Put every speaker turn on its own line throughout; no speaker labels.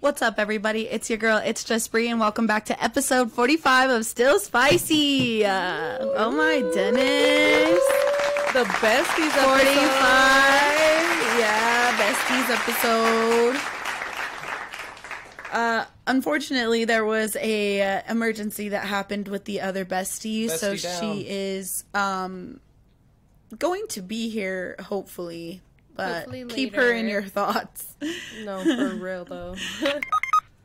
What's up, everybody? It's your girl, it's just Bree, and welcome back to episode 45 of Still Spicy. Uh, oh my, Dennis.
The besties
45.
episode.
Yeah, besties episode. Uh, unfortunately, there was a uh, emergency that happened with the other bestie, so
Bestie down.
she is um going to be here hopefully, but
Hopefully
keep her in
later.
your thoughts.
No, for real though.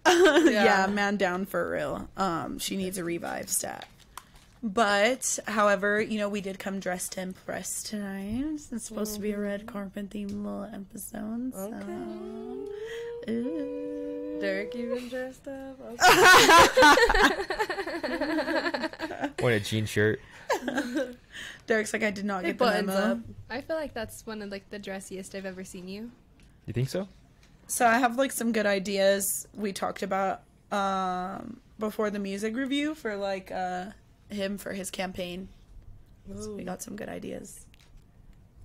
yeah. man down for real. Um, she needs a revive stat. But, however, you know, we did come dressed to impress tonight. It's supposed to be a red carpet themed little episode. So. Ooh.
Derek even dressed up. Okay.
What a jean shirt.
Derek's like, I did not get the
buttons
memo.
up.
I feel like that's one of like the dressiest I've ever seen you.
You think so?
So I have like some good ideas we talked about um, before the music review for like uh, him for his campaign. So we got some good ideas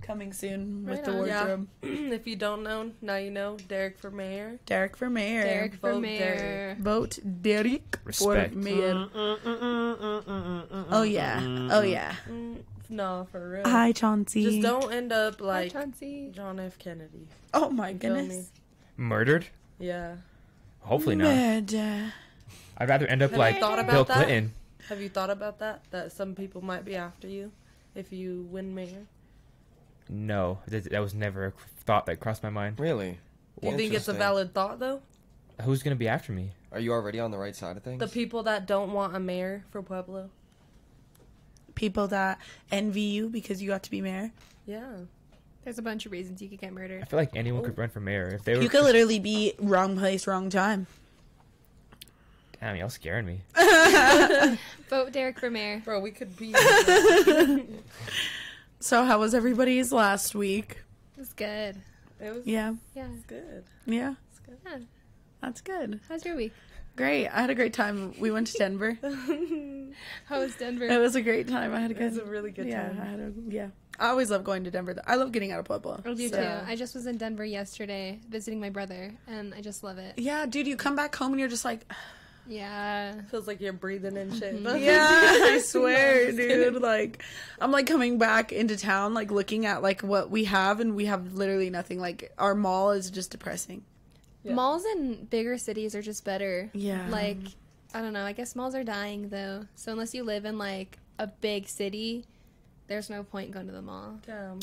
coming soon with
Right
the
on.
wardrobe.
Yeah. Mm, if you don't know, now you know. Derek for mayor.
Derek for mayor.
Derek for
vote
mayor.
Vote Derek
Respect.
for mayor. mm, Oh yeah. Oh yeah.
Mm, No, for real.
Hi Chauncey.
Just don't end up
Hi,
like
Chauncey.
John F. Kennedy.
Oh my
Feel me?
goodness.
Murdered?
Yeah.
Hopefully not.
Murder.
I'd rather end up
Have you
like
thought about
Bill
that?
Clinton.
Have you thought about that? That some people might be after you if you win mayor.
No, that, that was never a thought that crossed my mind.
Really?
Do you think it's a
Interesting.
valid thought though?
Who's gonna be after me?
Are you already on the right side of things?
The people that don't want a mayor for Pueblo.
People that envy you because you got to be mayor.
Yeah.
There's a bunch of reasons you could get
I
murdered.
feel like anyone could run for mayor if they were.
You could literally be wrong place, wrong time.
Damn, y'all scaring me.
Vote Derek for mayor.
Bro, we could be
So how was everybody's last week?
It's good.
It was
Yeah.
Yeah.
good.
Yeah.
yeah.
That's good.
How's your week?
Great. I had a great time. We went to Denver.
How was
it
Denver?
was a great time. I had a
It was
good
a really good
yeah, I
time.
had a, yeah. I always love going to Denver. though. I love getting out of Pueblo.
I do
so-
too. I just was in Denver yesterday visiting my brother, and I just love it.
Yeah, dude, you come back home and you're just like,
Yeah.
Feels like you're breathing and shit.
yeah, I swear, dude. Like, I'm like coming back into town, like looking at like what we have, and we have literally nothing. Like, our mall is just depressing.
Yeah.
Malls in bigger cities are just better.
Yeah.
Like, I don't know. I guess malls are dying though. So unless you live in like a big city, there's no point going to the mall.
Damn.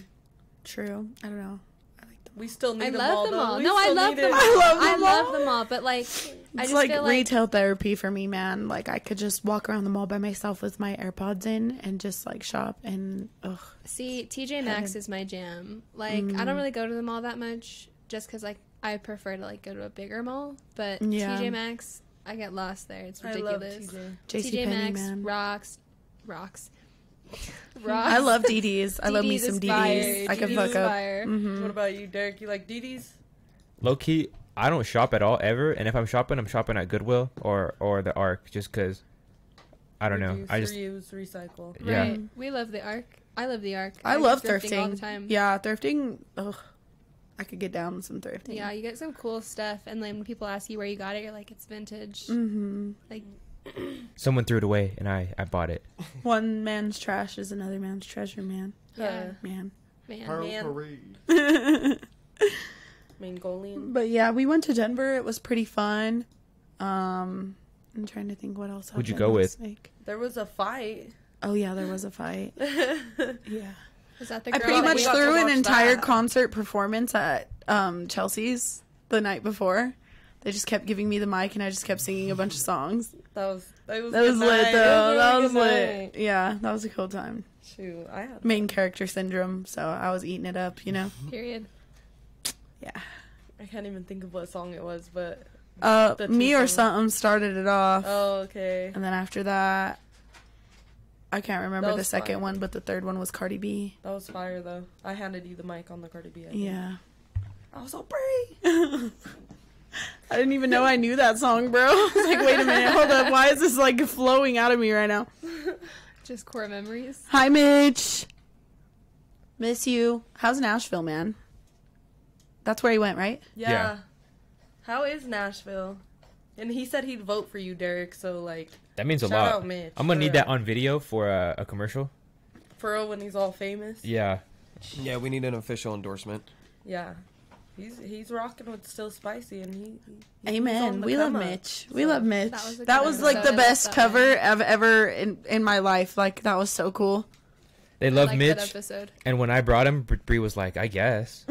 True. I don't know.
We still need
I
them
love
all,
them
though.
all.
We
No, I
still
love
need
them all.
it.
I love
I
them all.
love them all, but like, I
It's
just
like
feel like
retail therapy for me, man. Like, I could just walk around the mall by myself with my AirPods in and just like shop and ugh.
see TJ Maxx is my jam. Like, I
Mm.
don't really go to the mall that much, just because like I prefer to like go to a bigger mall. But
Yeah.
TJ Maxx, I get lost there. It's
I love
ridiculous.
TJ.
JC Penney,
Maxx
man.
rocks, rocks, rocks.
I love DDs. I love me
DDs
some
is
DDs.
fire.
I can
DDs
fuck
is
up. Mm.
fire.
Mm-hmm.
What about you, Derek? You like DDs?
Low key, I don't shop at all ever, and if I'm shopping, I'm shopping at Goodwill or or the Ark, just cause. I don't know.
Reduce,
I just
reuse, recycle.
yeah.
Right. We love the arc. I love the arc.
I love
do
thrifting.
all the time.
Yeah, thrifting. Ugh, I could get down with some thrifting.
Yeah, you get some cool stuff, and then when people ask you where you got it, you're like, it's vintage.
Mm-hmm.
Like,
Someone threw it away, and I I bought it.
One man's trash is another man's treasure, man.
yeah,
Man.
man.
Man.
but
Mongolian.
yeah, we went to Denver. It was pretty fun. Um, I'm trying to think what else.
Who'd you
happened
go
last week.
There was a fight.
Oh yeah, there was a fight. Yeah,
Is that the
I
girl
pretty
that
much
you-
got to
threw an
watch
entire
that.
concert performance at um, Chelsea's the night before. They just kept giving me the mic, and I just kept singing a bunch of songs.
That was that was,
That was
good
lit,
night.
though. That
a
was
really good
lit.
night.
Yeah, that was a cool time.
Shoot, I had
main character syndrome, so I was eating it up, you know.
Period.
Yeah.
I can't even think of what song it was, but
Uh,
The two
me or
songs.
something started it off,
oh okay.
and then after that, I can't remember
That
the
was
second
fun.
one, but the third one was Cardi B.
That was fire though. I handed you the mic on the Cardi B. I think.
Yeah.
I was so brave.
I didn't even know I knew that song, bro. I was like, wait a minute, hold up, why is this like flowing out of me right now?
Just core memories.
Hi, Mitch. Miss you. How's Nashville, man? That's where he went, right?
Yeah.
Yeah.
How is Nashville? And he said he'd vote for you, Derek. So like
That means a
Shout
lot.
out Mitch,
I'm gonna
for
need that
real.
on video for uh, a commercial.
for real, when he's all famous.
Yeah,
Yeah, we need an official endorsement.
Yeah. He's he's rocking with still spicy and he. he- he's on
Amen.
the
We love
come up.
Mitch. We love Mitch. That
was
was,
a
that
good
was like the
episode.
best
I love that
cover I've ever in in my life. Like that was so cool.
they love
like that
Mitch.
episode.
And when I brought him, Br- Bree was like, "I guess."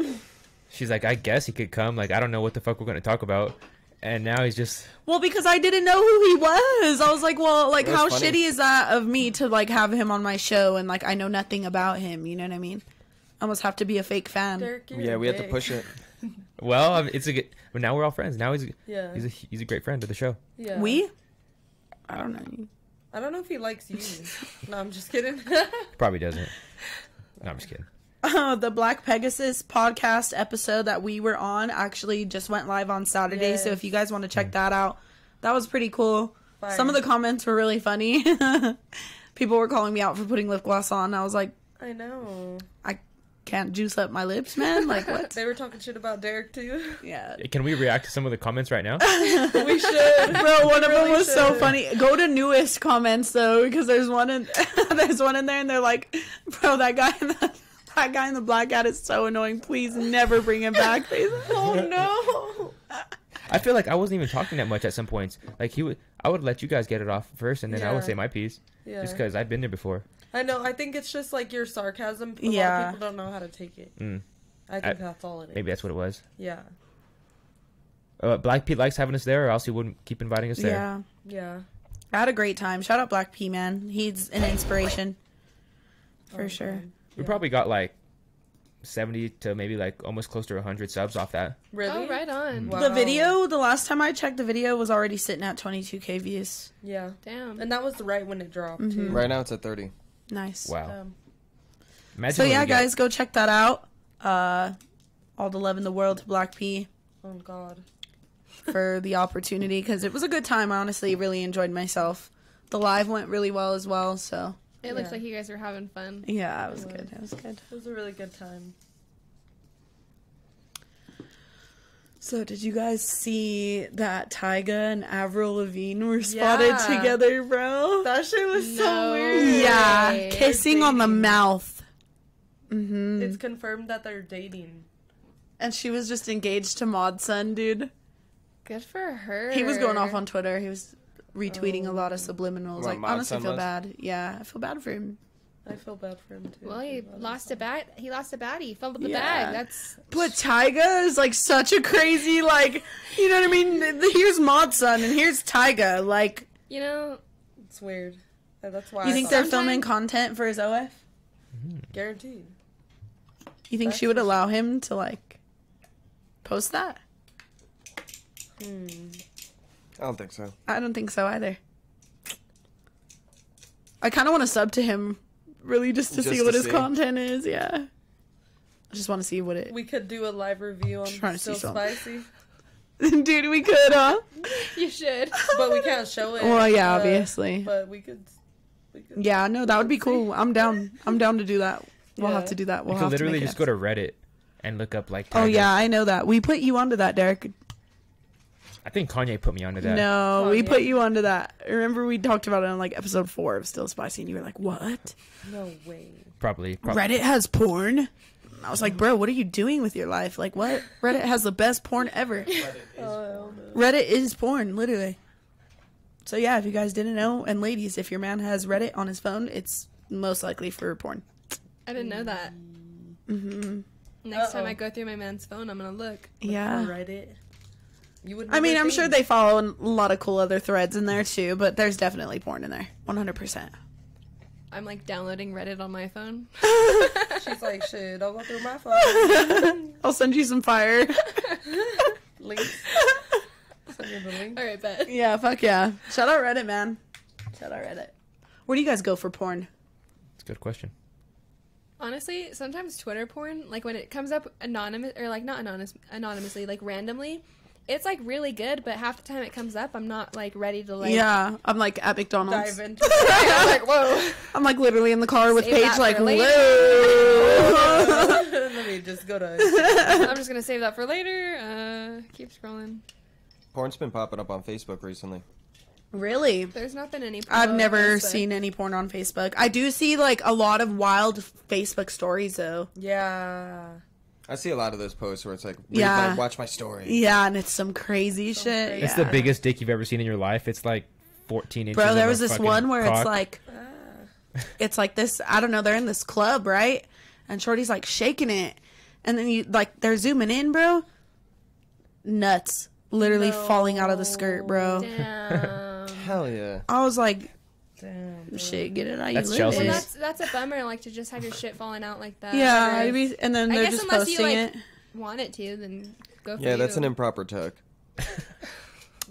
She's like, "I guess he could come." Like, I don't know what the fuck we're gonna talk about. And now he's just
Well, because I didn't know who he was. I was like, well, like
It was
how
funny.
shitty is that of me to like have him on my show and like I know nothing about him. You know what I mean? I almost have to be a fake fan.
Derek, you're
yeah,
a
we have to
dick.
push it.
well. I mean, it's a good. But now we're all friends. Now he's a-
Yeah.
he's a he's a great friend of the show.
yeah.
We? I don't know.
I don't know if he likes you. no, I'm just kidding.
Probably doesn't. No, I'm just kidding.
Uh, the Black Pegasus podcast episode that we were on actually just went live on Saturday. So
Yes.
if you guys want to check that out, that was pretty cool.
Fire.
Some of the comments were really funny. People were calling me out for putting lip gloss on. I was like,
I know.
I can't juice up my lips, man. Like what?
They were talking shit about Derek too.
yeah.
Can we react to some of the comments right now?
we should.
Bro, one of them
really
was so
should.
funny. Go to newest comments though, because there's one in there's one in there, and they're like, "Bro, that guy in the that guy in the black hat is so annoying. Please never bring him back." Please.
Oh no.
I feel like I wasn't even talking that much at some points. Like he would, I would let you guys get it off first, and then I would
Yeah.
say my piece,
Yeah.
just because I've been there before.
I know. I think it's just like your sarcasm. A lot
Yeah.
of people don't know how to take it.
Mm.
I think
I-
that's all it is.
Maybe that's what it was.
Yeah.
Uh, Black Pete likes having us there, or else he wouldn't keep inviting us there.
Yeah,
Yeah.
I had a great time. Shout out Black P man. He's an inspiration for
Oh,
sure.
man.
We
Yeah.
probably got like seventy to maybe like almost close to hundred subs off that.
Really?
Oh, right on.
Wow.
The video, the last time I checked, the video was already sitting at 22k views.
Yeah.
Damn.
And that was right when it dropped
Mm-hmm.
too.
Right now it's at 30.
Nice.
Wow.
Um,
Imagine
So
when
yeah,
we get-
guys, go check that out. Uh, all the love in the world to Black P.
oh God.
for the opportunity because it was a good time. I honestly really enjoyed myself. The live went really well as well. So
It looks
Yeah.
like you guys are having fun.
yeah, it was
was.
good. It was good.
It was a really good time.
So did you guys see that Tyga and Avril Lavigne were spotted
Yeah.
together, bro?
That shit was so
No.
weird.
yeah,
Hey.
kissing on the mouth. Mm-hmm.
It's confirmed that they're dating.
and she was just engaged to Maud's son, dude.
Good for her.
He was going off on Twitter. He was retweeting a lot of subliminals.
What,
like
Maud's
honestly,
son
feel
was?
bad. Yeah, I feel bad for him.
I feel bad for him too.
Well, he lost a bat. He lost a bat. He fumbled the
Yeah.
bag. That's
But Tyga is like such a crazy, like, you know what I mean? Th- th- Here's Modson and here's Tyga. Like,
you know.
It's weird. Uh, That's why.
you
I
think
thought-
they're filming content for his OF?
guaranteed?
You think she would allow him to, like, post that?
Hmm.
I don't think so.
I don't think so either. I kind of want to sub to him, really, just to
Just
see
to
what his
see.
content is. Yeah. I just want to see what it.
We could do a live review on
Just trying to
Still
see something.
Spicy,
Dude, we could, huh?
You should.
but we can't show it.
Well, yeah,
uh,
obviously.
But we could. We could
yeah, no, that would be cool. I'm down. I'm down to do that. We'll have
Yeah.
to do that.
we
We'll
could
have
literally
to make
just go to Reddit and look up like.
Oh
Tyga.
yeah, I know that. We put you onto that, Derek.
I think Kanye put me onto that.
No,
Oh,
we
yeah.
put you onto that. Remember we talked about it on like episode four of Still Spicy, and you were like, "What?
No way.
Probably. probably.
Reddit has porn?" And I was like, "Bro, what are you doing with your life? Like, what? Reddit has the best porn ever.
Oh, no.
Reddit is porn, literally." So yeah, if you guys didn't know, and ladies, if your man has Reddit on his phone, it's most likely for porn.
I didn't know that.
hmm
Next time
Uh-oh.
I go through my man's phone, I'm gonna look.
Yeah.
Reddit. You would.
I mean,
never
I'm sure
think.
they follow a lot of cool other threads in there too, but there's definitely porn in there, 100. percent
I'm like downloading Reddit on my phone.
She's like, shit. I'll go through my phone.
I'll send you some fire.
Links. Send me the link.
All right, bet.
yeah, fuck yeah. Shout out Reddit, man. Shout out Reddit. Where do you guys go for porn?
It's a good question.
Honestly, sometimes Twitter porn, like when it comes up anonymous or like not anonymous, anonymously, like randomly, it's like really good. But half the time it comes up, I'm not like ready to like.
yeah, I'm like at
Dive
McDonald's.
into.
I'm like whoa.
I'm like literally in the car with
Save
Paige,
that
like,
for later.
whoa.
Let me just go to.
I'm just gonna save that for later. Uh, keep scrolling.
Porn's been popping up on Facebook recently.
Really? Oh,
There's not been any.
I've
promote
never
on Facebook.
seen any porn on Facebook. I do see like a lot of wild Facebook stories though.
Yeah.
I see a lot of those posts where it's like, read
Yeah.
my, watch my story.
Yeah, and it's some crazy shit.
crazy.
It's the
yeah.
biggest dick you've ever seen in your life. It's like 14 inches.
Bro,
of
there
a
was this
fucking
one where it's
cock.
like, it's like this. I don't know. They're in this club, right? And Shorty's like shaking it, and then you like they're zooming in, bro. Nuts, literally falling out of the skirt, bro.
Damn.
Hell yeah.
I was like,
Damn.
shit, get it out.
That's
you
Chelsea's.
well,
live
that's
it.
that's a bummer. Like to just have your shit falling out like that.
Yeah,
Or
I'd be- and then
I
they're
guess
just
unless you,
posting
like,
it.
want it to, then go. For
Yeah, that's
you.
an improper tuck.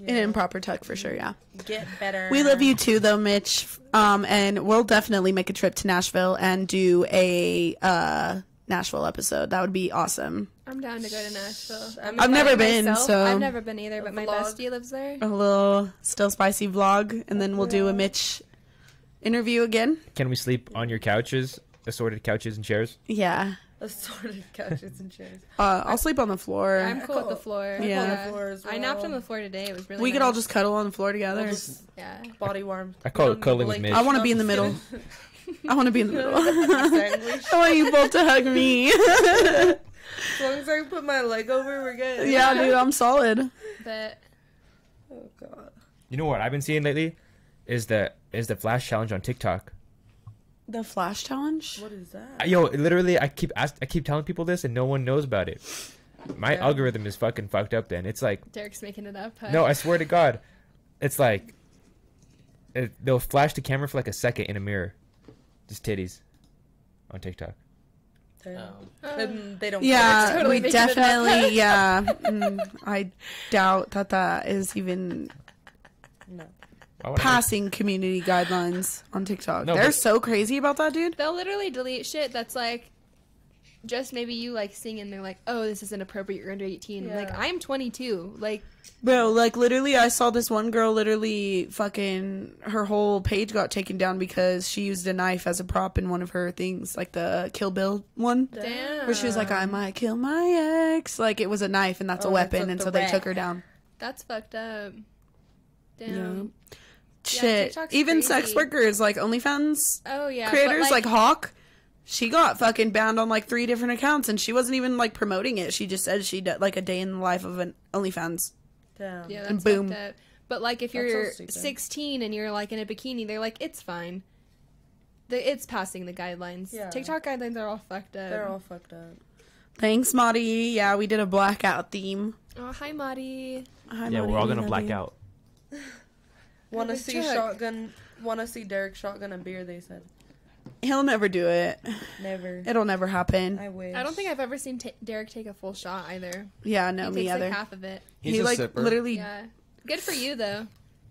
An improper tuck for sure. Yeah.
Get better.
We love you too, though, Mitch. Um, and we'll definitely make a trip to Nashville and do a uh, Nashville episode. That would be awesome.
I'm down to go to Nashville. I'm
I've never been,
myself.
so-
I've never been either. But my
Vlog.
bestie lives there.
A little still spicy vlog, and then we'll do a Mitch interview again.
Can we sleep on your couches, assorted couches and chairs?
Yeah,
Assorted couches and chairs.
uh, I'll sleep on the floor.
I'm cool with the floor.
cool with the
floor as
I napped
well.
on the floor today. It was really.
we could
nice.
all just cuddle on the floor together.
Just
Yeah.
body warmth.
I call it
Don't need
cuddling with
blanket.
Mitch.
I want to be in the middle. I want to be in the middle.
Sandwich.
I want you both to hug me.
As long as I put my leg over, we're good.
yeah, dude, I'm solid.
But
Oh god.
You know what I've been seeing lately is the is the flash challenge on TikTok.
The flash challenge.
What is that?
I- Yo, literally, I keep ask, I keep telling people this, and no one knows about it. My
Yeah.
algorithm is fucking fucked up. Then it's like,
Derek's making it up. huh?
no, I swear to God, it's like it, they'll flash the camera for like a second in a mirror, just titties on TikTok.
And they don't.
Yeah,
care.
totally
we
making it up.
definitely. Yeah, Mm, I doubt that that is even
No.
Why would I-
passing community guidelines on TikTok.
No,
They're
but-
so crazy about that, dude.
They'll literally delete shit that's like just maybe you like sing and they're like, oh, this isn't appropriate. You're under 18. Like,
Yeah.
I'm 22. Like,
Bro, like literally, I saw this one girl literally fucking her whole page got taken down because she used a knife as a prop in one of her things, like the Kill Bill one.
damn.
Where she was like, I might kill my ex. Like, it was a knife and that's a
Oh, that's
weapon.
a
And so they
threat.
took her down.
that's fucked up.
Yeah.
Damn.
Shit.
TikTok's
Even sex
crazy.
workers, like OnlyFans,
Oh, yeah. but,
creators like, Hawk, she got fucking banned on like three different accounts, and she wasn't even like promoting it. She just said she did like a day in the life of an OnlyFans.
Damn.
yeah,
and
that's
boom.
fucked up. But like, if
That's so
you're
stupid.
16 and you're like in a bikini, they're like, it's fine. The, it's passing the guidelines.
Yeah.
TikTok guidelines are all fucked up.
They're all fucked up.
Thanks, Maddie. Yeah, we did a blackout theme.
Oh, hi, Maddie.
Hi,
yeah,
Maddie.
we're all
We
gonna
love
black
you.
out.
Want to
Another
see
check.
shotgun? Want to see Derek shotgun a beer? They said
He'll never do it.
never.
It'll never happen.
I wish.
I don't think I've ever seen Ta Derek take a full shot either.
yeah, no,
he
me
takes
either.
like half of it.
He's
he
a
like
sipper.
literally.
Yeah. Good for you though.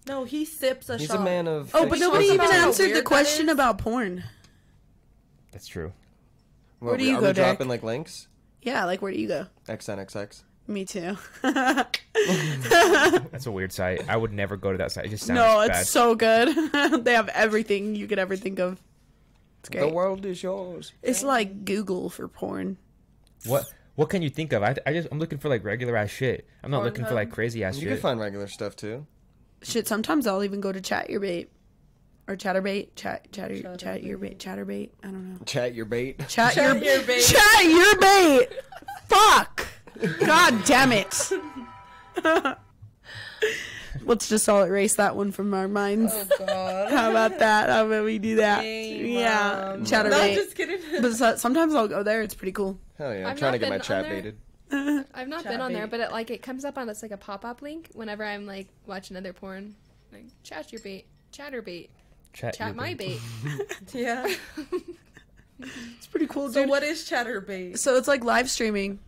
No, he sips a
He's
shot.
a man of.
Oh, but
fiction.
nobody even
about how
answered
weird
the
that
question
is?
about porn.
That's true.
What,
Where do you
are
go,
we
Derek?
dropping like links?
Yeah, like where do you go?
XNXX.
Me too.
That's a weird site. I would never go to that site. It just sounds
no, it's
bad.
so good. they have everything you could ever think of. It's great.
The world is yours.
It's like Google for porn.
what what can you think of? I, I just I'm looking for like regular ass shit. I'm not looking for like crazy ass
You can
shit.
find regular stuff too.
Shit, sometimes I'll even go to Chatterbait or Chatterbait, chat, chatter, chat your bait, Chatterbait. I don't know.
Chat your bait.
Chat, your
Your baby.
chat your bait. Fuck. God damn it. Let's just all erase that one from our minds.
Oh God.
How about that? How about we do that?
Hey,
yeah,
Mom.
Chatterbait.
No, I'm um, just kidding.
But so- sometimes I'll go there. It's pretty cool.
Hell yeah! I'm
I've
trying to
not
get my
been on
chat
there.
baited.
I've not
Chat
been on there,
bait.
but it like it comes up on it's like a pop up link whenever I'm like watching other porn. Like chat your bait, chatter bait,
Chat,
chat
your
my
bait.
bait.
yeah.
It's pretty cool, dude.
So what is chatterbait?
so it's like live streaming.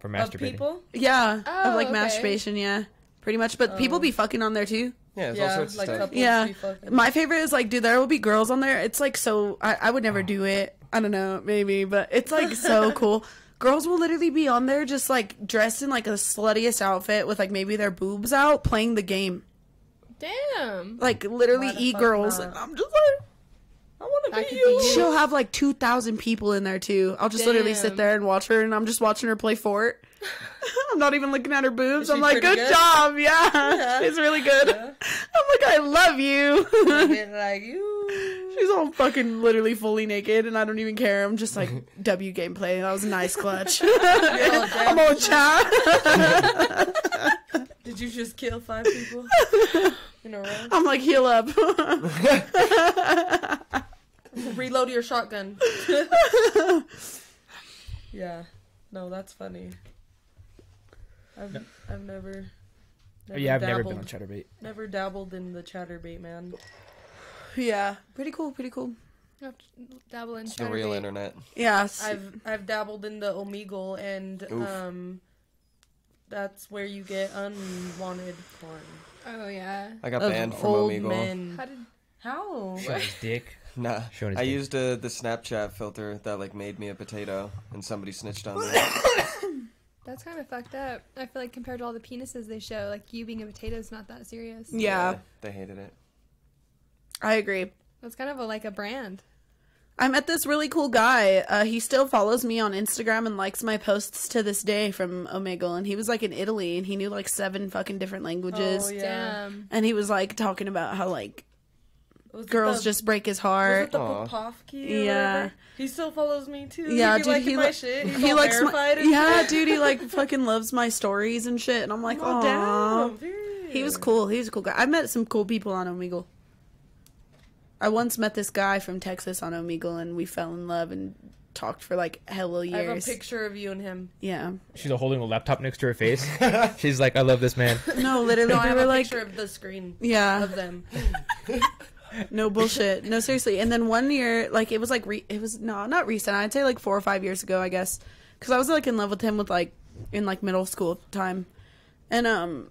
for
Of
masturbating.
people?
Yeah,
Oh,
of like
okay.
masturbation. Yeah, pretty much. But people
Oh.
be fucking on there too.
Yeah, there's all
Yeah,
sorts of
like
stuff.
couples
Yeah,
be fucking.
my favorite is like, dude, there will be girls on there. It's like so. I, I would never do it. I don't know, maybe, but it's like so cool. Girls will literally be on there just like dressed in like a sluttiest outfit with like maybe their boobs out playing the game.
Damn.
Like literally
Why the
e
fuck
girls.
not?
And I'm just like,
I want to
That
be
could
you.
be you.
she'll have like 2,000 people in there too. I'll just literally sit
Damn.
there and watch her and I'm just watching her play Fort. I'm not even looking at her boobs.
Is she
I'm like, good,
pretty good?"
job. Yeah.
Yeah.
It's really good.
Yeah.
I'm like, I love you.
Been like you.
She's all fucking literally fully naked and I don't even care. I'm just like, W gameplay. That was a nice clutch. I'm all chat.
Did you just kill five people in a row?
I'm like, heal up.
Reload your shotgun. yeah. No, that's funny. I've I've never. never
Oh, yeah, I've never been
dabbled-
on ChatterBait.
Never dabbled in the chatterbait, man.
yeah. Pretty cool. Pretty cool.
You have to dabble in
It's the real
Chatterbait.
internet.
Yeah.
I've I've dabbled in the Omegle, and
Oof.
um, that's where you get unwanted porn.
Oh yeah.
I got
Of
banned from
old
Omegle.
How
men.
did
How?
Showing his dick.
Nah,
Showing his
I
dick.
used uh, the Snapchat filter that like made me a potato, and somebody snitched on me.
that's kind of fucked up. I feel like compared to all the penises they show, like you being a potato is not that serious.
yeah.
they hated it.
I agree.
That's kind of a, like a brand.
I met this really cool guy. Uh, he still follows me on Instagram and likes my posts to this day from Omegle. And he was like in Italy and he knew like seven fucking different languages.
Oh, yeah.
Damn.
And he was like talking about how like
Was it
girls
the-
just break his
Was
heart.
it the
Aw.
Popovsky? or
Yeah.
whatever? He still follows me too.
Yeah,
he be
dude,
liking
he
my
li-
shit. He's
He
all
likes my
verified and
yeah,
shit.
dude. He like fucking loves my stories and shit. And I'm like,
Oh,
oh,
damn, dude.
he was cool. He was a cool guy. I met some cool people on Omegle. I once met this guy from Texas on Omegle, and we fell in love and talked for like hella
I have a
years.
picture of you and him.
yeah.
She's holding a laptop next to her face. She's like, I love this man.
No, literally,
No, I
we
have
were
a
like,
picture of the screen
yeah,
of them.
no bullshit, no seriously. And then one year, like it was like re- it was no, not recent. I'd say like four or five years ago, I guess, because I was like in love with him with like in like middle school time, and um,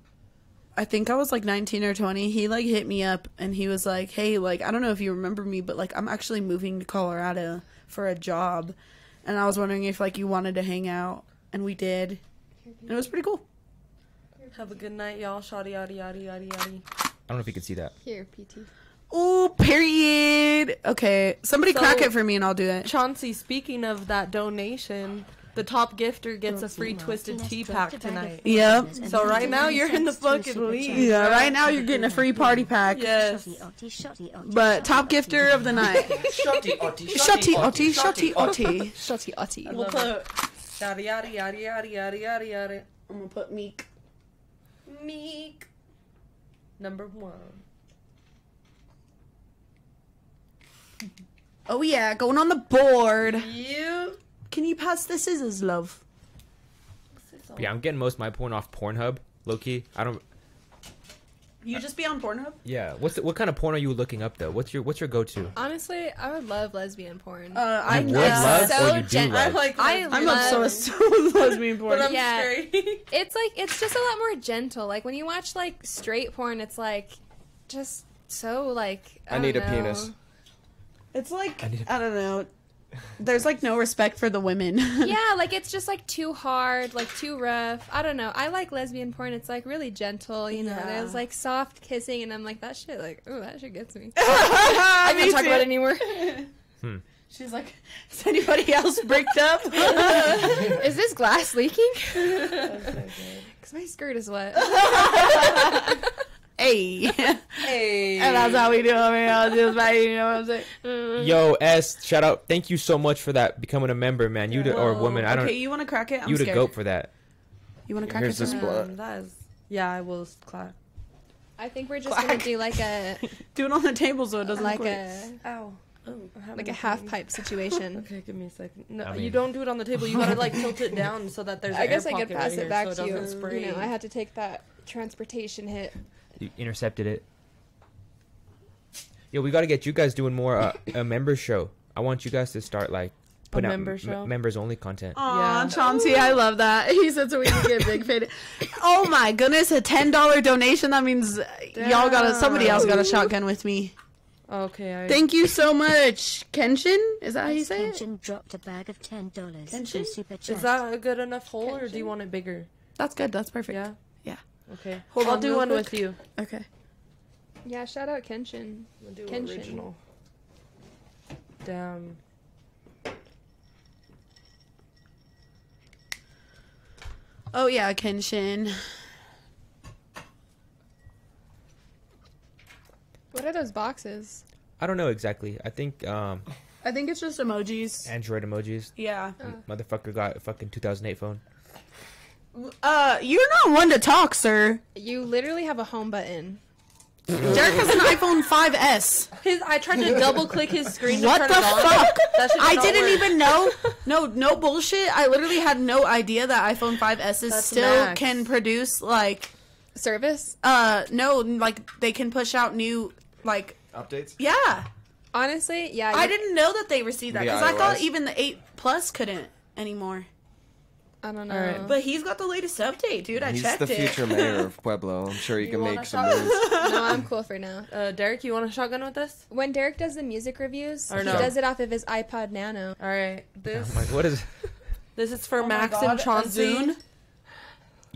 I think I was like nineteen or twenty. He like hit me up and he was like, hey, like I don't know if you remember me, but like I'm actually moving to Colorado for a job, and I was wondering if like you wanted to hang out, and we did, and it was pretty cool.
Have a good night, y'all. Shoddy, yaddy, yaddy, yaddy, yaddy.
I don't know if you can see that.
Here, PT.
Oh, period. Okay, somebody
So-
crack it for me and I'll do it.
Chauncey, speaking of that donation, the top gifter gets a free twisted tea pack tonight.
Yep.
So right now you're in the fucking lead.
Yeah, right now you're getting a free party pack.
Yes.
But top gifter of the night. Shotty Otti, Shotty Otti.
Shotty Otti.
We'll put yaddy, yaddy, yaddy, yaddy, yaddy, yaddy, yaddy.
I'm gonna put Meek.
Meek. Number one.
Oh yeah, going on the board.
You.
Can you pass the scissors, love?
But yeah, I'm getting most of my porn off Pornhub, low key. I don't.
You just be on Pornhub?
Yeah, what's the, what kind of porn are you looking up though? What's your what's your go to?
Honestly, I would love lesbian porn.
Uh, I
would
know.
love
so
or you do
gen-
love.
I like.
I
I'm
love-
obsessed with lesbian
But
porn.
I'm
Yeah.
straight.
it's like it's just a lot more gentle. Like when you watch like straight porn, it's like just so like I,
I need
don't
a
know.
penis.
It's like
I need
I don't know. There's like no respect for the women.
yeah, like it's just like too hard, like too rough. I don't know. I like lesbian porn. It's like really gentle, you know.
Yeah.
There's like soft kissing, and I'm like that shit. Like oh, that shit gets me.
I
I can't talk about it anymore.
She's like, is anybody else bricked up?
Is this glass leaking? Because my skirt is wet.
hey.
Hey.
And that's how we do it. I mean, I'll just like, you know what I'm saying?
Yo, S, shout out! Thank you so much for that becoming a member, man. You the, or
Whoa.
woman, I don't.
Okay, you want to crack it? I'm
you the
scared.
goat for that.
You want to crack
Here's
it?
this
Sarah?
blunt.
that is. Yeah, I will clap.
I think we're just gonna do like a
Do it on the table so it doesn't
like
look
a
Ow. Oh,
like a half pipe situation.
Okay, give me a second. No,
I
you
mean-
don't do it on the table. You gotta like tilt it down so that there's.
I
an
guess
air
I could
pocket
pass
right
it
here
back
so
to
it
you.
doesn't spray.
You know, I had to take that transportation hit.
You intercepted it. Yo, we got to get you guys doing more uh, a member show. I want you guys to start like putting out
member
m-
show?
members only content.
Aw,
Yeah.
Chauncey, I love that. He said so we can get big paid. Oh my goodness, a ten dollar donation. That means uh, y'all got a, somebody else got a shotgun with me.
Okay, I.
Thank you so much, Kenshin. Is that how you say it?
Kenshin dropped a bag of ten dollars.
Kenshin?
Super chat.
Is that a good enough hole, or do you want it bigger?
That's good. That's perfect.
Yeah.
Yeah.
Okay.
Hold
I'll
on
do
real
one
quick.
with you.
Okay.
Yeah, shout out Kenshin.
We'll do
Kenshin.
original. Damn.
Oh yeah, Kenshin.
What are those boxes?
I don't know exactly. I think um,
I think it's just emojis.
Android emojis.
Yeah.
Motherfucker got a fucking 2008 phone.
Uh, you're not one to talk, sir.
You literally have a home button.
Derek has an iPhone 5S.
His, I tried to double click his screen.
What
to turn
the
it on.
fuck?
That shit did
I
not
didn't
work.
even know. No, no bullshit. I literally had no idea that iPhone 5Ss
That's
still
max.
can produce like
Service?
uh no, like they can push out new like
Updates?
yeah.
Honestly, yeah.
I
you-
didn't know that they received that
The
cuz I thought
iOS.
even the 8 Plus couldn't anymore.
I don't know.
Alright.
But he's got the latest update, dude. I
He's
checked
the
it.
future mayor of Pueblo. I'm sure he can
wanna
make some
shout-
moves.
no, I'm cool for now.
Uh, Derek, you want a shotgun with us?
When Derek does the music reviews,
Or
he
no.
does it off of his iPod Nano.
All right. This
I'm like, what is?
this is for
Oh my
Max
God,
and Chonzoon.
Azun.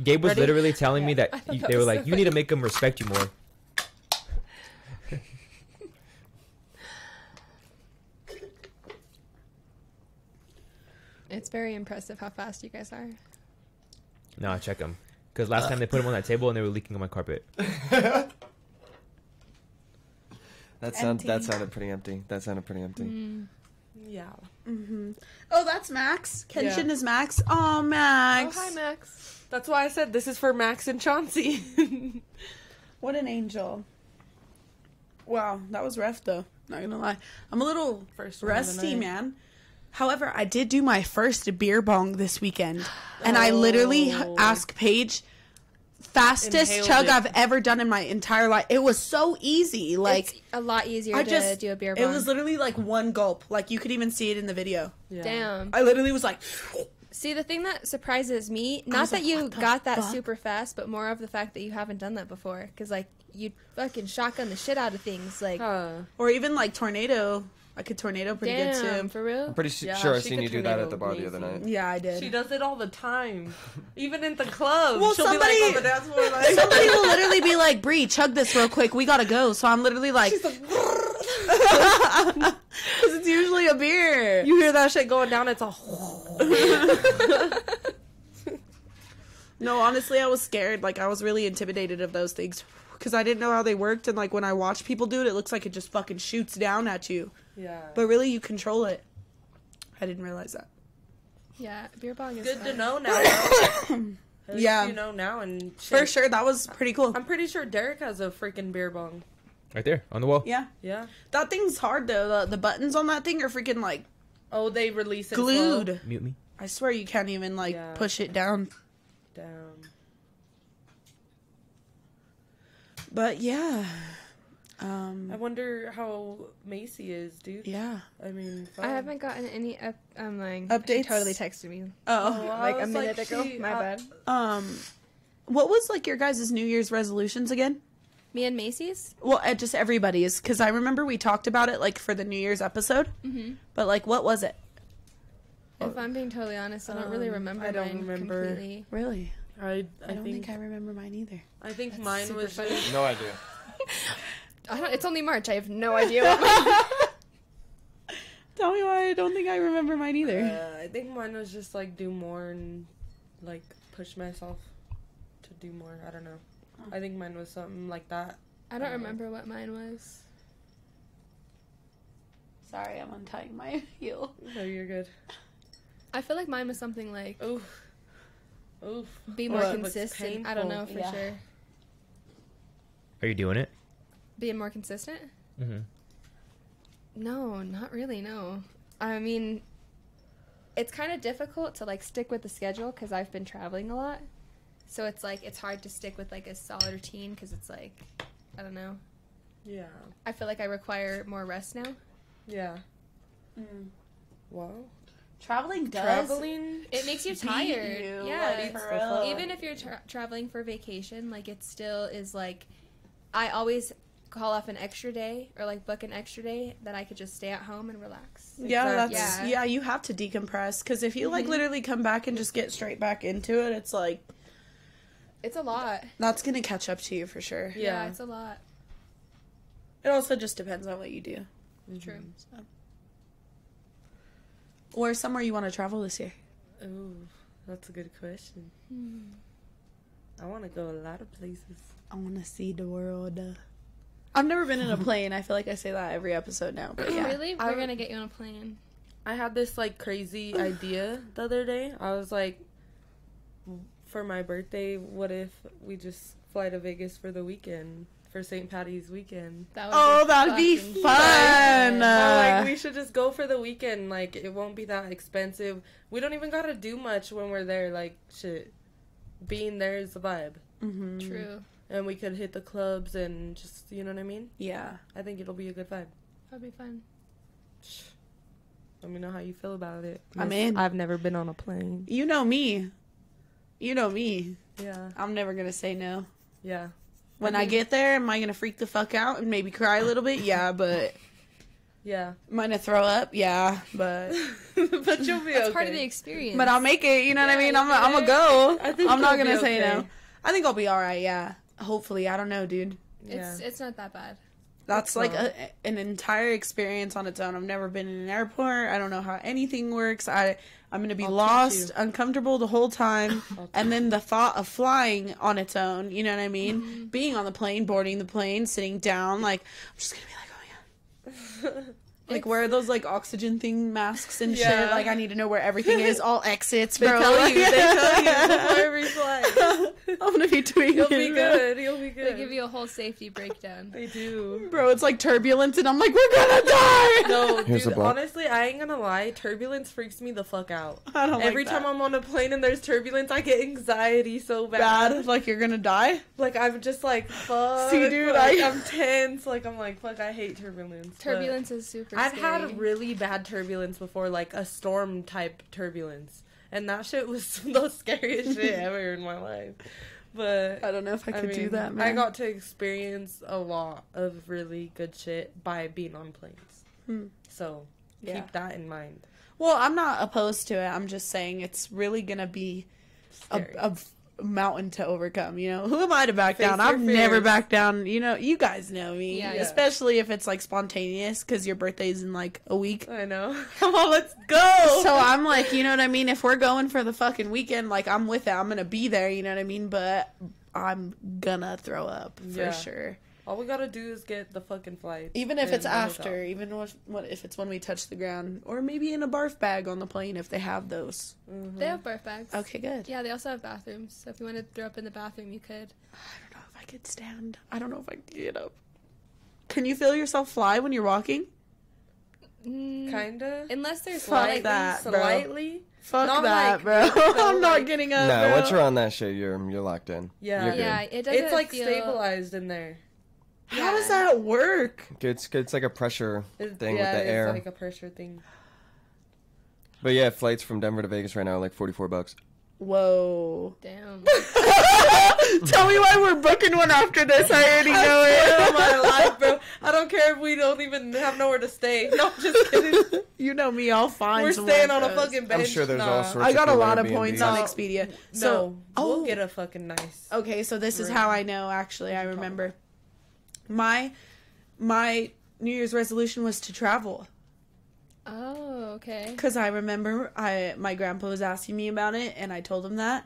Gabe was
Ready?
literally telling me that,
thought
you-
that
they were
was
like,
so
you need to make them respect you more.
It's very impressive how fast you guys are.
No, check them. Because last time they put them on that table and they were leaking on my carpet.
That sound that
Empty.
sounded pretty empty. That sounded pretty empty.
Yeah.
Oh, that's Max. Kenshin
Yeah.
is Max. Oh, Max.
Oh, hi, Max.
That's why I said this is for Max and Chauncey.
What an angel. Wow, that was rough though. Not gonna lie. I'm a little
First one of the
rusty,
night.
man. However, I did do my first beer bong this weekend. And I literally h-
Oh.
asked Paige fastest
Inhaled
chug
it.
I've ever done in my entire life. It was so easy. Like
It's a lot easier
I
to
just
do a beer
It
bong.
was literally like one gulp. Like you could even see it in the video.
Yeah.
Damn.
I literally was like
See, the thing that surprises me, not
was
that
like,
you
what the
got that
fuck?
super fast, but more of the fact that you haven't done that before. Because, like, you fucking shotgun the shit out of things. Like,
Huh.
or even like tornado. I could tornado pretty
damn,
good too.
for real?
I'm pretty su-
Yeah,
sure I
she
seen
could
you do that
tornado
at the bar the other
amazing.
night.
Yeah, I did.
She does it all the time, even at the club.
Well,
She'll
somebody-
be like "Oh, on the dance floor, like,
Somebody will literally be like, Bree, chug this real quick. We gotta go. So I'm literally like, because it's usually a beer.
you hear that shit going down, it's a.
No, honestly, I was scared. Like, I was really intimidated of those things because I didn't know how they worked. And, like, when I watch people do it, it looks like it just fucking shoots down at you.
yeah.
But really, you control it. I didn't realize that.
Yeah, beer bong is
Good
fun.
to know now. though. At least
Yeah.
You know now and shit.
For sure, that was pretty cool.
I'm pretty sure Derek has a freaking beer bong.
Right there, on the wall.
Yeah.
Yeah.
That thing's hard, though. The, the buttons on that thing are freaking, like,
Oh, they release it
glued.
slow.
Mute me.
I swear you can't even, like,
Yeah.
push it down.
Damn.
But, yeah. Um,
I wonder how Macy is, dude.
Yeah.
I mean,
I
fuck.
haven't gotten any up. I'm lying. She
Updates?
totally texted me.
Oh.
I
Like a
was
minute
like,
ago.
she-
My
uh,
bad.
Um what was like your guys' New Year's resolutions again?
Me and Macy's?
Well, uh, just everybody's cuz I remember we talked about it like for the New Year's episode. But like what was it?
If I'm being totally honest, I don't really
Um,
remember
I don't
mine
remember.
completely.
Really?
I, I,
I don't think,
think,
I remember mine either.
I think mine
super
was
funny.
just-
No idea.
I don't, it's only March. I have no idea what my
Tell me why I don't think I remember mine either.
Uh, I think mine was just like do more and like push myself to do more. I don't know. I think mine was something like that.
I don't remember what mine was.
Sorry, I'm untying my heel.
No, you're good.
I feel like mine was something like
Oof. Oof.
be more
What?
consistent.
Looks
I don't know
painful.
for
Yeah.
sure.
Are you doing it?
Being more consistent?
Mm-hmm.
No, not really. No. I mean, it's kind of difficult to like stick with the schedule because I've been traveling a lot. So it's like it's hard to stick with like a solid routine because it's like I don't know.
Yeah.
I feel like I require more rest now.
Yeah. Mm. Wow.
Traveling does.
Traveling.
It makes you
beat
tired.
you,
yeah.
like, for
So
real.
even if you're tra- traveling for vacation like it still is like i always call off an extra day or like book an extra day that i could just stay at home and relax
yeah,
Exactly.
that's yeah.
Yeah.
you have to decompress cuz if you like literally come back and just get straight back into it, it's like
it's a lot
that's going to catch up to you for sure.
yeah,
Yeah.
it's a lot
It also just depends on what you do.
true
Mm-hmm. Or somewhere you want to travel this year.
Ooh. That's a good question. I want to go a lot of places.
I want to see the world.
uh.
I've never been in a plane. I feel like I say that every episode now. But yeah.
Oh, Really?
I
We're
would-
gonna get you on a plane.
I had this like crazy idea the other day. I was like, for my birthday, what if we just fly to Vegas for the weekend for St. Patty's weekend?
That would
Oh, that'd be
fucking
fun.
Or,
Uh.
like we should just go for the weekend. Like it won't be that expensive. We don't even gotta do much when we're there. Like shit, being there is the vibe,
fun.
Mhm.
True.
and we could hit the clubs and just you know what I mean.
Yeah.
I think it'll be a good vibe.
That'd be fun.
Let me know how you feel about it.
I'm
Miss-
in.
I've never been on a plane.
You know me. You know me.
Yeah,
I'm never going to say no.
yeah.
When I, get there, am I going to freak the fuck out and maybe cry a little bit? Yeah, but.
Yeah.
Am I going to throw up? Yeah, but.
but you'll be
That's
okay.
part of the experience.
But I'll make it. You know what I
Yeah,
mean?
you
I'm a, I'm
did
a
it.
go.
I think
I'm not
you'll
gonna
be
say no.
okay.
I think I'll be all right. Yeah. Hopefully, I don't know, dude.
It's
yeah.
it's not that bad.
That's like
not.
a, an entire experience on its own. I've never been in an airport. I don't know how anything works. I I'm gonna be
I'll teach
lost,
you.
uncomfortable the whole time,
I'll
and then the thought of flying on its own. You know what I mean?
Mm-hmm.
Being on the plane, boarding the plane, sitting down, like I'm just gonna be like, oh yeah. Like
It's-
where are those like oxygen thing masks and shit?
Yeah.
Like I need to know where everything is, all exits,
they
bro.
tell
Like-
you. They tell you before every flight.
I'm gonna be tweeting.
You'll be good. You'll be good.
They give you a whole safety breakdown.
They do.
Bro, it's like turbulence, and I'm like, we're gonna die.
No,
Here's
dude.
a ball.
Honestly, I ain't gonna lie. Turbulence freaks me the fuck out.
I don't
Every
like
time
that.
I'm on a plane and there's turbulence, I get anxiety so bad.
bad, like you're gonna die.
Like I'm just like fuck.
See, dude,
like,
I-
am tense. Like I'm like fuck. I hate turbulence. but-
Turbulence is super.
I've
scary.
had really bad turbulence before, like a storm type turbulence, and that shit was the scariest shit ever in my life. But
I don't know if I could do
mean,
that, man.
I got to experience a lot of really good shit by being on planes.
Hmm.
So
Yeah.
keep that in mind.
Well, I'm not opposed to it. I'm just saying it's really gonna be a,
Scary.
a f- mountain to overcome. You know, who am I to back
Face
down?
your
I've never
fears.
backed down. You know, you guys know me,
Yeah.
especially if it's like spontaneous because your birthday's in like a week.
I know. Come on, let's go.
So I'm like, you know what I mean? If we're going for the fucking weekend, like I'm with it. I'm gonna be there, you know what I mean? But I'm gonna throw up for
Yeah.
sure.
all we gotta do is get the fucking flight.
Even if it's
and then we'll
after, even if, what if it's when we touch the ground, or maybe in a barf bag on the plane if they have those.
go. Mhm.
They have birth bags.
Okay, good.
Yeah, they also have bathrooms. So if you want to throw up in the bathroom, you could.
I don't know if I could stand. I don't know if I could get up. Can you feel yourself fly when you're walking?
Mm,
Kinda.
Unless there's
Fuck
like
that, bro.
slightly.
Fuck
Not
that,
like-
bro.
no,
I'm not
like-
getting up.
Nah,
bro.
once you're on that shit, you're you're locked in.
Yeah.
You're good.
Yeah, it doesn't.
It's like
feel...
stabilized in there.
How does
Yeah.
that work?
It's it's like a pressure
It-
thing
yeah,
with
it's
the air.
like a pressure thing.
But yeah, flights from Denver to Vegas right now are like 44 bucks.
Whoa.
Damn.
Tell me why we're booking one after this. I already know it.
Oh my life, bro. I don't care if we don't even have nowhere to stay. No, I'm just kidding.
You know me, I'll find.
We're
somewhere
staying on a
else.
fucking bench.
I'm sure there's
nah.
all sorts.
I got a
cool
lot of
Airbnbs.
points on Expedia. So,
no,
oh.
we'll get a fucking nice.
Okay, so this is how I know. Actually, I remember. My, my New Year's resolution was to travel.
Oh, okay.
Because I remember I my grandpa was asking me about it, and I told him that,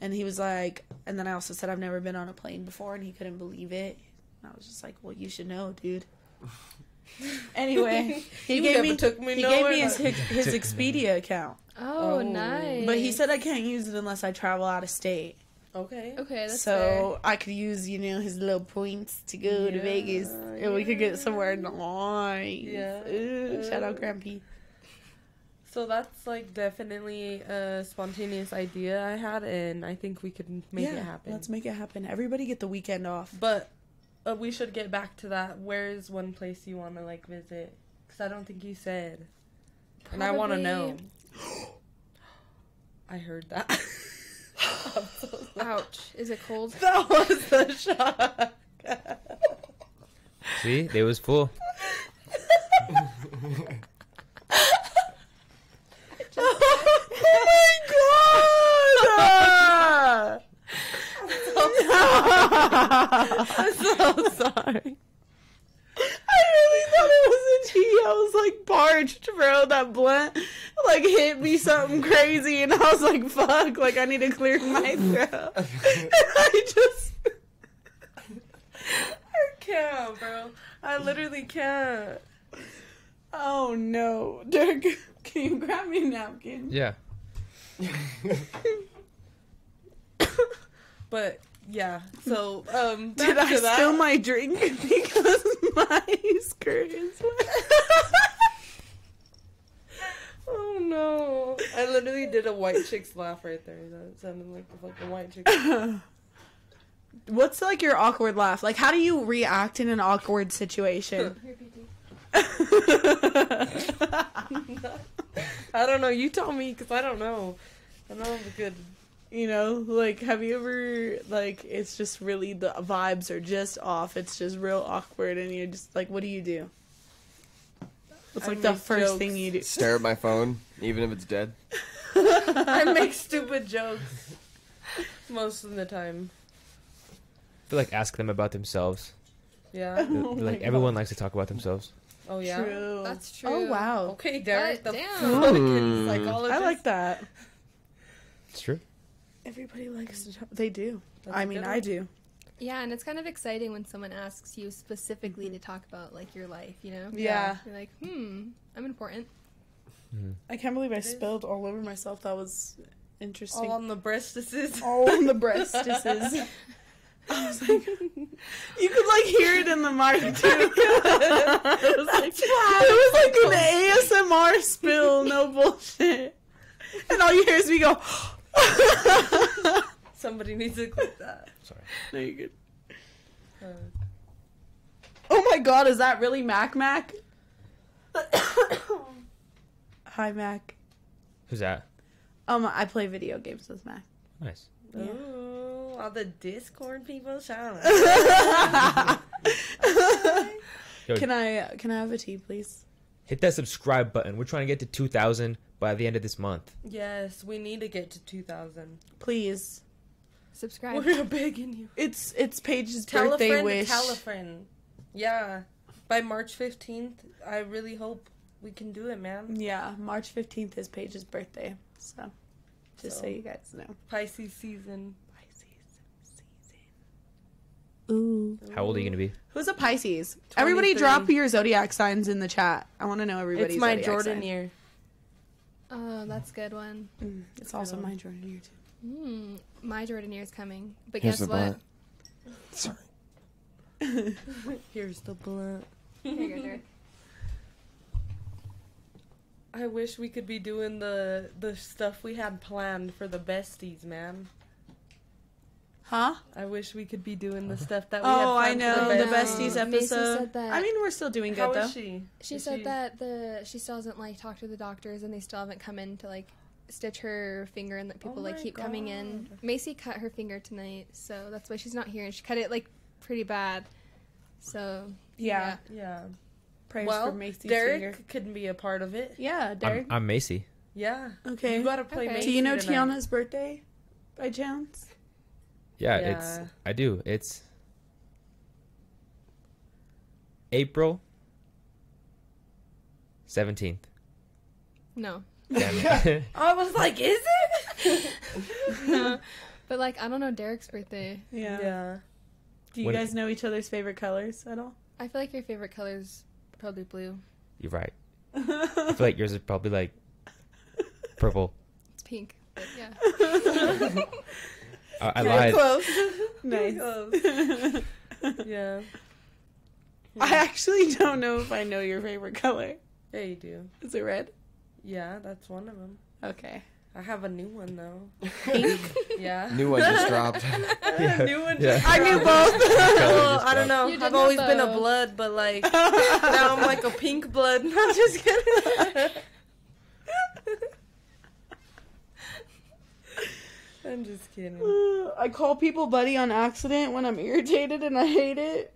and he was like, and then I also said I've never been on a plane before, and he couldn't believe it. And I was just like, well, you should know, dude. Anyway, he
You
gave
never
me
took me
he gave
nowhere,
me his,
like-
his his Expedia account,
Oh,
Oh.
nice.
but he said I can't use it unless I travel out of state.
Okay.
Okay, that's
so I could use you know his little points to go to
Yeah,
Vegas, and we could get somewhere nice.
Yeah.
Ooh, shout out Grampy.
So that's like definitely a spontaneous idea I had, and I think we could make it happen.
Let's make it happen. Everybody get the weekend off.
but uh, we should get back to that. Where is one place you want to like visit? Because I don't think you said, and I want to know. I heard that. I'm so
fair. Ouch. Is it cold?
That was the shock.
See, they was full.
oh my god!
I'm so sorry.
I really thought it was a Geo was like parched, bro. That blunt like hit me something crazy, and I was like, "Fuck!" Like I need to clear my throat. and I just,
I can't, bro. I literally can't.
oh no, Dirk, can you grab me a napkin?
Yeah.
But yeah, so um, back
Did
to
I
that.
spill my drink because my skirt is wet?
Oh no! I literally did a white chick's laugh right there. That sounded like a fucking white chick.
What's like your awkward laugh? Like, how do you react in an awkward situation?
I don't know. You tell me, cause I don't know. I don't have a good.
you know, like, have you ever, like, it's just really the vibes are just off. It's just real awkward, and you're just like, what do you do? It's
I
like the
make
first
jokes.
thing you do.
Stare at my phone, even if it's dead.
I make stupid jokes most of the time.
I feel like ask them about themselves.
Yeah.
They're-
Oh
they're
my
like everyone likes to talk about themselves.
Oh yeah.
True.
That's true.
Oh, wow.
Okay, Derek.
God
the
damn.
fucking psychologist.
I like that.
It's true.
Everybody likes to talk. They do.
That's
I
a
mean,
good
I
one.
do.
Yeah, and it's kind of exciting when someone asks you specifically to talk about like your life, you know?
Yeah.
You're like, hmm, I'm important.
I can't believe I spilled all over myself. That was
all
interesting.
on the breast. This is.
all on the breast. This is. I was like, you could like hear it in the mic too. it was like, it was like an ASMR spill, no bullshit. And all you hear is me go.
Somebody needs to clip that.
Sorry.
no, you're good.
Uh,
Oh my god, is that really Mac Mac? Hi Mac.
Who's that?
Um, I play video games with Mac.
Nice.
Ooh, all the Discord people shouting.
Can I uh, can I have a tea, please?
Hit that subscribe button. We're trying to get to 2,000 by the end of this month.
yes, we need to get to two thousand.
Please.
Subscribe.
We're begging you.
It's it's Paige's
Tell a
birthday
friend
wish.
to tell a friend. Yeah. By March 15th, I really hope we can do it, man.
Yeah, March 15th is Paige's birthday. So, just so,
So.
you guys know.
Pisces season.
Pisces season. Ooh.
How old are you going to be?
Who's a Pisces? Everybody
23.
drop your zodiac signs in the chat. I want to know everybody's
it's my
zodiac
Jordan
sign.
year.
Oh, that's a good one.
Mm, it's also
one.
my Jordan year, too.
Hmm, my Jordan year's coming. But
Here's
guess
the
what?
blunt. Sorry.
Here's the blunt.
Here you go, Derek.
I wish we could be doing the the stuff we had planned for the besties, man.
Huh?
I wish we could be doing the stuff that we had
Oh,
planned
I know.
for
The
the
best-
besties.
besties
No. Macy
episode.
said that.
I mean, we're still doing good,
How
though.
is she?
She
Is
said that the she still hasn't like talked to the doctors and they still haven't come in to like stitch her finger and that people like
my
keep coming in. Macy cut her finger tonight, so that's why she's not here and she cut it like pretty bad. So
Yeah.
Yeah.
Yeah.
Prayers
well,
for Macy's
Derek
finger.
couldn't be a part of it.
Yeah,
I'm,
Derek.
I'm Macy.
Yeah.
okay.
You gotta play
Okay.
Macy
Do you know
tonight.
Tiana's birthday by chance?
Yeah, it's.
Yeah.
I do. It's. April 17th.
no.
Damn it.
I was like, is it?
No. but like I don't know Derek's birthday.
Yeah.
yeah.
Do you
When-
guys know each other's favorite colors at all?
I feel like your favorite color is probably blue.
You're right. I feel like yours is probably like purple.
It's pink. But yeah.
I, I
Very
lied.
close.
nice.
Oh.
yeah.
I actually don't know if I know your favorite color.
Yeah, you do.
Is it red?
Yeah, that's one of them.
Okay.
I have a new one though. yeah.
New one just dropped.
Yeah,
new one.
yeah.
Just
I knew both.
Well, I don't know.
You did
I've
know
always been a
both.
blood, but like now I'm like a pink blood. I'm just kidding. I'm just kidding.
I call people buddy on accident when I'm irritated and I hate it.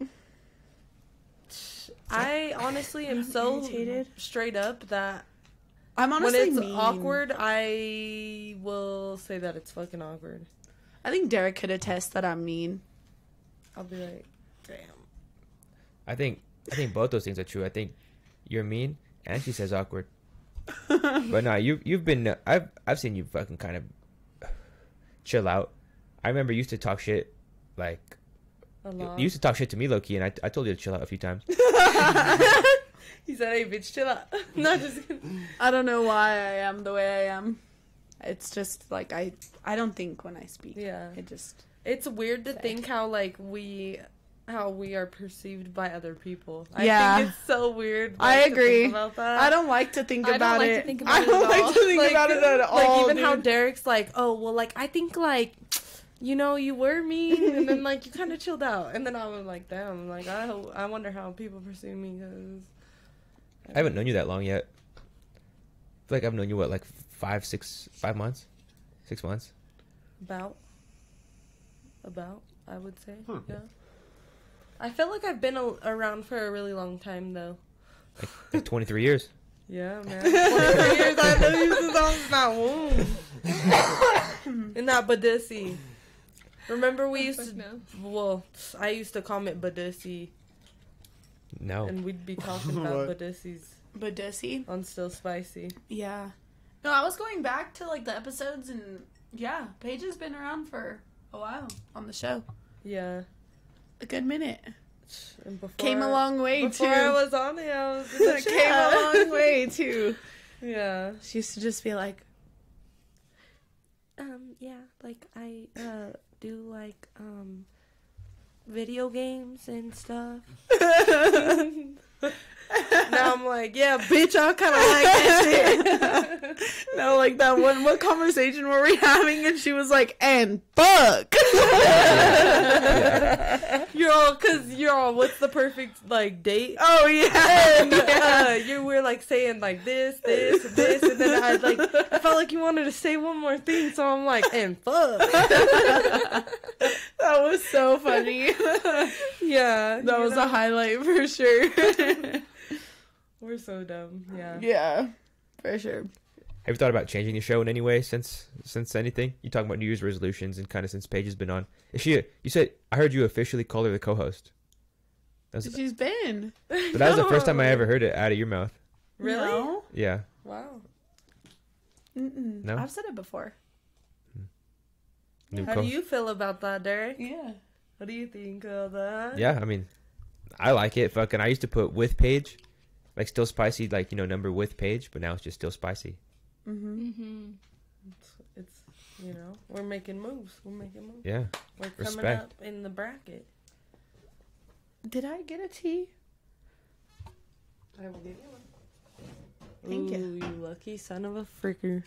I honestly am so
irritated.
straight up that
I'm honestly
when it's
mean.
awkward, I will say that it's fucking awkward.
I think Derek could attest that I'm mean.
I'll be like, damn.
I think I think both those things are true. I think you're mean, and she says awkward. but no, you you've been I've I've seen you fucking kind of chill out. I remember you used to talk shit like
A
you
lot.
you used to talk shit to me low key, and I I told you to chill out a few times.
he said, "Hey, bitch, chill out." no, just kidding.
I don't know why I am the way I am. It's just like I I don't think when I speak.
Yeah.
It just
It's weird to think how like we how we are perceived by other people. I
Yeah.
think it's so weird.
I
like, to think
agree.
about that.
I don't like to think
I don't
about
like to
it.
think about
I
it
don't
at
like
all.
to think about it at all.
Like even how
dude.
Derek's like, oh well, like I think like, you know, you were mean, and then like you kind of chilled out, and then I was like, damn, like I ho- I wonder how people perceive me because
I haven't known you that long yet. I feel like I've known you what like five six five months, six months.
about about I would say yeah. I feel like I've been a- around for a really long time though.
Like 23 years.
Yeah, man. 23 years I've known you since I was in my womb. In that Badissi. Remember we used
Fuck
to
no.
well, I used to call it Badissi,
No.
and we'd be talking about Badissies
But does he?
on Still Spicy.
Yeah. No, I was going back to like the episodes and yeah, Paige has been around for a while on the show.
Yeah,
A good minute.
and before
Came a long way
before
too.
I was on it, I was in the
It came a
chat.
long way too.
Yeah.
She used to just be like,
Um. Yeah. Like I uh do like um video games and stuff. now I'm like, yeah, bitch. I kind of like this shit.
no, like that one. What conversation were we having? And she was like, and fuck.
You're all, cause you're all, what's the perfect like date?
oh yeah.
Yeah, you were like saying like this, this, and this, and then I like I felt like you wanted to say one more thing, so I'm like, and fuck.
That was so funny.
Yeah,
That
you
was
know?
a highlight for sure.
We're so dumb. Yeah.
yeah, for sure.
Have you thought about changing the show in any way since since anything? You talking about New Year's resolutions and kind of since Paige has been on. Is she? You said I heard you officially call her the co-host. That was,
She's been.
but that was the first time I ever heard it out of your mouth.
Really?
No?
Yeah.
Wow.
Mm-mm.
No?
I've said it before.
New
How
co-
do you feel about that, Derek?
Yeah.
What do you think of that?
Yeah. I mean, I like it. Fucking. I used to put with Paige, like still spicy, like you know number with Paige, but now it's just still spicy.
Mm-hmm.
It's you know we're making moves. We're making moves.
Yeah.
We're coming
Respect.
up in the bracket.
Did I get a tea?
I will give you one.
Thank you.
Ooh, you lucky son of a fricker.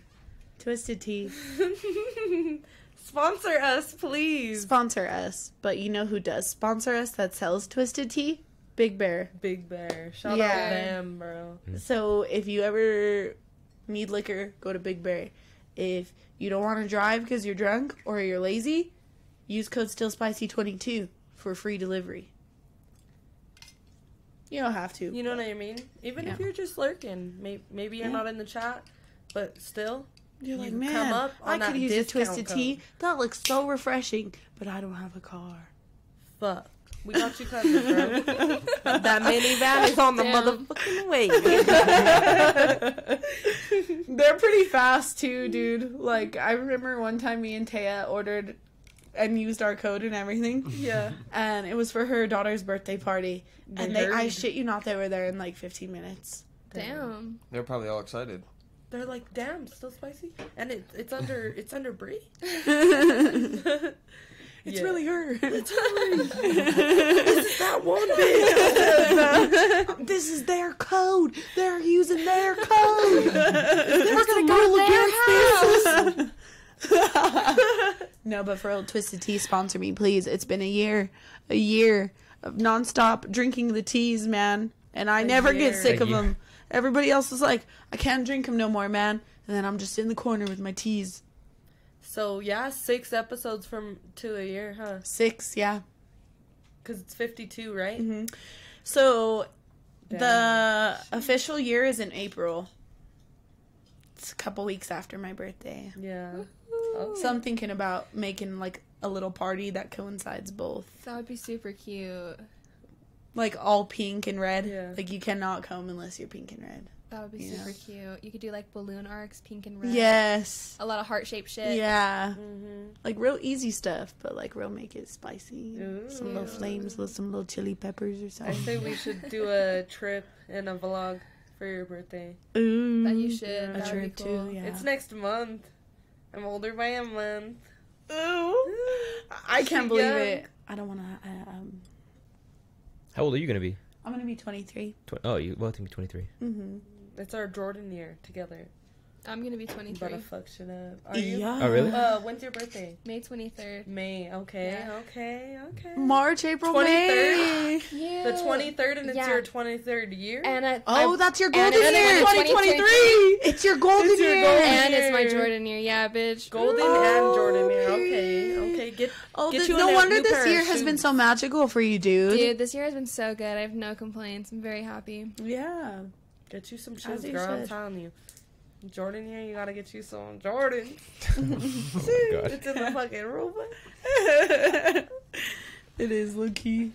Twisted tea.
Sponsor us, please.
Sponsor us, but you know who does sponsor us that sells twisted tea? Big Bear.
Big Bear. Shout out
Yeah.
them, bro.
So if you ever need liquor, go to Big Bear. If you don't want to drive because you're drunk or you're lazy, use code StillSpicy22 for free delivery. You don't have to.
You know what I mean? Even if
Yeah.
you're just lurking, may- maybe you're
Yeah.
not in the chat, but still,
You're like,
You
man,
come up
I
on that
could use a
discount
twisted
code."
tea. That looks so refreshing, but I don't have a car.
fuck. We got you covered, bro. that minivan is on the
Damn.
motherfucking way.
They're pretty fast too, dude. Like I remember one time me and Taya ordered and used our code and everything.
yeah.
and it was for her daughter's birthday party. and they, I
hurried.
shit you not, they were there in like 15 minutes.
Damn.
They're probably all excited.
They're like, damn, still spicy, and it, it's under it's under Brie.
it's
it's
really her.
that one bitch.
this is their code. They're using their code. We're gonna go against this. no, but for real, Twisted Tea, sponsor me, please. It's been a year, a year of nonstop drinking the teas, man, and I never get
year.
sick
A
of
year.
them. Everybody else is like, I can't drink them no more, man. And then I'm just in the corner with my teas.
So yeah, six episodes from to a year, huh?
Six, yeah.
Because it's fifty two, right?
Mm-hmm. So
Damn.
the official year is in April. It's a couple weeks after my birthday.
yeah.
Hmm.
So I'm thinking about making like a little party that coincides both.
That would be super cute.
Like all pink and red.
Yeah.
Like you cannot come unless you're pink and red.
That would be
Yeah.
super cute. You could do like balloon arcs, pink and red.
Yes.
A lot of heart shaped shit.
Yeah.
Mm-hmm.
Like real easy stuff, but like real make it spicy. Some little
Ooh.
flames, with some little chili peppers or
I say
something.
we should do a trip and a vlog for your birthday.
Ooh.
That you should.
A
That would
trip
be
too,
cool.
Mm-hmm. yeah.
It's next month. I'm older by a month.
Ooh. I can't
She
believe
young.
it. I don't want to. Um,
How old are you gonna be?
I'm gonna be 23.
Tw- oh, you well, I think twenty three.
Mm-hmm.
It's our Jordan year together.
I'm gonna be
You
23.
better fuck shit up. Are you?
Oh, really?
Uh, when's your birthday?
May 23rd.
May. Okay.
Yeah.
Okay. Okay.
March, April,
23rd.
May.
Yeah.
The 23rd, and it's
Yeah.
your 23rd year.
And I,
Oh,
I-
that's your
And
golden
it's
year.
2023.
2023. It's your golden
It's your
year.
golden
and it's my
year.
Jordan year. Yeah, bitch.
Golden
Oh,
and Jordan year. Okay.
period.
Okay. Get.
Oh,
Get
th-
you a
no
new-
wonder
new pair
this
of
year has been
shoes.
so magical for you, dude.
Dude, this year has been so good. I have no complaints. I'm very happy.
Yeah.
Get you some shoes,
you
girl. I'm
should.
telling you. Jordan year, you gotta get you some Jordan.
Oh my god.
It's in the fucking room.
it is low key.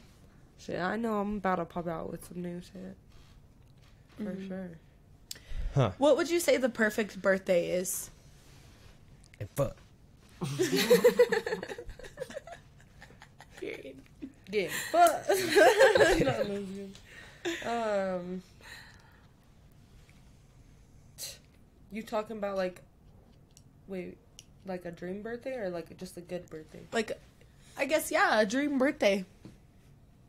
Shit, I know I'm about to pop out with some new shit. For sure.
What would you say the perfect birthday is?
And fuck.
Period. Yeah. But not lesbian. Um You talking about like wait, like a dream birthday or like just a good birthday?
Like, I guess yeah, a dream birthday.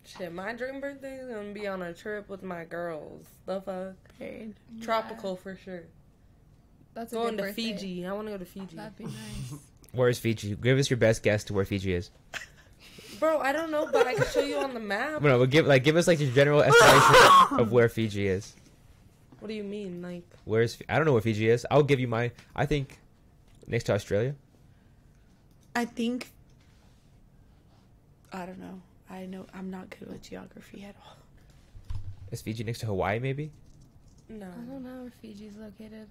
Shit, my dream birthday is gonna be on a trip with my girls. The fuck?
Period.
Tropical for sure.
That's a
Going
good
to
birthday.
Fiji. I wanna go to Fiji.
That'd be nice.
Where is Fiji? Give us your best guess to where Fiji is.
Bro, I don't know, but I can show you on the map.
No, but give like give us like your general estimation of where Fiji is.
What do you mean? Like
Where is Fi- I don't know where Fiji is. I'll give you my. I think next to Australia.
I think. I don't know. I know I'm not good with geography at all.
Is Fiji next to Hawaii? Maybe.
no.
I don't know where Fiji's located.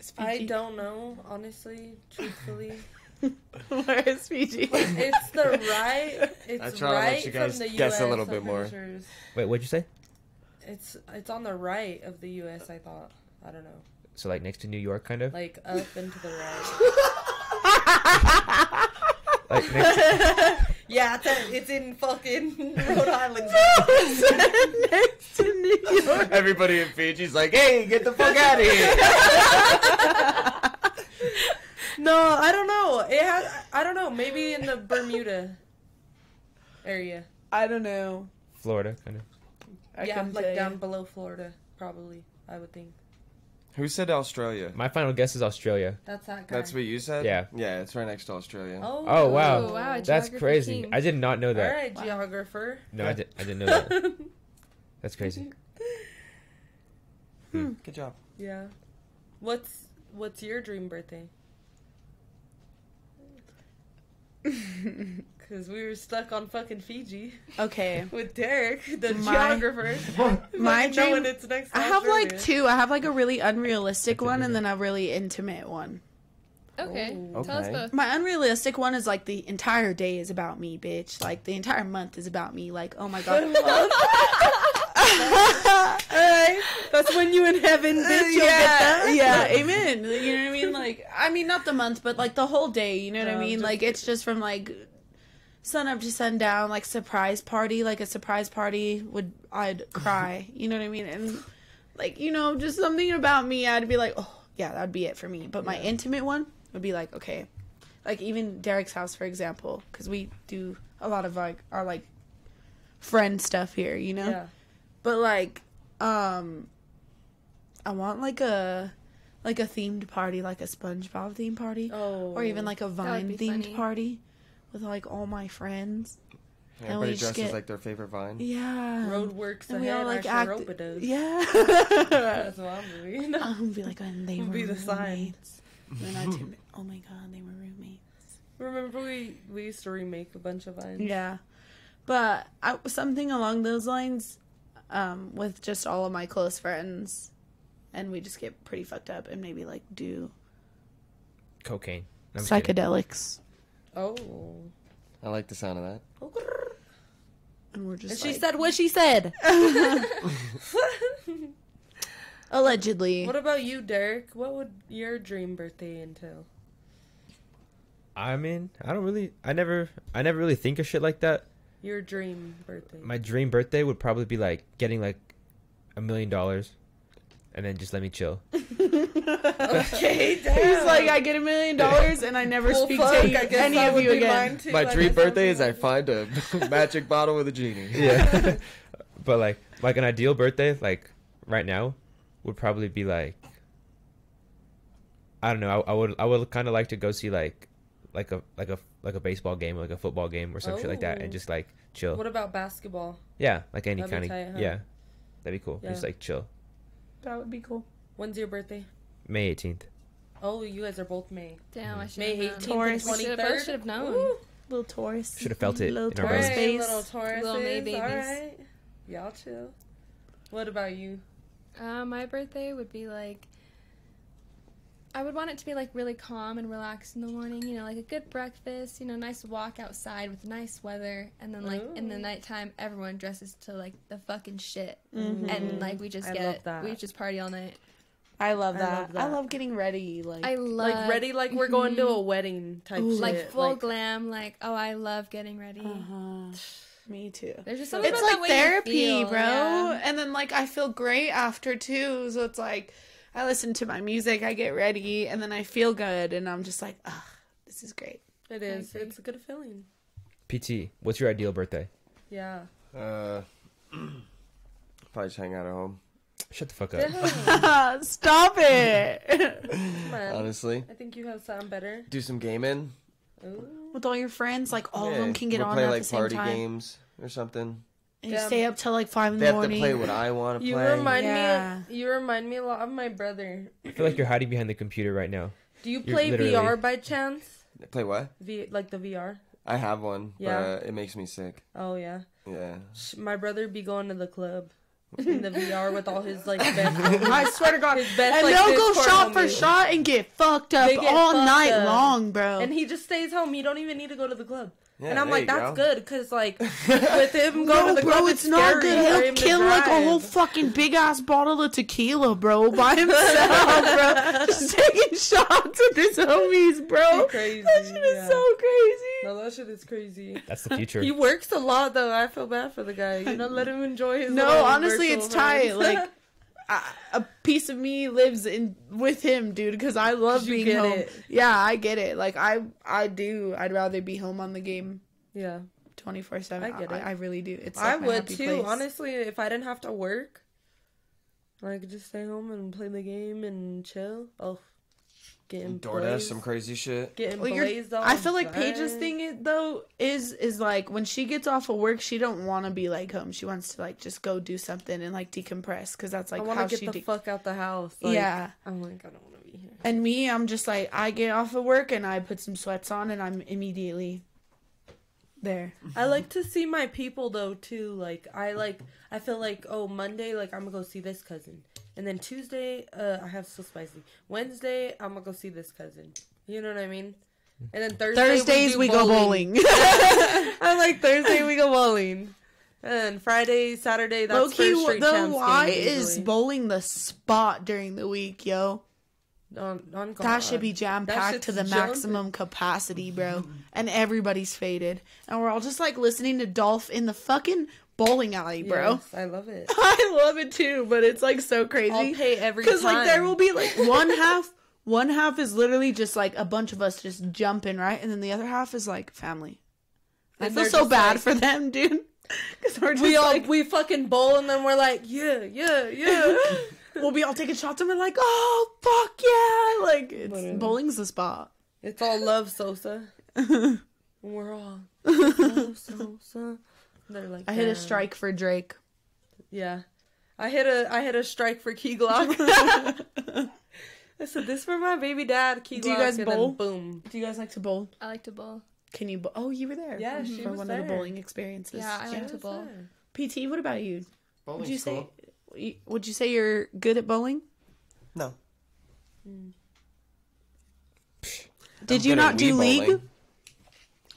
It's
I
Fiji.
don't know, honestly, truthfully.
Where is Fiji?
It's the right. It's
I try to let
right
you guys
from the
guess
US,
a little bit
I'm
more.
pretty sure it's-
Wait, what'd you say?
It's it's on the right of the U.S. I thought. I don't know,
So like next to New York, kind of.
like up and to the right.
Like next.
Yeah, it's, a, it's in fucking Rhode Island.
Next to New York.
Everybody in Fiji's like, hey, get the fuck out of here.
No, I don't know. It has. I don't know. Maybe in the Bermuda area.
I don't know.
Florida, kind of.
I
yeah,
couldn't
like
tell you.
down below Florida, probably. I would think
Who said Australia?
My final guess is Australia.
that's that guy.
That's what you said?
Yeah.
Yeah, it's right next to Australia.
Oh.
Oh, wow.
Ooh, wow,
That's
Geography
crazy.
king.
I did not know
All
that.
right, geographer.
No, I, did, I didn't know that. That's crazy.
Good job.
yeah. What's what's your dream birthday? Cause we were stuck on fucking Fiji
okay.
with Derek, the
My-
geographer.
My
Fucking knowing
dream.
it's next to
I have
Australia.
like two. I have like a really unrealistic one and then a really intimate one.
Okay.
Ooh.
Tell us
Okay.
both.
My unrealistic one is like the entire day is about me, bitch. Like the entire month is about me. Like, oh my god.
Hey, that's when you in heaven, bitch. You'll get that.
yeah, yeah, amen. You know what I mean? Like, I mean, not the month, but like the whole day. You know what I
Oh,
mean?
just-
Like, it's just from like sun up to sundown, like surprise party. Like a surprise party would I'd cry. You know what I mean? And like you know, just something about me, I'd be like, oh yeah, that'd be it for me. But my intimate one would be like, okay, like even Derek's house, for example, because we do a lot of like our like friend stuff here. You know
Yeah.
but like um i want like a like a themed party like a spongebob themed party
Oh.
or even like a vine
be
themed
funny.
party with like all my friends
Everybody
just
dresses
get- E-
like their favorite vine.
yeah
Roadworks
and
ahead.
we all like
act.
act
Does.
yeah
That's what I'm doing.
i would be like and they
Would
were
be the
roommates
sign.
And then I'd do- oh my god they were roommates
Remember we we used to remake a bunch of vines.
yeah but I, something along those lines um with just all of my close friends and we just get pretty fucked up and maybe like do
Cocaine. I'm just kidding.
psychedelics.
Oh.
I like the sound of that.
And we're just
And she
like-
said what she said.
Allegedly.
What about you, Derek? What would your dream birthday entail?
I mean, I don't really, I never, I never really think of shit like that.
Your dream birthday.
My dream birthday would probably be like getting like a million dollars, and then just let me chill.
okay, damn.
He's like, I get a million dollars and I never
Well,
speak
fuck,
to you,
I guess
any
that
of
would
you
be
again.
mine too.
My
I
dream
guess I'll
birthday
be
is I
like-
find a magic bottle with a genie.
Yeah. but like, like an ideal birthday, like right now, would probably be like, I don't know. I, I would, I would kind of like to go see like, like a, like a, like a baseball game, or like a football game, or some shit like that,
Oh.
and just like chill.
What about basketball?
yeah, like any
That'd
kind
be
of,
tight, huh?
yeah, that'd be cool. Just
Yeah.
like chill.
That would be cool.
When's your birthday?
May 18th.
Oh, you guys are both May.
Damn, I should
May
have
18th
known.
Taurus.
and
We should have both
23rd.
should have known.
Woo.
Little Taurus.
Should have felt it
Little
in our
Taurus
bones.
Alright,
face.
little Taurus.
Little May
All
babies.
right. Y'all chill. What about you?
Uh, my birthday would be like. I would want it to be like really calm and relaxed in the morning. You know, like a good breakfast. You know, nice walk outside with nice weather, and then like in the
Ooh.
nighttime, everyone dresses to like the fucking shit, and like we just
I
get
love
it.
that.
We just party all night.
I love
I
that. I
love
love,
that.
getting ready. Like,
I love
like ready like we're going to a wedding type
Ooh.
shit.
like full
like,
glam. Like oh, I love getting ready.
uh-huh. me too.
There's just something
It's
about the
like
way you
therapy,
feel,
bro.
yeah.
And then like I feel great after too. So it's like I listen to my music, I get ready, and then I feel good, and I'm just like, ugh, this is great.
It is. It's a good feeling.
PT, what's your ideal birthday?
Yeah.
Uh, probably just hang out at home.
Shut the fuck up.
Come
Stop it. Um,
on.
Honestly,
I think you have something better.
do some gaming.
Ooh.
With all your friends, like all of them can get
we'll
on
play
at
like
the same
party
time,
games or something.
and you
Yeah.
stay up till like five in
They
the
have to
morning.
play what I want to
You
play.
remind
Yeah.
me. You remind me a lot of my brother.
I feel like you're hiding behind the computer right now.
Do you
You're
play
literally-
VR by chance?
play what?
V like the VR.
I have one,
Yeah.
but uh, it makes me sick.
Oh yeah.
Yeah.
Sh- My brother be going to the club in the VR with all his like best.
I swear to God.
His best,
and
like,
they'll go
Discord
shot for
homies.
shot and get fucked up
They get
all
fucked
night
up.
long, bro.
And he just stays home. He don't even need to go to the club.
Yeah,
and I'm
there
like,
you go.
that's good because like with him going
no,
to the
bro,
club,
it's, not
scary
good.
for
He'll
him to
kill like a whole
drive.
fucking big ass bottle of tequila, bro, by himself, bro. Just taking shots with his homies, bro.
Crazy,
that shit is
yeah.
so crazy.
No, that shit is crazy.
That's the future.
He works a lot though. I feel bad for the guy. You know, let him enjoy his.
No,
little
honestly,
virtual
it's tight.
friends.
Like I, a piece of me lives in with him, dude, because I love
You
being
get
home.
it.
Yeah, I get it. Like I, I do. I'd rather be home on the game
yeah,
twenty four seven.
I get it.
I really do. It's
I
like my
would
happy
too.
place.
Honestly, if I didn't have to work, I could just stay home and play the game and chill. Oh, getting
DoorDash
blazed.
some crazy shit.
getting
Well, you're,
blazed. all
I feel like Paige's
day.
thing is- though is is like when she gets off of work, she don't want to be like home. She wants to like just go do something and like decompress because that's
I
like
want
how
to get
she.
the
De-
fuck out the house.
Yeah.
I'm like, I don't want to be here.
and me, I'm just like I get off of work and I put some sweats on and I'm immediately there.
I like to see my people though too. Like I like I feel like oh Monday like I'm gonna go see this cousin, and then Tuesday uh, I have so spicy. Wednesday I'm gonna go see this cousin. You know what I mean? And then Thursday
Thursdays
do
we, go bowling.
I like Thursday we go bowling, and Friday Saturday that's
Low key,
first straight
though,
champs
why
game
is
usually.
bowling the spot during the week, yo?
On- on
That
God.
should be jam
That
packed
shit's Mm-hmm.
to the
jumping.
maximum capacity, bro. And everybody's faded. And we're all just like listening to Dolph in the fucking bowling alley, bro.
Yes, I love it.
I love it too, but it's like so crazy.
I'll pay every
Because like there
time.
will be like one half, one half is literally just like a bunch of us just jumping, right? And then the other half is like family.
And
I
they're
feel so
just
bad
like-
for them, dude. Because we're just
We all
like,
we fucking bowl and then we're like yeah yeah yeah.
we'll be all taking shots and we're like, oh fuck yeah! Like it's,
Literally.
bowling's the spot.
It's all love, Sosa. We're all love, Sosa. They're like,
I hit
"Damn."
a strike for Drake.
Yeah, I hit a I hit a strike for Key Glock. I said this for my baby dad, Key Glock.
Do you guys
and then
bowl?
boom.
Do you guys like to bowl?
I like to bowl.
Can you? Bo- oh, you were there.
Yeah,
Mhm.
she
for
was
one of the
there.
bowling experiences.
Yeah, I like to bowl.
PT, what about you?
Bowling's
Would you say? you- Would you say you're good at bowling?
No.
Did you not do league?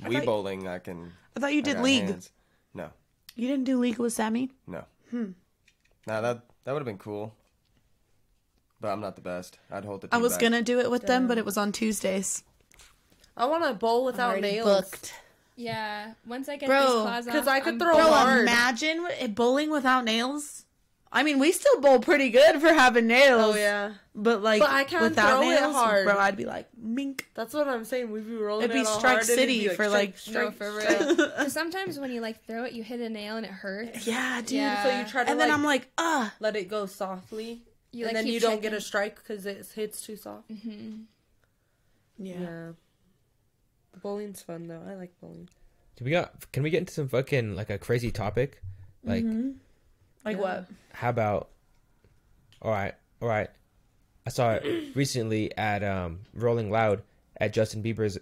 Wee bowling, I can.
I thought you
I
did
got
league.
hands. No,
You didn't do league with Sammy.
no. Hmm. Nah, that that would have been cool. but I'm not the best. I'd hold the.
I
team
was
back.
gonna do it with them, but it was on Tuesdays.
I want a bowl without nails.
Yeah. Once I get
Bro,
these claws off,
'cause I could
I'm
throw
Bro,
bored.
hard.
imagine it bowling without nails. I mean, we still bowl pretty good for having nails.
Oh yeah,
But like
But I can't
without
throw it
nails,
hard.
bro, I'd be like mink.
that's what I'm saying. We'd be rolling.
It'd be
it all
Strike
hard and it'd
City
be
for like.
strike,
No, for
strike.
real. 'Cause sometimes when you like throw it, you hit a nail and it hurts.
yeah, dude.
Yeah.
So you try to
And
like,
then I'm like, ah.
let it go softly, and
You, like,
then
keep
you don't get a
checking.
strike because it hits too soft.
Mm-hmm. Yeah.
Bowling's fun though. I like bowling.
Can we got? Can we get into some fucking like a crazy topic?
Mm-hmm.
Like,
Like what?
how about? All right, all right. I saw it recently at um, Rolling Loud at Justin Bieber's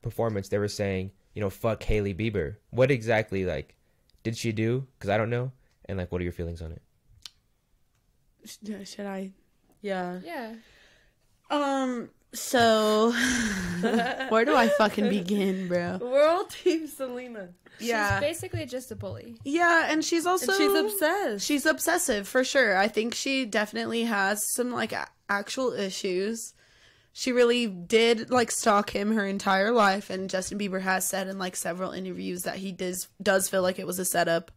performance. They were saying, you know, fuck Haley Bieber. What exactly like did she do? Because I don't know. And like, what are your feelings on it?
Sh- Should I?
Yeah.
Yeah.
Um. So, where do I fucking begin, bro?
We're all team Selena.
She's basically just a bully.
yeah, and she's also
And she's obsessed.
She's obsessive for sure. I think she definitely has some like a- actual issues. She really did like stalk him her entire life, and Justin Bieber has said in like several interviews that he does does feel like it was a setup.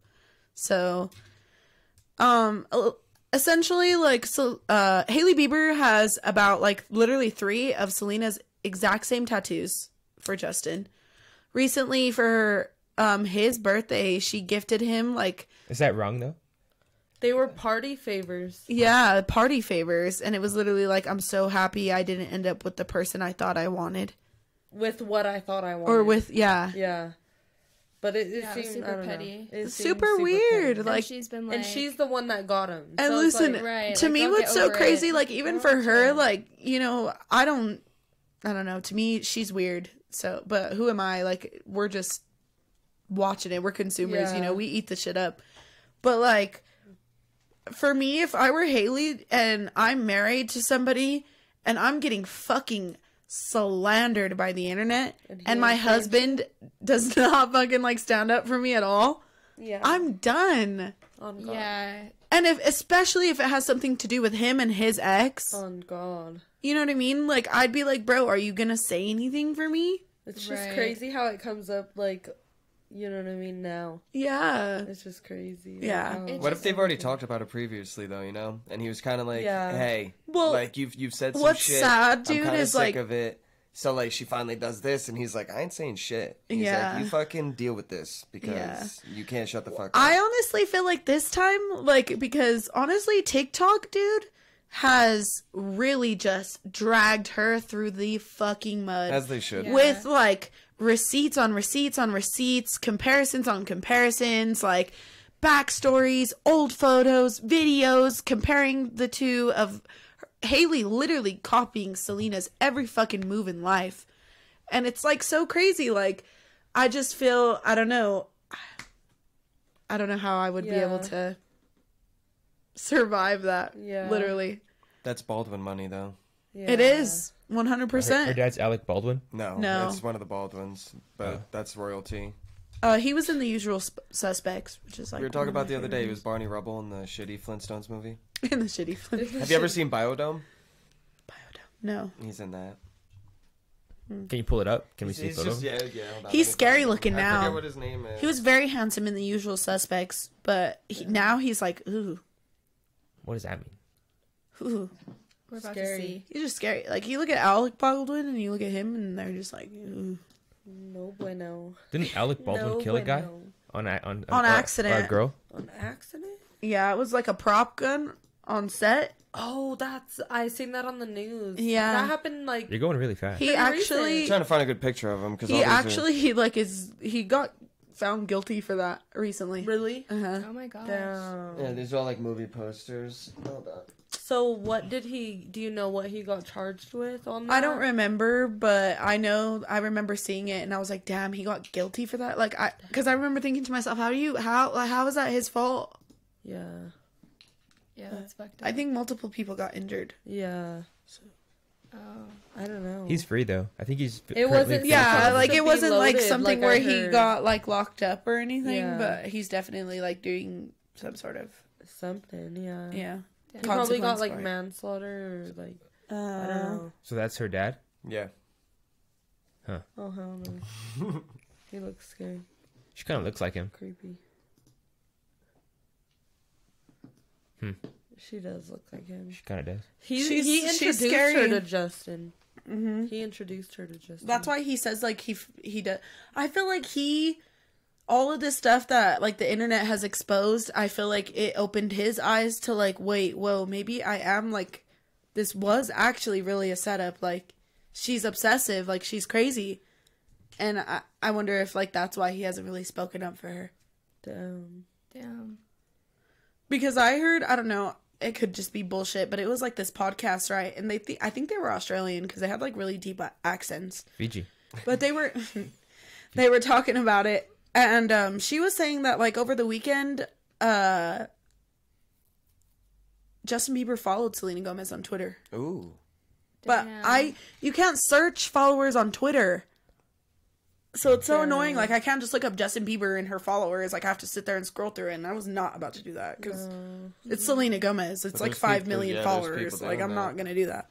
So, um, el- essentially, like so, uh, Haley Bieber has about like literally three of Selena's exact same tattoos for Justin. Recently, for um his birthday, she gifted him like
Is that wrong though?
They were party favors.
yeah, party favors. And it was literally like, I'm so happy I didn't end up with the person I thought I wanted.
with what I thought I wanted.
Or with, yeah.
yeah, but it, it
Yeah, it was
seemed
super
I don't
petty.
know. It
It's
seemed
super weird.
petty.
Like,
Like,
she's been like.
and she's the one that got him.
and
So it's
listen,
like,
right,
to
like,
me,
don't
what's
get
so
over
crazy,
it.
like, even for her, like, you know, I don't, I don't know. To me, she's weird. So, but who am I? Like, we're just watching it. We're consumers, you
Yeah.
know, we eat the shit up. But, like, for me, if I were Haley and I'm married to somebody and I'm getting fucking slandered by the internet and, my husband does not fucking like stand up for me at all,
yeah,
I'm done.
on God.
yeah.
And if especially if it has something to do with him and his ex,
on God.
you know what I mean? Like I'd be like, "Bro, are you going to say anything for me?"
It's just
Right.
crazy how it comes up. Like, you know what I mean? Now
Yeah.
it's just crazy.
Yeah.
Wow.
It's
What if they've already talked about it previously, though? You know, and he was kind of like,
Yeah.
"Hey,
Well,
like you've you've said some
what's
shit.
sad,
I'm
dude,
kinda
is,
sick
like-
of it." So like, she finally does this, and he's like, "I ain't saying shit." He's
Yeah.
like, "You fucking deal with this because
Yeah.
you can't shut the fuck up."
I honestly feel like this time like because honestly TikTok, dude, has really just dragged her through the fucking mud.
As they should.
Yeah.
with like receipts on receipts on receipts, comparisons on comparisons, like backstories, old photos, videos, comparing the two of Haley literally copying Selena's every fucking move in life. And it's like so crazy. Like, I just feel, I don't know, I don't know how I would be
Yeah.
able to survive that.
Yeah.
Literally.
That's Baldwin money, though.
Yeah.
It is
Her, her
100%.
dad's Alec Baldwin.
No,
No.
it's one of the Baldwins, but that's royalty.
Uh, he was in the usual sp- suspects, which is like.
We were talking
one
about
of my
the other
favorite
day. It was Barney Rubble in the shitty Flintstones movie.
in the shitty flip
Have you ever seen Biodome?
biodome. No,
He's in that.
Can you pull it up? Can we see a
He's
photo?
just yeah, yeah. hold on,
He's
let me
scary
find him.
looking
I
now.
forget what his name is.
he was very handsome in The Usual Suspects, but he, now he's like, ooh,
What does that mean?
ooh,
We're about
Scary.
to see.
he's just scary. Like you look at Alec Baldwin and you look at him, and they're just like, ooh.
no bueno
Didn't Alec Baldwin
No
kill a guy
bueno.
on a- on
On
or- Or
accident.
a girl?
on accident.
Yeah, it was like a prop gun on set.
Oh, that's I seen that on the news.
Yeah.
that happened like
You're going really fast.
He
Pretty
actually,
I'm trying to find a good picture of him because
he actually, he like is he got found guilty for that recently.
really.
Uh huh.
Oh my gosh.
Damn.
yeah, these are all like movie posters. Hold on.
So what did he? Do you know what he got charged with on that?
I don't remember, but I know I remember seeing it, and I was like, "Damn, he got guilty for that." Like, I because I remember thinking to myself, "How do you how like, how is that his fault?"
Yeah.
Yeah, that's fucked up.
I think multiple people got injured.
Yeah.
Oh.
I don't know.
He's free though. I think he's.
It
currently
wasn't-
free
Yeah,
Yeah,
from-
like
to
it
be
wasn't like
loaded,
something
like
where
I
he
heard.
got like locked up or anything,
Yeah.
but he's definitely like doing some sort of
Something. Yeah.
yeah.
He probably got
Consequence
like
for it.
manslaughter or like I don't
Uh,
know.
So that's her dad.
Yeah.
Oh hell no. he looks scary,
She kind of looks like him.
creepy.
Hmm.
She does look like him.
She kind of does.
He
She's-
he
she's
introduced her
scary.
to Justin.
mhm.
He introduced her to Justin.
That's why he says like he f- he does. I feel like he, all of this stuff that like the internet has exposed. I feel like it opened his eyes to like, wait, whoa, maybe I am like, this was actually really a setup. Like, she's obsessive. Like she's crazy, and I I wonder if like that's why he hasn't really spoken up for her.
Damn.
Damn.
because I heard I don't know it could just be bullshit, but it was like this podcast right, and they th- I think they were Australian because they had like really deep a- accents,
Fiji.
but they were they were talking about it, and um, she was saying that like over the weekend, uh, Justin Bieber followed Selena Gomez on Twitter,
Ooh.
but
Damn.
I you can't search followers on Twitter. So it's so annoying.
Damn.
Like I can't just look up Justin Bieber and her followers. Like I have to sit there and scroll through it, and I was not about to do that because
No.
it's Selena Gomez. It's
But
like
there's
five
people-
million
yeah, there's
followers.
people
Like
doing
I'm not
that.
gonna do that.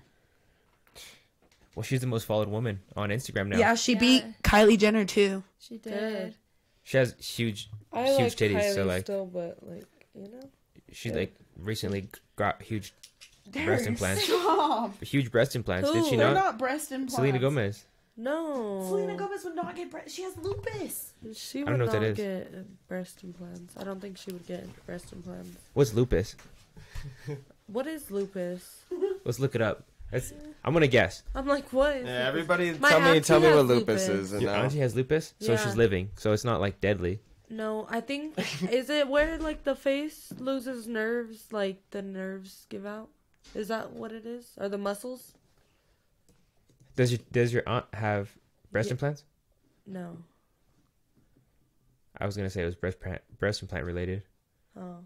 Well, she's the most followed woman on Instagram now.
Yeah, she
Yeah.
beat Kylie Jenner too.
She
Dead.
did.
She has huge,
I
huge
like
titties.
Kylie
so like,
still, but like you know,
she like recently got huge breast implants.
Stop.
Huge breast implants. Did she
Who?
They're
not?
not breast implants.
Selena Gomez.
no.
Selena Gomez would not get breast. She has lupus.
She
I
would
don't know what
not
that
get breast implants. I don't think she would get breast implants.
What's lupus?
What is lupus?
Let's look it up. That's, I'm gonna guess.
I'm like, what? Is
Yeah,
lupus?
everybody
My
tell me
auntie
tell me
has
what lupus,
lupus.
is and
Your
now
auntie has lupus, so
Yeah.
she's living. So it's not like deadly.
No, I think is it where like the face loses nerves, like the nerves give out. Is that what it is? Or the muscles?
Does your Does your aunt have breast
Yeah.
implants?
No.
I was gonna say it was breast pra- breast implant related.
Oh,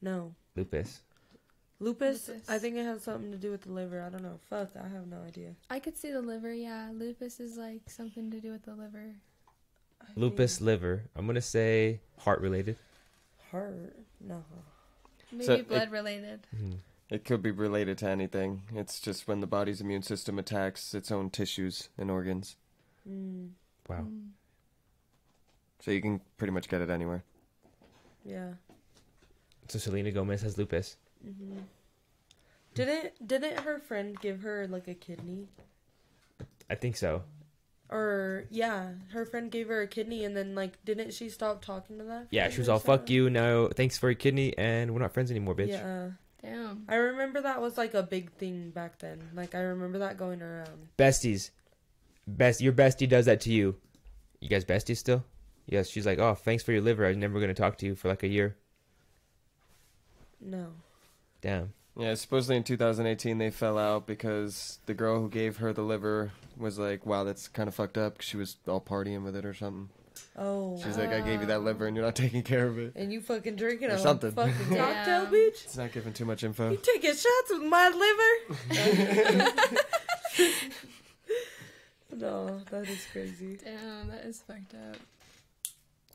no.
Lupus.
Lupus,
Lupus.
I think it has something to do with the liver. I don't know. Fuck, I have no idea.
I could see the liver, yeah. Lupus is like something to do with the liver.
I
Lupus,
think
liver. I'm gonna say heart related.
heart. No.
Maybe
So it-
blood related.
it could be related to anything. It's just when the body's immune system attacks its own tissues and organs.
Mm,
Wow.
So you can pretty much get it anywhere.
yeah.
So Selena Gomez has lupus.
hmm Didn't didn't her friend give her like a kidney?
I think so.
Or yeah, her friend gave her a kidney, and then like, didn't she stop talking to that?
Yeah,
friend
she was
or
all "fuck
something?
you," no, thanks for your kidney, and we're not friends anymore, bitch.
Yeah,
Damn.
I remember that was like a big thing back then. Like I remember that going around.
Besties, best, your bestie does that to you. You guys besties still? Yes. She's like, "Oh, thanks for your liver. I'm never gonna talk to you for like a year."
No,
Damn.
Yeah, supposedly in 2018 they fell out because the girl who gave her the liver was like, "Wow, that's kind of fucked up." 'cause she was all partying with it or something.
oh,
She's like, "I gave you that liver and you're not taking care of it."
and you fucking drinking
Or
a
something.
fucking cocktail,
Damn.
bitch.
It's not giving too much
You
info.
taking shots with my liver? no, that is crazy.
Damn, that is fucked up.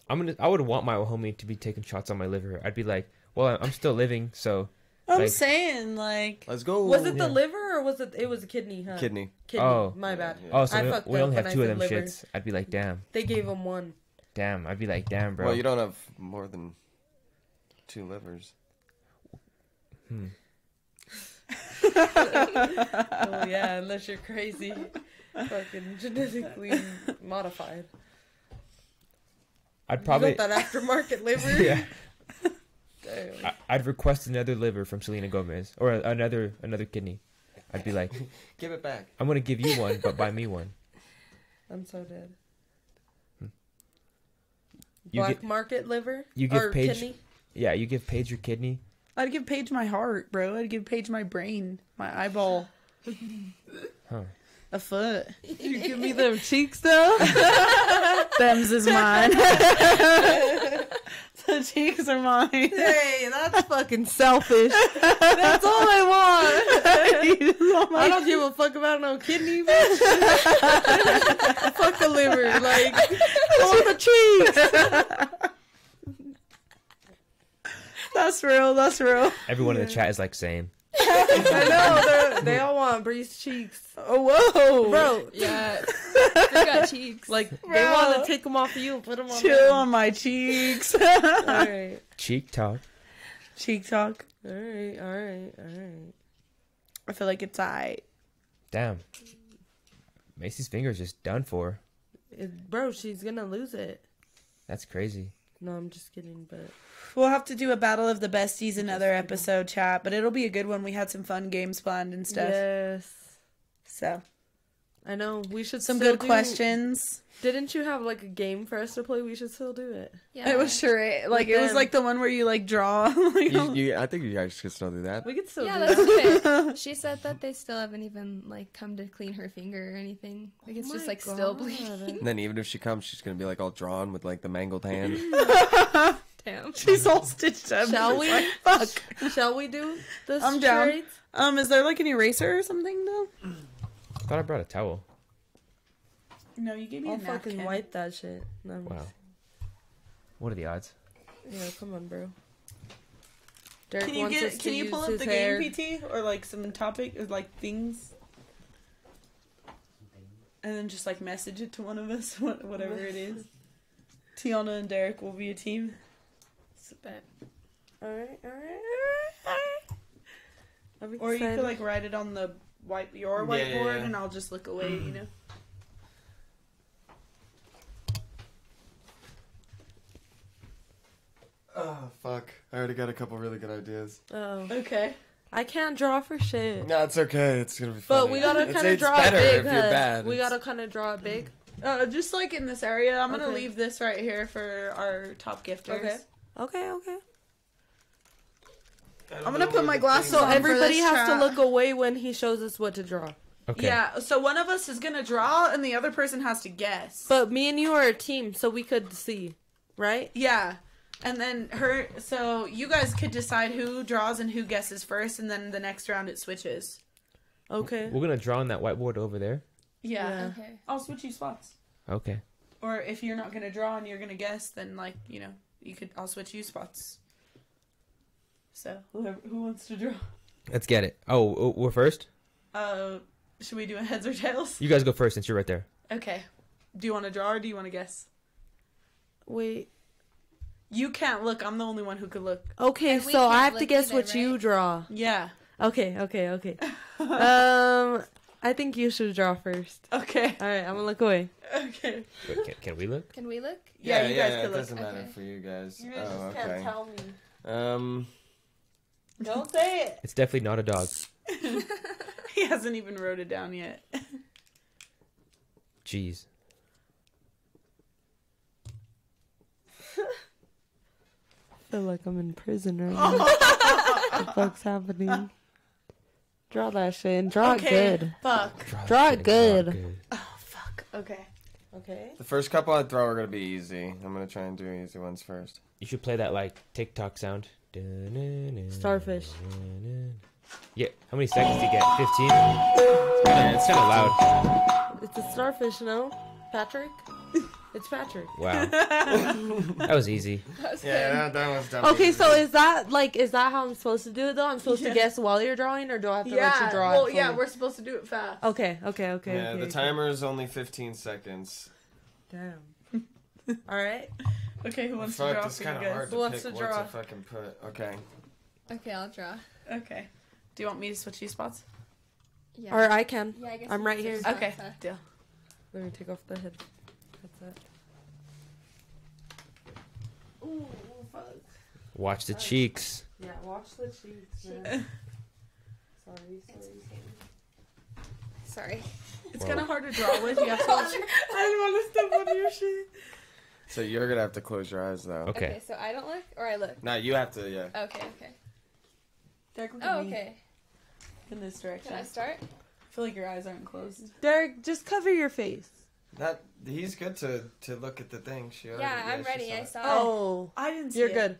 I'm gonna. I would want my homie to be taking shots on my liver. I'd be like, "Well, I'm still living, so."
I'm
Like-
saying like
Let's go.
Was it
Yeah.
the liver or was it? It was a kidney, huh?
Oh, kidney?
Kidney.
Oh.
my bad.
Yeah.
Oh, so
I
we-
fucked
we,
up
only have
when I
two of
said
them
liver.
shits. I'd be like, "Damn,
They gave him one.
damn." I'd be like, "Damn, bro."
Well, you don't have more than two livers.
Oh yeah, unless you're crazy, fucking genetically modified.
I'd
Probably
probably.
that aftermarket liver.
yeah.
Damn.
I- I'd request another liver from Selena Gomez or a- another another kidney. I'd be like,
Give it back.
I'm gonna give you one, but buy me one.
I'm so dead.
Hmm. You
Black
get-
market liver.
you give
or
Paige-
kidney.
Yeah, you give Paige your kidney.
I'd give Paige my heart, bro. I'd give Paige my brain, my eyeball,
Huh.
a foot.
You give me them cheeks though.
Them's is mine. the cheeks are mine.
hey, that's fucking selfish. That's all I want.
Oh,
I don't give a fuck about no kidney. Bitch. fuck the liver, like all the cheeks.
That's real. That's real.
Everyone in the chat is like same.
I know they're- they all want Bree's cheeks,
Oh, whoa.
bro.
Yeah, they got cheeks.
Like they
Bro.
want to take them off you, put them on.
Chill on my cheeks.
All right,
Cheek talk.
Cheek talk.
all right, all right, all right.
I feel like it's I.
Damn. Macy's fingers just done for.
It, bro, she's gonna lose it.
That's crazy.
No, I'm just kidding, but
We'll have to do a battle of the besties another episode chat, but it'll be a good one. We had some fun games planned and stuff.
yes,
So
I know we should.
some
still
good
do-
questions.
Didn't you have like a game for us to play? We should still do it.
yeah.
It was sure it, like it was
them.
like the one where you like draw. like,
You, you, I think you guys could still do that.
We could still
Yeah,
do
let's
that.
do it. She said that they still haven't even like come to clean her finger or anything. Like it's just
Oh my
like still
God.
bleeding.
And then even if she comes, she's gonna be like all drawn with like the mangled hand.
Damn.
she's all stitched up.
Shall
She's
we?
like, Fuck.
Shall we do this?
I'm down.
charades?
Um, is there like an eraser or something though?
I thought I brought a towel.
No, you gave me
I'll
a napkin.
fucking wipe that shit. No, I'm
Wow.
just-
What are the odds?
Yeah, come on, bro. Derek
Can you
wants us
get?
to
Can you
use
pull up
his
the
hair.
game PT or like some topic or like things? And then just like message it to one of us, what- whatever it is. Tiana and Derek will be a team.
All right, all right, all right, all right. I'm
Or you
excited.
could like write it on the white your
Yeah,
whiteboard,
yeah, yeah.
and I'll just look away. You know.
Oh fuck! I already got a couple really good ideas.
Oh,
Okay.
I can't draw for shit.
No, it's okay. It's gonna be fun.
But we gotta kind of draw
better
it big.
if you're
huh?
bad.
We gotta kind of draw it big.
Uh, just like in this area, I'm gonna
Okay.
leave this right here for our top gifters.
Okay. Okay, okay.
I'm gonna put my glass
So
on. for
everybody
this
has to
chat.
look away when he shows us what to draw.
Okay.
Yeah. So one of us is gonna draw, and the other person has to guess.
But me and you are a team, so we could see, right?
Yeah. And then her so you guys could decide who draws and who guesses first and then the next round it switches.
Okay.
We're gonna draw on that whiteboard over there.
Yeah.
Yeah.
Okay.
I'll switch you spots.
Okay.
Or if you're not gonna draw and you're gonna guess, then like, you know, you could I'll switch you spots. So whoever who wants to draw?
Let's get it. Oh, w- we're first.
Uh should we do a heads or tails?
You guys go first since you're right there.
Okay. Do you wanna draw or do you wanna guess?
Wait.
You can't look, I'm the only one who could look.
Okay,
And we
so I
can't
have to
look
guess
either,
what you
right?
draw.
Yeah.
Okay, okay, okay. um, I think you should draw first.
Okay.
All right, I'm gonna look away.
Okay.
Wait, can, can we look?
Can we look?
Yeah, you guys
it
could look.
doesn't matter
Okay.
for you guys.
You guys
oh,
just can't
okay.
tell me.
Um,
Don't say it.
It's definitely not a dog.
He hasn't even wrote it down yet.
Jeez.
I feel like I'm in prison right now. what the fuck's happening? Draw that shit and draw
okay.
it good.
Fuck.
Draw it
Draw
good.
Fuck. Okay.
Okay.
the first couple I throw are gonna be easy. I'm gonna try and do easy ones first.
You should play that like TikTok sound. Dun-dun-dun.
Starfish.
Yeah. How many seconds do you get? Fifteen. It's kind of loud.
It's a starfish, no? Patrick? It's Patrick.
Wow. that was easy.
That was good.
that, that one's definitely.
Okay, so is that like is that how I'm supposed to do it though? I'm supposed
Yeah.
to guess while you're drawing, or do I have to let you
Yeah.
draw?
Well,
it for
yeah,
me?
we're supposed to do it fast.
Okay, okay, okay.
Yeah,
okay,
the
okay.
timer is only 15 seconds.
Damn. All right.
Okay, who wants to
Fuck,
draw
it's
for you
kind
guys?
of hard
Who
to
wants
pick
to
what
draw?
to fucking put. Okay.
Okay, I'll draw.
Okay. Do you want me to switch these spots?
Yeah.
Or I can.
yeah, I guess
I'm
we
right
can
here.
just
Okay.
draw, uh, huh?
Deal.
Let me take off the head. That's it. Ooh, fuck.
Watch the cheeks.
Yeah, watch the cheeks. man. sorry, sorry.
Sorry.
It's
Whoa.
kind of hard to draw with. You have to. watch- I didn't want to step on your shit.
So you're gonna have to close your eyes though.
Okay.
Okay. so I don't look or I look.
No, you have to. Yeah.
Okay, okay.
Derek, look at
Oh,
me
okay.
in this direction.
Can I
I
start?
feel like your eyes aren't closed.
Derek, just cover your face.
That he's good to to look at the thing. She already,
Yeah, I'm
she
ready.
saw
I
it.
saw it.
Oh,
I didn't see
you're
it.
good.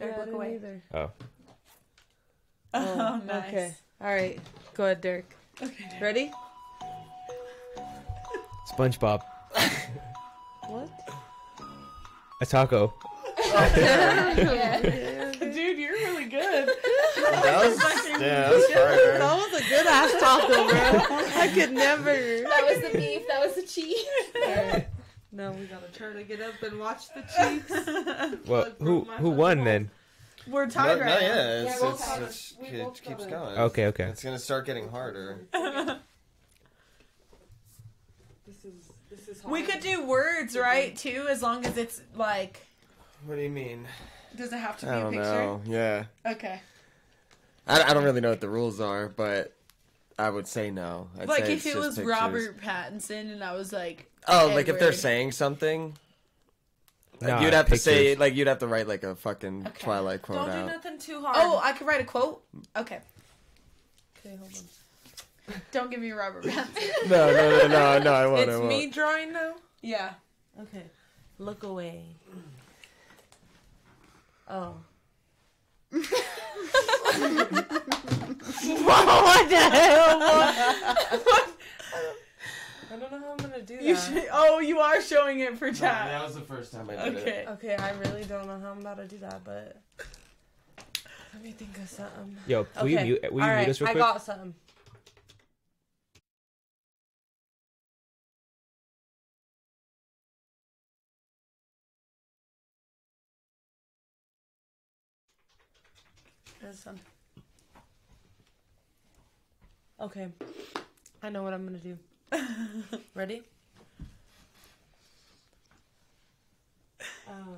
Derek, look away.
Oh.
Oh, nice.
Okay. All right. Go ahead, Derek.
Okay, Derek.
Ready?
SpongeBob.
What?
A taco.
Yeah.
that was, yeah, that was fire.
That was a good ass taco, bro. I could never.
That was the beef. That was the cheese.
No, we gotta try to get up and watch the Chiefs.
Well, who who won then?
We're
No,
tied
no,
right now.
yeah, it's,
Yeah, we'll
it's,
cover.
it's-
We will
it keeps
cover.
going.
Okay, okay.
It's gonna start getting harder.
This is this is.
We could do words, right? Too, as long as it's like.
What do you mean?
Does it have to be
I
a
don't
picture?
know. Yeah,
Okay.
I, I don't really know what the rules are, but I would say no. I'd
like
say
if
it's
it
just
was
pictures.
Robert Pattinson and I was like,
Oh, like if they're
Edward.
saying something, like,
Nah,
you'd have to say
pictures.
like you'd have to write like a fucking
Okay.
Twilight quote
Don't do
out.
nothing too hard.
"Oh, I could write a quote." Okay.
okay, hold on.
Don't give me Robert Pattinson.
No, no, no, no, no. I won't. I
It's
won't.
me drawing now.
yeah.
Okay, look away. Oh.
what the hell?
I don't know how I'm gonna do that.
You should, oh, you are showing it for chat.
was the first time I
Okay.
Okay, I really don't know how I'm about to do that, but let me think of something.
Yo, will you
okay.
mute? Will you
All
mute
right,
us real
I
quick?
got something.
That's fun.
Okay, I know what I'm gonna do. Ready? Um.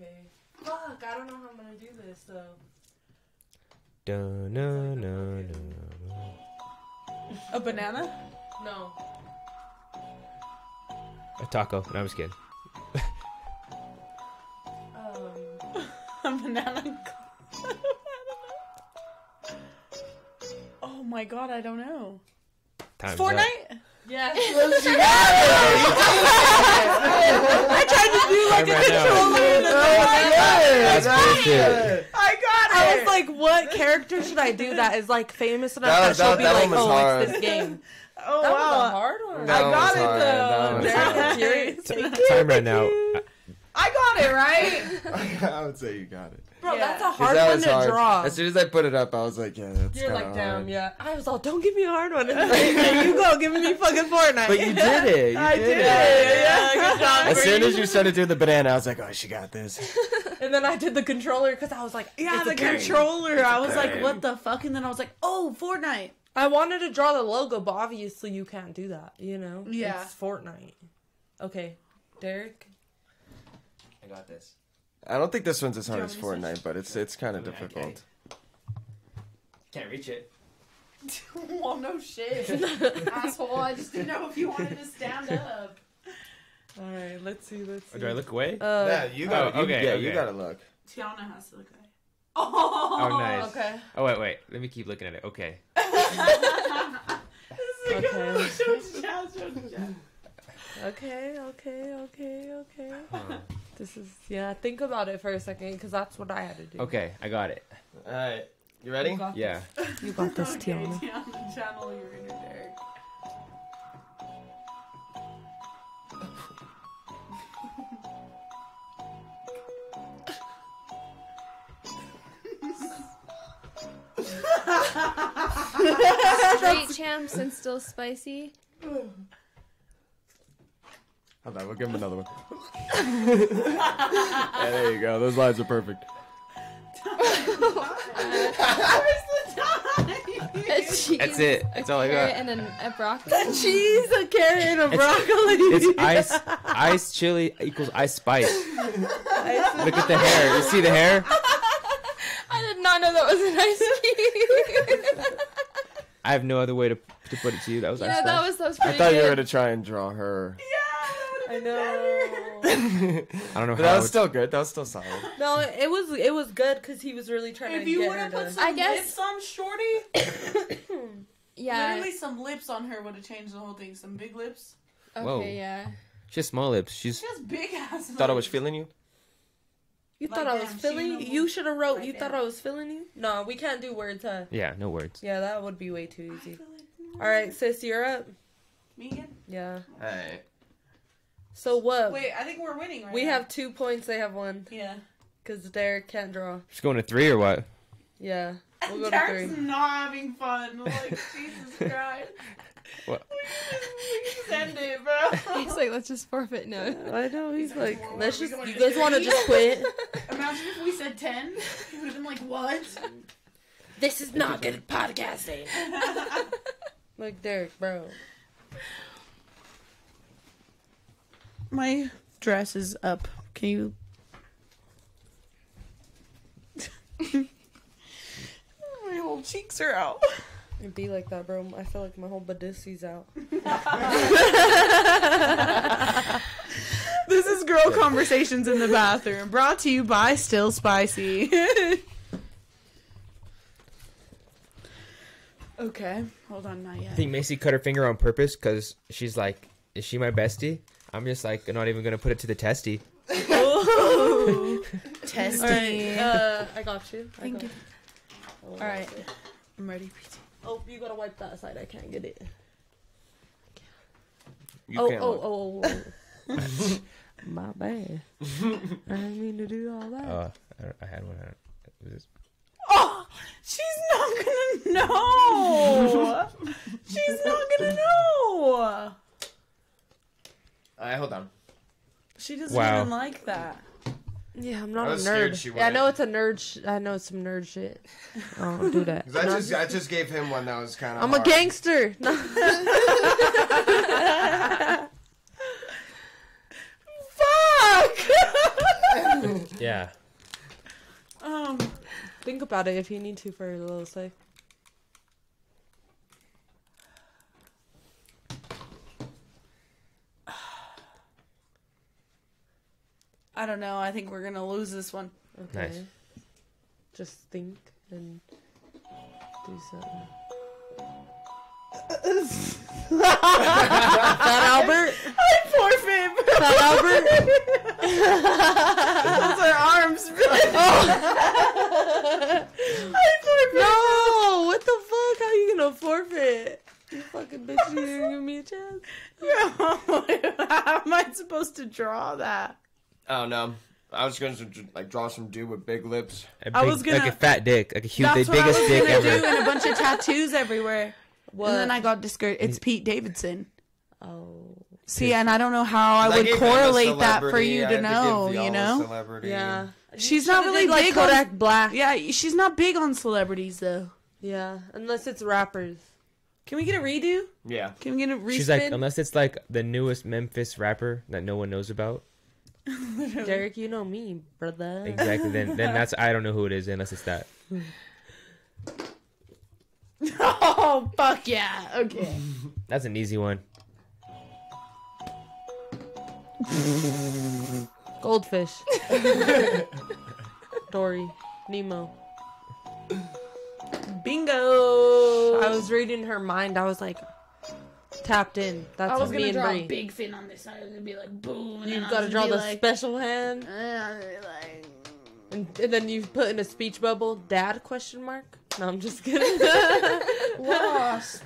Okay. Fuck! I don't know how I'm gonna do this though.
Dun, dun, dun, dun, dun.
A banana?
No.
A taco. No, I'm just kidding.
Um.
A banana. I don't know. Oh my god, I don't know.
Time's up.
Fortnite?
Yes.
I tried to do like
I
a
ran out.
controller and
Oh,
a
That's bullshit.
I got it.
I was like, what character should I do that is like famous enough
That
that,
was-
she'll
that-
be
that
like,
one was
oh,
hard.
it's this game.
oh
That was a
wow.
hard one.
That
I
was
got it
hard. That
though.
was
Very
hard.
serious.
Time ran out. I-
I got it right.
I would say you got it.
Bro,
Yeah.
that's a
'Cause
hard
that
one
was
to
hard.
draw.
As soon as I put it up, I was like, yeah, that's
You're
kinda
like, damn,
hard.
yeah. I was all, don't give me a hard one. And then you go, give me fucking Fortnite.
But you did it. You
I
did,
did.
it.
Yeah, good job.
As soon as you started doing the banana, I was like, oh, she got this.
and then I did the controller because I was like,
Yeah,
yeah,
the controller. I was like, what the fuck? And then I was like, oh, Fortnite.
I wanted to draw the logo, but obviously you can't do that, you know?
Yeah.
It's Fortnite. Okay, Derek.
I got this.
I don't think this one's as hard as
Do you want me
Fortnite, but it's it's kind of
Okay.
difficult.
Can't reach it.
well, no shit. Asshole, I just didn't know if you wanted to stand up.
All right, let's see. Let's see.
Oh, Do I look away?
Uh,
you
gotta- you-
Oh, okay,
yeah,
yeah,
you
you
gotta
gotta look.
Tiana has to look at it. Oh,
Oh, nice.
okay.
Oh wait, wait. Let me keep looking at it. Okay.
this is a good one. Show it to Chad, show it to Chad.
Okay, okay, okay, okay.
Huh.
This is yeah. Think about it for a second, because that's what I had to do.
Okay, I got it.
All right, you ready?
You got
Yeah.
this. You got this,
Okay,
Tiana.
Tiana, channel your inner Derek.
Straight champs and still spicy.
Hold on, we'll give him another one. yeah, there you go. Those lines are perfect.
A cheese.
That's it. That's all I
Carrot
got.
and an, a broccoli.
Cheese, a carrot, and a
It's
broccoli.
ice. Ice chili equals ice spice. Look at the hair. You see the hair?
I did not know that was an ice cream.
I have no other way to, to put it to you. That was
you
ice
know,
spice.
that was that was
I
pretty
thought you
good.
were gonna try and draw her.
I know.
I don't know
But
how.
that
I
was
would-
still good. That was still solid.
No, it was it was good because he was really trying
If
to
you
get
would
her
have put
to.
some
I guess-
lips on Shorty,
yeah.
literally some lips on her would have changed the whole thing. Some big lips.
Okay.
Whoa.
Yeah.
She has small lips. She's
She has big ass.
Thought I was
lips.
feeling you.
You
Like
thought I
them,
was
she
filling.
knows
You should have wrote.
like
You
them.
thought I was filling you. No, we can't do words, huh?
yeah. No words.
Yeah, that would be way too easy. All right, sis, you're up.
Me again?
Yeah.
All right.
So what?
Wait, I think we're winning right
we
now.
have two points. They have one
Yeah.
because Derek can't draw.
She's going to three or what?
Yeah. We'll go to
Jack's
three.
not having fun. Like, Jesus Christ.
What?
Send it, bro.
He's like, let's just forfeit now.
I know he's like,
Well,
let's
are we
just.
going
You
to
guys want to
three?
just quit?
Imagine if we said 10. You would have been like, what?
this is not good podcasting. like Derek, bro.
My dress is up. Can you. My whole cheeks are out.
It'd be like that, bro. I feel like my whole badissi's out.
This is Girl Conversations in the Bathroom, brought to you by Still Spicy. okay, hold on, not
I
yet.
think Macy cut her finger on purpose because she's like, is she my bestie? I'm just like, not even gonna put it to the testy.
Testy.
All right, uh, I got you. I
Thank
got
you.
All
right. I'm ready.
Oh, you gotta wipe that aside. I can't get it.
You
oh,
can't
oh,
look.
oh, oh, oh. My bad. I didn't mean to do all that.
Uh, I, don't- I had one. I don't, it was just-
Oh, she's not gonna know. she's not gonna know.
All right, hold on.
She doesn't
Wow.
even like that.
yeah, I'm not
I
a
was scared
nerd.
she
yeah, I know
wouldn't.
it's a nerd. Sh- I know it's some nerd shit. I don't do that.
'Cause
oh.
I just, I just gave him one that was kind of.
I'm a gangster. No.
Fuck.
yeah.
um,
Think about it if you need to for a little sec.
I don't know. I think we're gonna lose this one.
Okay.
Nice.
Just think and do something. Fat Albert?
I forfeit. bro.
Fat Albert?
Those are arms. bro.
No! What the fuck? How you gonna forfeit? You fucking bitch, you didn't give me a chance.
How am I supposed to draw that?
Oh no. I was going to like draw some dude with big lips.
A big,
I was gonna-
like a fat dick, like a huge,
That's
the
what I was
biggest dick
gonna
ever.
do, and a bunch of tattoos everywhere.
What?
And then I got discouraged.
Mm.
It's Pete Davidson.
oh.
See, and I don't know how I
Like,
would
if I'm a
correlate that for
celebrity,
you
I
to
had give
know.
y'all
You
a
know?
celebrity.
Yeah.
She's not
Should've
really
did, like
big on-
Kodak Black.
Yeah, she's not big on celebrities though.
Yeah. Unless it's rappers.
Can we get a redo?
Yeah.
Can we get a respin?
She's like, unless it's like the newest Memphis rapper that no one knows about.
Derek, you know me, brother.
Exactly. Then, then that's I don't know who it is unless it's that.
oh fuck yeah! Okay.
That's an easy one.
Goldfish. Dory. Nemo.
Bingo.
I was reading her mind. I was like, tapped in. That's
I was
me
gonna
and
draw
Bree.
a big fin on this side. It was gonna be like boom. And
you
then I
got to
was
draw
gonna
the
be like,
special hand,
uh, I'm gonna be like,
and, and then you put in a speech bubble. Dad? Question mark. No, I'm just kidding.
lost.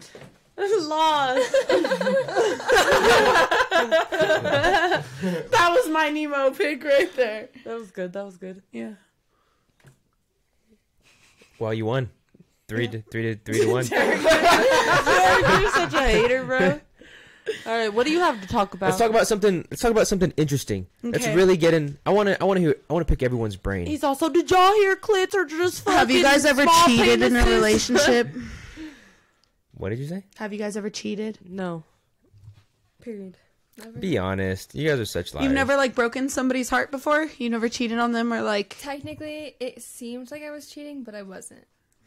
Lost.
that was my Nemo pick right there.
That was good. That was good.
Yeah.
Well, you won. Three to three to three to one.
You're such a hater, bro. All right, what do you have to talk about?
Let's talk about something. Let's talk about something interesting. Let's
Okay.
really get in. I want to. I want to hear. I want to pick everyone's brain.
He's also. Did y'all hear clits or just fucking?
Have you guys ever
small
cheated in a
penises?"
relationship?
what did you say?
Have you guys ever cheated?
no. Period.
Be honest. You guys are such liars.
You've never like broken somebody's heart before? You never cheated on them or like
Technically, it seemed like I was cheating, but I wasn't.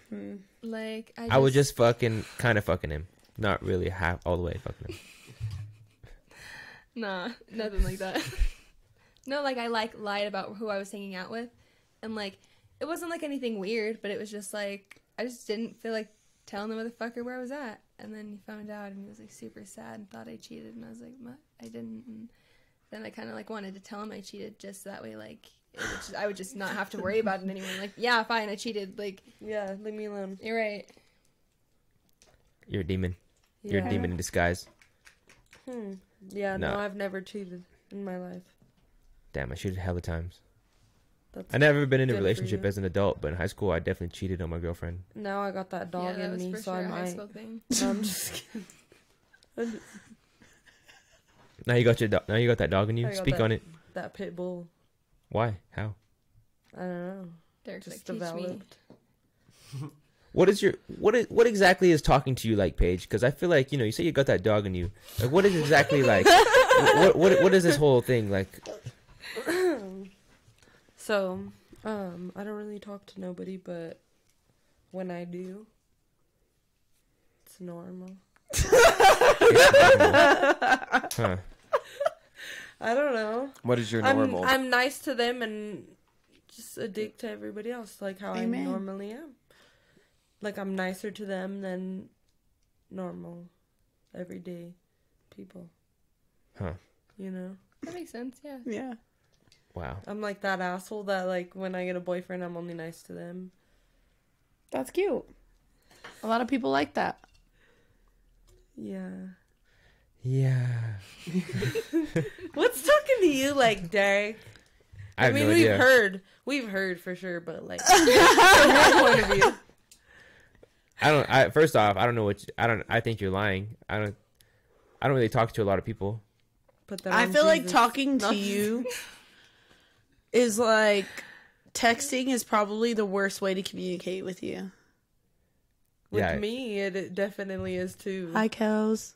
Hmm. Like I,
I was just fucking, kind of fucking him. Not really half all the way fucking him.
nah, nothing like that. no, like I like lied about who I was hanging out with, and like it wasn't like anything weird, but it was just like I just didn't feel like telling the motherfucker where I was at, and then he found out, and he was like super sad and thought I cheated, and I was like, "What? I didn't." And then I kind of like wanted to tell him I cheated, just that way, like it would just, I would just not have to worry about it anymore. Like, yeah, fine, I cheated. Like,
Yeah, leave me alone.
you're right.
You're a demon. You're a
Yeah.
demon in disguise.
Hmm. Yeah, no.
No.
I've never cheated in my life.
Damn, I shoot it hella times.
That's
I never been in a
Good for
relationship
you.
as an adult, but in high school I definitely cheated on my girlfriend.
now I got that dog
that
in
was
me,
for
so
sure
I
a high
might.
school thing.
No, I'm just kidding. I'm just-
Now you got your do- now you got that dog in
I
you.
got
Speak
that-
on it.
That pit bull.
Why? How?
I don't know.
Derek's
Just
like, teach me.
developed.
What is your what is what exactly is talking to you like, Paige? Because I feel like you know you say you got that dog in you. Like, what is exactly like? wh- what what what is this whole thing like?
So, um, I don't really talk to nobody, but when I do, it's normal.
Huh?
I don't know.
What is your
I'm,
normal?
I'm nice to them and just a dick to everybody else, like how
Amen.
I normally am. Like I'm nicer to them than normal, everyday people.
Huh.
You know,
That makes sense. Yeah.
Yeah.
Wow.
I'm like that asshole that like when I get a boyfriend, I'm only nice to them.
That's cute. A lot of people like that.
Yeah.
Yeah.
What's talking to you like, Derek?
I have
mean,
no
we've
idea.
heard, we've heard for sure, but like from your point of view,
I don't. I first off, I don't know what you- I don't. I think you're lying. I don't. I don't really talk to a lot of people.
put that
I
on
feel like
Jesus.
talking to you is like texting is probably the worst way to communicate with you.
with
Yeah.
me. It, it definitely is too.
Hi, Kels.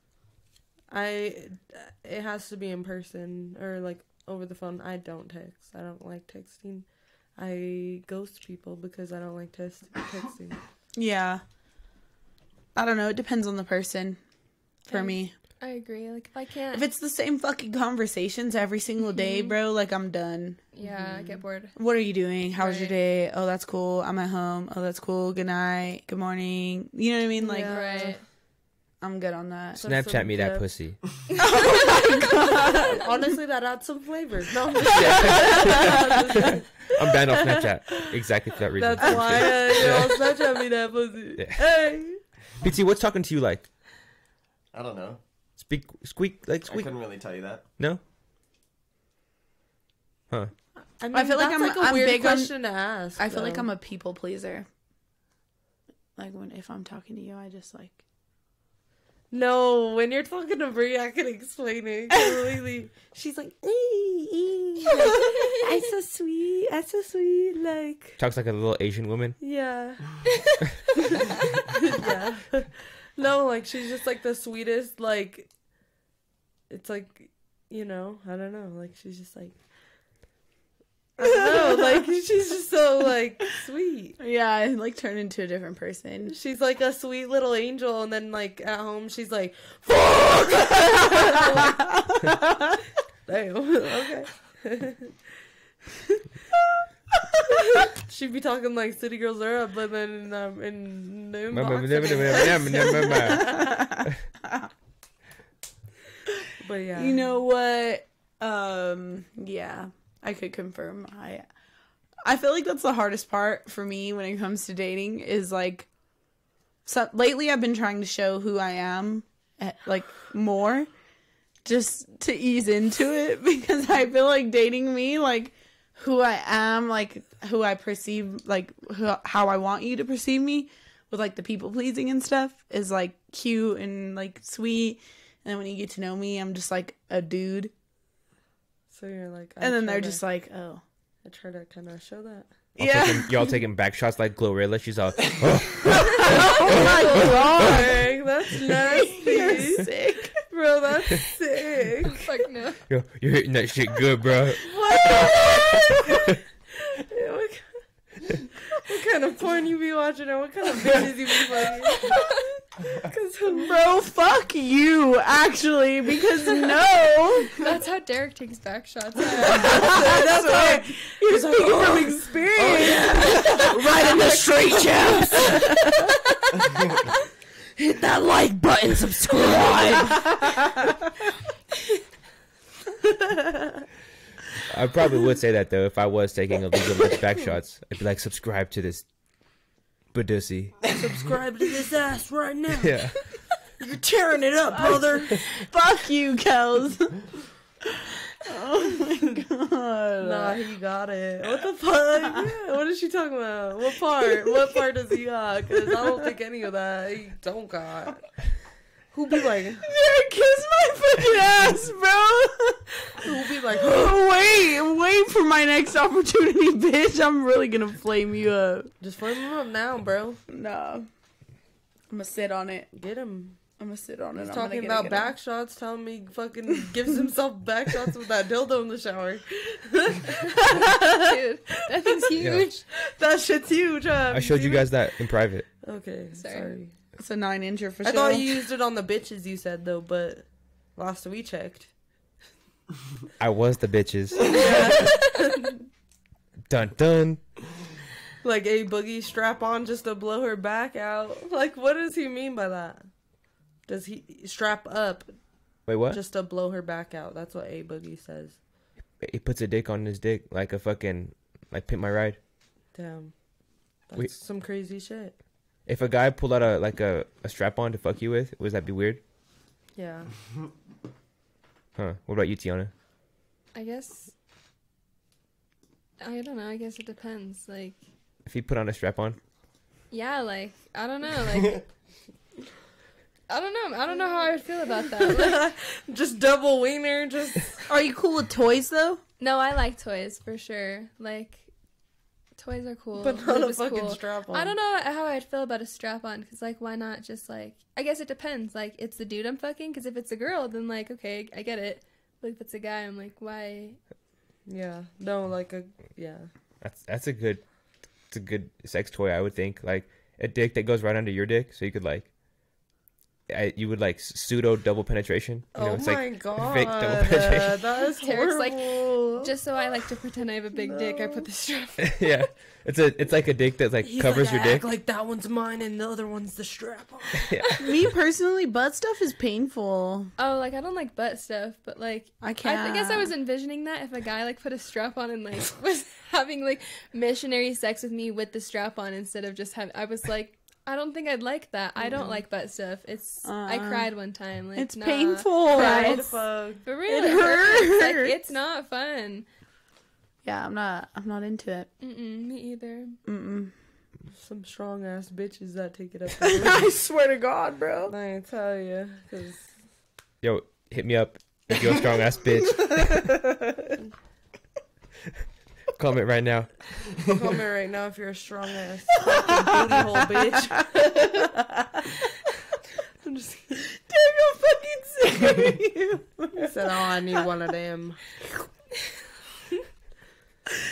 I it has to be in person or like over the phone. I don't text. I don't like texting. I ghost people because I don't like text texting.
Yeah. I don't know. It depends on the person for
Okay.
me.
I agree. Like if I can't,
If it's the same fucking conversations every single day, bro, like I'm done.
yeah, I get bored.
What are you doing? How was your
Right.
day? Oh, that's cool. I'm at home. Oh, that's cool. Good night. Good morning. You know what I mean? Like,
Yeah.
Right.
I'm good on that.
So
Snapchat
some
me that
dip.
pussy.
Honestly, that adds some flavor. No, I'm just-
I'm banned off Snapchat exactly for that reason.
that's why uh, you all Snapchat me that pussy.
Yeah.
Hey.
BT, what's talking to you like?
I don't know.
Speak, squeak, like
I
squeak.
couldn't really tell you that.
No. Huh.
mean,
I feel like
that's
I'm-
a
I'm
weird
big on-
question to ask.
I feel like
though.
I'm a people pleaser. Like when if I'm talking to you, I just like
No, when you're talking to Brie, I can explain it completely. She's like, ee, ee, like, I so sweet, I so sweet, like,
Talks like a little Asian woman.
yeah. yeah. No, like, she's just like the sweetest, like, it's like, you know, I don't know, like, she's just like, I don't know, like, she's just so, like, sweet.
yeah, I like turn into a different person.
She's like a sweet little angel, and then like at home, she's like, "Fuck!" Damn. Okay. She'd be talking like City Girls Are Up, but then um, in the inbox. But yeah,
You know what? Um, yeah, I could confirm. I I feel like that's the hardest part for me when it comes to dating is like so lately I've been trying to show who I am eh, like more just to ease into it because I feel like dating me like who I am, like who I perceive, like who, how I want you to perceive me with like the people pleasing and stuff is like cute and like sweet. And then when you get to know me, I'm just like a dude.
so you're like, I
And then
try
they're
to-
just like, oh.
I try to kind of show that.
Yeah.
Y'all taking back shots like Glorilla. She's all.
Oh my god, that's nasty,
You're sick.
bro. That's sick.
Fuck no.
Yo, you're hitting that shit good, bro.
Yeah, what, ki- what kind of porn you be watching and what kind of bitches you be fucking? Cause
Bro, fuck you, actually, because no.
That's how Derek takes back shots.
That's why you're speaking
oh.
from experience. right in the street, champs. Hit that like button, subscribe.
I probably would say that though if I was taking illegal back shots. I'd be like, subscribe to this, Badussy.
subscribe to this ass right now.
Yeah.
Tearing it up, brother. fuck you, Kels.
Nah, he got it. Oh What the fuck? what is she talking about? What part? What part does he got? Because I don't think any of that. He don't got. Who be like?
Dude, kiss my fucking ass, bro.
Who be like?
wait, wait for my next opportunity, bitch. I'm really gonna flame you up.
Just flame him up now, bro.
Nah. I'm gonna sit on it.
Get him.
I'm gonna sit on it.
He's
I'm
talking
gonna get it,
about
get it.
back shots. Telling me he fucking gives himself back shots with that dildo in the shower.
Dude, that thing's huge.
That shit's huge. Huh?
I showed you guys that in private.
Okay,
Sorry.
sorry.
It's a nine incher for
I
sure.
thought you used it on the bitches you said though, but last we checked.
I was the bitches. dun dun.
Like a boogie strap on just to blow her back out. Like, what does he mean by that? Does he strap up
Wait, what?
just to blow her back out? That's what a boogie says.
he puts a dick on his dick like a fucking like pimp my ride.
Damn, that's
We-
some crazy shit.
If a guy pulled out a like a, a strap on to fuck you with, would that be weird?
Yeah,
Huh? What about you, Tiana?
I guess. I don't know. I guess it depends. Like,
If he put on a strap on,
yeah, like I don't know. Like, I don't know. I don't know how I would feel about that. Like,
just double wiener. Just
Are you cool with toys though?
no, I like toys for sure. Like, toys are cool.
but not
Lube
a
is
fucking
cool.
strap on.
I don't know how I'd feel about a strap on because, like, why not just like? I guess it depends. Like, it's the dude I'm fucking. Because if it's a girl, then like, okay, I get it. But if it's a guy, I'm like, why?
Yeah, no, like a yeah.
that's that's a good, it's a good sex toy, I would think. Like a dick that goes right under your dick, so you could like, I, you would like pseudo double penetration. You know,
oh
it's
my
like
god,
fake double
uh,
penetration.
that is
Tarek's like,
horrible.
Just so I like to pretend I have a big dick, I put the strap.
yeah, it's a it's like a dick that like
He's
covers
like,
your
"I
dick.
act Like that one's mine and the other one's the strap on.
Me personally, butt stuff is painful.
Oh, like I don't like butt stuff, but like
I
I,
can't.
th- I guess I was envisioning that if a guy like put a strap on and like was having like missionary sex with me with the strap on instead of just having. I was like, I don't think I'd like that. I don't like butt stuff. It's I
Uh-uh.
cried one time. Like
Mm. It's
nah.
painful.
Right.
What the fuck?
For real,
It
hurts. Like,
hurts.
it's not fun.
Yeah, I'm not. I'm not into it.
Mm-mm, me either.
Mm-mm.
Some strong ass bitches that take it up. the
I swear to God, bro.
I ain't tell you, cause
Yo, hit me up if you're a strong ass bitch. Comment right now.
comment right now if you're a strong ass fucking booty hole bitch. I'm just
Damn, you're fucking serious.
said, oh, I need one of them.
He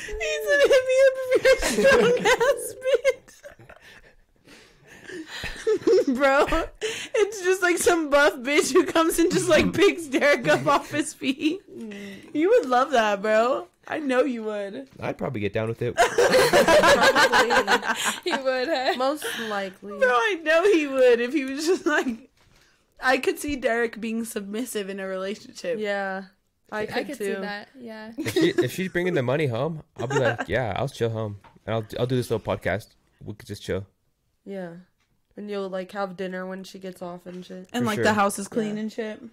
said, hit me up if you're a strong ass bitch. Bro, it's just like some buff bitch who comes and just like picks Derek up off his feet. You would love that, bro. I know you would.
I'd probably get down with it.
Probably,
He would. Have.
most likely.
Bro, I know he would if he was just like. I could see Derek being submissive in a relationship.
Yeah, I could,
I could
too.
see that. Yeah.
If, she, if she's bringing the money home, I'll be like, yeah, I'll chill home, and I'll I'll do this little podcast. We could just chill.
Yeah, and you'll like have dinner when she gets off and shit.
And
For
like
sure.
the house is clean
Yeah.
and shit.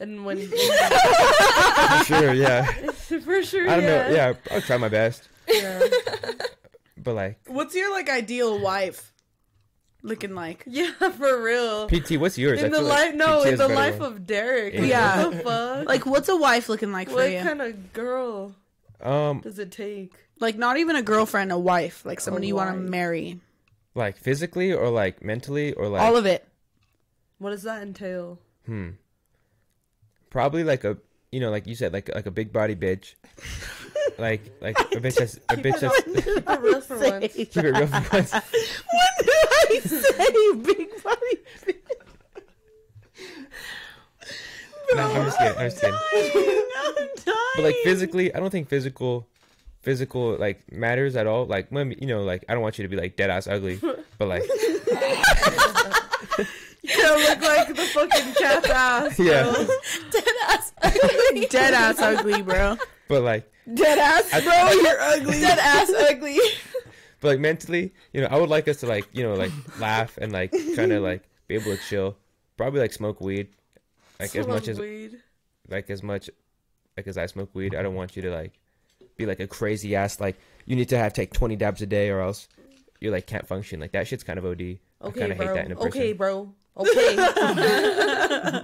And when
For sure, yeah.
for sure,
I don't
yeah.
know. Yeah, I'll try my best,
yeah.
but like,
What's your like ideal wife looking like?
Yeah, for real.
PT, what's yours?
In the
feel
life,
like
no,
PT
in
is
the
better
life
one.
of Derek.
Yeah.
What the fuck?
Like, what's a wife looking like for
what
you?
kind of girl
um,
does it take?
Like not even a girlfriend, a wife, like someone you want to
wife.
marry.
like physically or like mentally or like
All of it.
What does that entail?
hmm, probably like a you know like you said like like a big body bitch, like like a bitch that's a bitch that's
Keep it real for
Say
once.
that.
keep it real for once.
What did I say, big body?
No, I'm just kidding. I'm just kidding.
I'm dying.
But like physically, I don't think physical, physical like matters at all. Like when you know, like I don't want you to be like dead ass ugly, but like
Yeah, look like the fucking cat's ass.
yeah,
Dead ass ugly.
dead ass ugly, bro.
but like
Dead ass,
I-
bro. You're ugly.
Dead ass ugly.
but like mentally, you know, I would like us to like you know like laugh and like kind of like be able to chill. Probably like smoke weed, like as much as
weed.
like as much like as I smoke weed. I don't want you to like be like a crazy ass like you need to have take twenty dabs a day or else you like can't function. Like that shit's kind of OD. I
Okay,
kind of
bro.
hate that in a person.
okay, bro. Okay.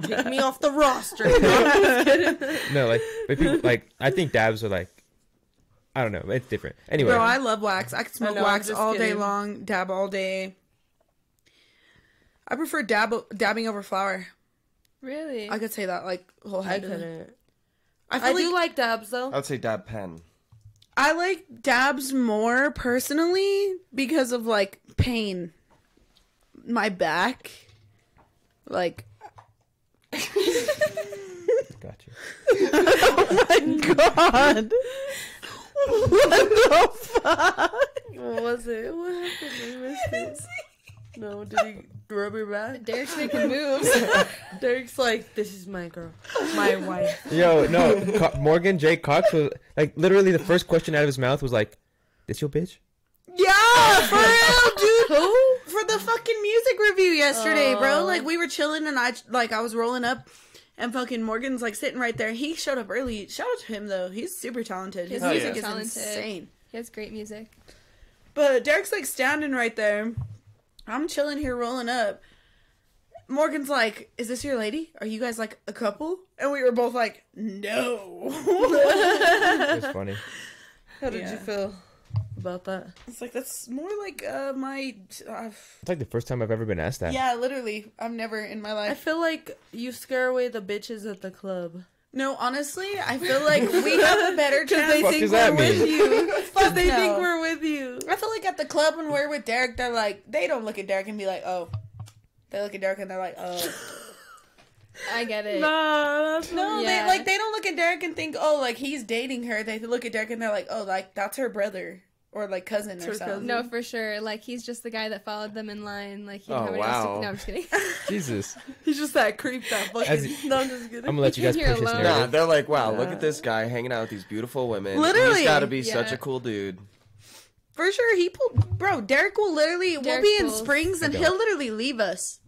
Take me off the roster. No,
No, like but people like I think dabs are like I don't know. It's different. Anyway,
Bro, I love wax. I can smoke
know, I'm
wax
just
all day
kidding.
long, dab all day. I prefer dab dabbing over flour.
Really?
I could say that like
I
wholeheadedly.
couldn't.
I, feel
I
like,
do like dabs though.
I'd say dab pen.
I like dabs more personally because of like pain. My back. Like
got you.
Oh my god. what the fuck?
What was it? What happened? I missed it. No, did he rub your back?
Derek's making moves.
Derek's like, this is my girl, my wife.
Yo, no, Co- Morgan J. Cox was like literally the first question out of his mouth was like, "This your bitch?"
Yeah, for real, dude. Who? Oh. For the fucking music review yesterday, bro. Like we were chilling and I like I was rolling up and fucking Morgan's like sitting right there. He showed up early. Shout out to him though. He's super talented. His
Hell
music
yeah.
is
Talented.
insane.
he has great music.
But Derek's like standing right there. I'm chilling here rolling up. Morgan's like, "Is this your lady? Are you guys like a couple?" And we were both like, "No."
It's funny.
How did
Yeah.
you feel about that?
it's like that's more like uh, my uh,
It's like the first time I've ever been asked that.
yeah, literally. I've never in my life
I feel like you scare away the bitches at the club.
No, honestly, I feel like we have a better chance.
Fuck does that mean?
you. But they
no.
think we're with you.
I feel like at the club when we're with Derek, they're like, they don't look at Derek and be like, oh. They look at Derek and they're like, oh.
I get it.
Nah, that's
No,
Yeah.
they like they don't look at Derek and think, oh, like he's dating her. They look at Derek and they're like, oh, like that's her brother or like cousin or
her
something.
cousin.
No, for sure. Like he's just the guy that followed them in line. Like he
Oh,
didn't have anyone else to-
wow.
No, I'm just kidding.
Jesus,
he's just that creep that
As
fucking.
it-
no, I'm just kidding.
I'm gonna let you guys
You're
push this
alone.
Nah,
narrative.
they're like, wow, look at this guy hanging out with these beautiful women.
Literally.
he's got to be such
Yeah.
a cool dude.
For sure, he pulled. Bro, Derek will literally
Derek
we'll be in
pulls.
Springs and
I
he'll literally leave us.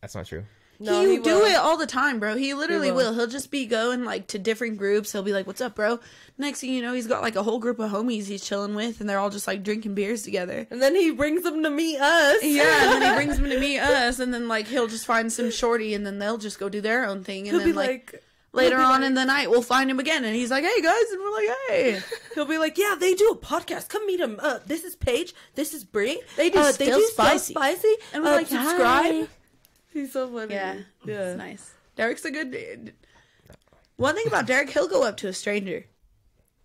That's not true.
No,
he,
he
do
will.
it all the time, bro. He literally
will.
will. He'll just be going like to different groups. He'll be like, "What's up, bro?" Next thing you know, he's got like a whole group of homies he's chilling with, and they're all just like drinking beers together.
And then he brings them to meet us.
Yeah, and then he brings them to meet us, and then like he'll just find some shorty, and then they'll just go do their own thing, and
He'll
then
be
like,
like,
later
he'll be
on
like-
in the night we'll find him again, and he's like, "Hey guys," and we're like, "Hey."
he'll be like, yeah, they do a podcast. Come meet them. Uh, this is Paige. This is Brie. They
do
uh,
Still Spicy.
spicy.
And we're
Uh,
like,
subscribe. He's so funny.
Yeah,
yeah.
it's nice. Derek's a good dude. One thing about Derek, he'll go up to a stranger.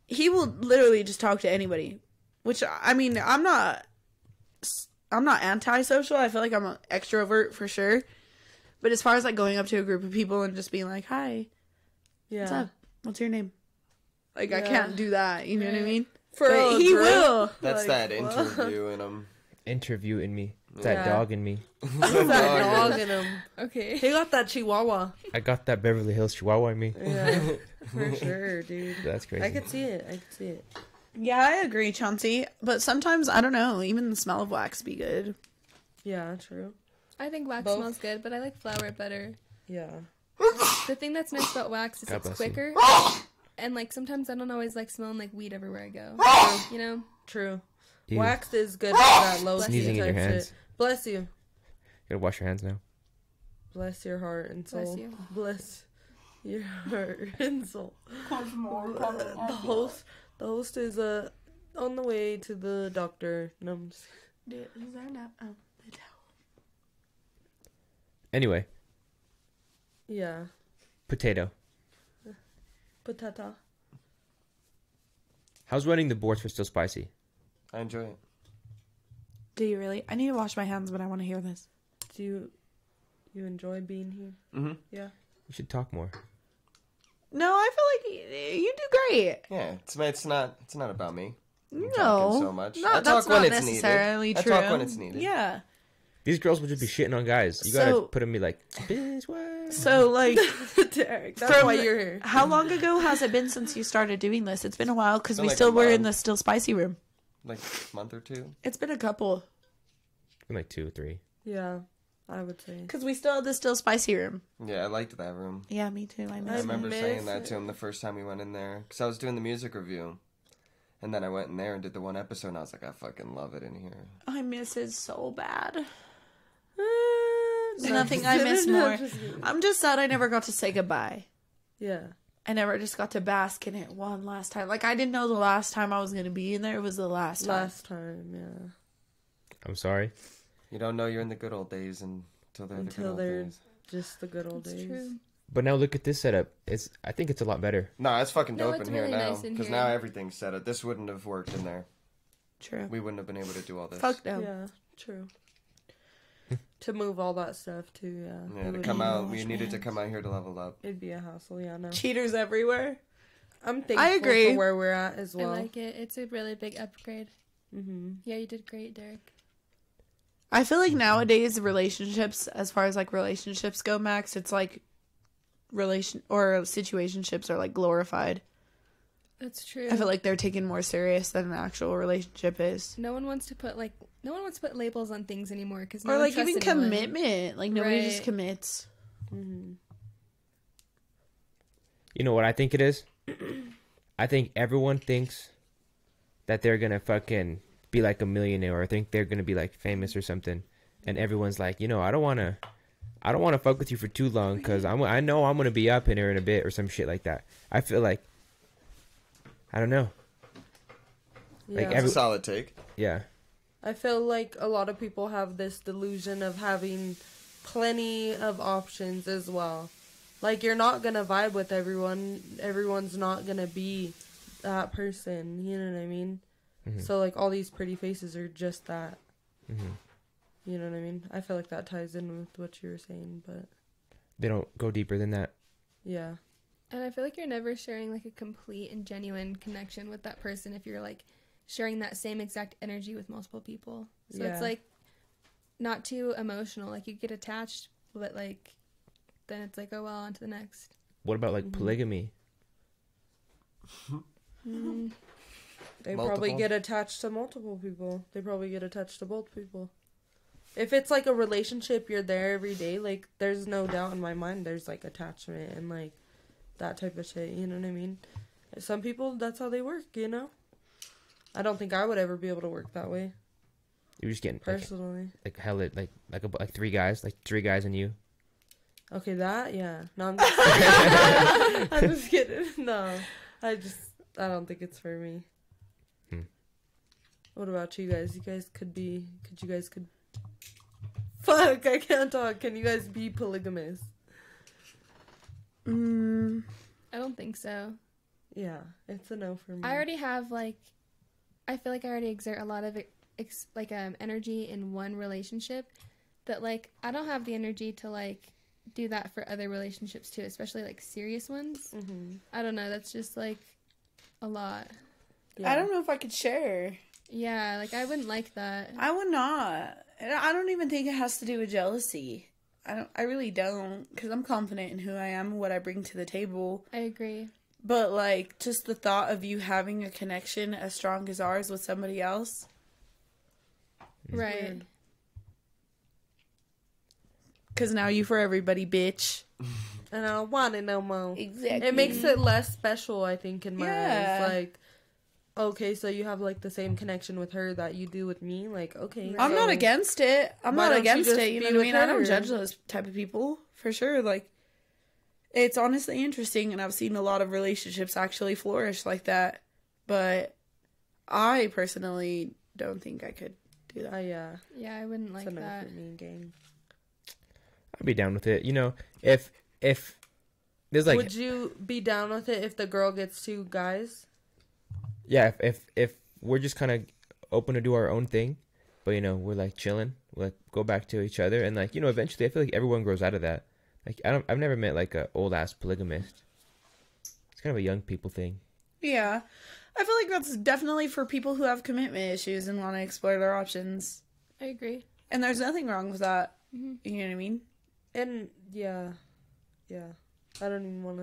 He will literally just talk to anybody, which I mean, I'm not, I'm not antisocial. I feel like I'm an extrovert for sure. But as far as like going up to a group of people and just being like, "Hi,
Yeah.
what's up? What's your name?" Like I
Yeah.
can't do that. You know what I mean?
For
But he will.
That's
Like,
that
what?
interview in him.
Interview in me. It's that
Yeah.
dog in me.
that dog in him.
okay.
He got that chihuahua.
I got that Beverly Hills Chihuahua in me.
Yeah, for sure, dude.
That's crazy.
I could see it. I could see it.
Yeah, I agree, Chauncey. But sometimes I don't know. Even the smell of wax be good.
Yeah, true.
I think wax
Both.
smells good, but I like flour better.
Yeah.
The thing that's nice about wax is
God
it's
bless you.
quicker. And like sometimes I don't always like smelling like weed everywhere I go. you know?
True.
Ew.
Wax is good for that low
Sneezing
T
in your
type
hands.
shit. Bless you.
gotta wash your hands now.
Bless your heart and soul.
Bless
Bless,
you.
your heart and soul. the host the host is uh on the way to the doctor. No, I'm just-
Anyway,
yeah.
potato.
Patata.
How's running the boards for Still Spicy?
I enjoy it.
Do you really? I need to wash my hands, but I want to hear this.
Do you you enjoy being here?
Mhm.
Yeah.
We should talk more.
No, I feel like y- you do great.
Yeah, it's it's not it's not about me.
No,
talking so much.
No,
I
that's
talk when
not
it's needed.
necessarily
I
true.
talk when it's needed.
Yeah.
These girls will just be shitting on guys. You gotta
So-
put them be like, bitch, what?
So like,
Derek, that's
From-
why you're here.
how long ago has it been since you started doing this? It's been a while because
Been
we
like
still
a
were in the
month.
still spicy room.
Like a month or two.
It's been a couple.
I'm like two or three.
Yeah. I would say.
Because we still had the still spicy room.
Yeah, I liked that room.
Yeah, me too. I
I
miss
remember
miss
saying that
it.
to him the first time we went in there because I was doing the music review, and then I went in there and did the one episode, and I was like, I fucking love it in here.
I miss it so bad.
Uh, no,
Nothing
just
I miss
kidding, no,
more.
just kidding.
I'm just sad I never got to say goodbye.
yeah.
I never just got to bask in it one last time. Like I didn't know the last time I was gonna be in there. It was the last time.
Last time, yeah.
I'm sorry.
You don't know you're in the good old days until they're
Until
the good old
they're-
days.
Just the good old days.
But now look at this setup. It's I think it's a lot better.
No, it's fucking
No,
dope
it's
in here
really
now
nice in
because
here.
now everything's set up. This wouldn't have worked in there.
True.
We wouldn't have been able to do all this.
Fuck no.
Yeah, true. to move all that stuff too, yeah.
Yeah,
It
to
would-
come
be
out,
no
we
wash
needed to
hands.
come out here to level up.
It'd be a hassle, yeah. No,
Cheaters everywhere.
I'm thankful
agree.
for where we're at as well.
I like it. It's a really big upgrade.
mm-hmm.
Yeah, you did great, Derek.
I feel like nowadays relationships, as far as like relationships go, Max, it's like relation or situationships are like glorified.
That's true.
I feel like they're taken more serious than an actual relationship is.
no one wants to put like no one wants to put labels on things anymore because no
Or
one
like
trusts
even
anyone.
commitment. Like nobody just
Right.
commits.
You know what I think it is? I think everyone thinks that they're gonna fucking be like a millionaire or think they're gonna be like famous or something, and everyone's like, you know, I don't wanna, I don't wanna fuck with you for too long because I'm, I know I'm gonna be up in here in a bit or some shit like that. I feel like, I don't know,
Yeah.
every-
It's a solid take.
yeah,
I feel like a lot of people have this delusion of having plenty of options as well. Like you're not gonna vibe with everyone. Everyone's not gonna be that person. You know what I mean? So like all these pretty faces are just that. You know what I mean? I feel like that ties in with what you were saying, but
they don't go deeper than that.
yeah,
And I feel like you're never sharing like a complete and genuine connection with that person if you're like sharing that same exact energy with multiple people. So
Yeah.
it's like not too emotional. Like you get attached, but like then it's like, oh well, on to the next.
What about like polygamy?
they probably
Multiple?
get attached to multiple people. They probably get attached to both people. If it's like a relationship, you're there every day. Like there's no doubt in my mind. There's like attachment and like that type of shit. You know what I mean? Some people, that's how they work. You know. I don't think I would ever be able to work that way
You're just getting like,
personally.
like hella like like a, like three guys, like three guys and you.
Okay, that yeah. No, I'm just kidding. I'm just kidding. No, I just I don't think it's for me.
Hmm.
What about you guys? You guys could be. Could you guys could? Fuck! I can't talk. Can you guys be polygamous?
Mm,
I don't think so.
Yeah, it's a no for me.
I already have like I feel like I already exert a lot of ex- like um energy in one relationship that like I don't have the energy to like do that for other relationships too, especially like serious ones.
Mhm.
I don't know, that's just like a lot.
Yeah.
I don't know if I could share.
Yeah, like I wouldn't like that.
I would not. And I don't even think it has to do with jealousy. I don't. I really don't, because I'm confident in who I am, and what I bring to the table.
I agree.
But like, just the thought of you having a connection as strong as ours with somebody else,
Right.
Weird.
because now you for everybody, bitch.
And I don't want it no more.
Exactly.
It makes it less special, I think, in my
Yeah.
eyes. Like, okay, so you have like the same connection with her that you do with me. Like, okay,
I'm not
so-
against it. I'm
Why
not
don't you
against
just
it. You
be
know what I
with
mean? I don't
her?
judge those type of people for sure. Like, it's honestly interesting, and I've seen a lot of relationships actually flourish like that. But I personally don't think I could do
Uh,
that.
yeah,
Yeah, I wouldn't
it's
like
a no
that.
for me, gang.
I'd be down with it. You know, if if there's like
Would you be down with it if the girl gets two guys?
yeah, if if, if we're just kind of open to do our own thing, but you know, we're like chilling, we like go back to each other, and like you know, eventually, I feel like everyone grows out of that. Like I don't, I've never met like a old ass polygamist. It's kind of a young people thing.
Yeah. I feel like that's definitely for people who have commitment issues and want to explore their options.
I agree.
And there's nothing wrong with that. You know what I mean?
And yeah, yeah. I don't even want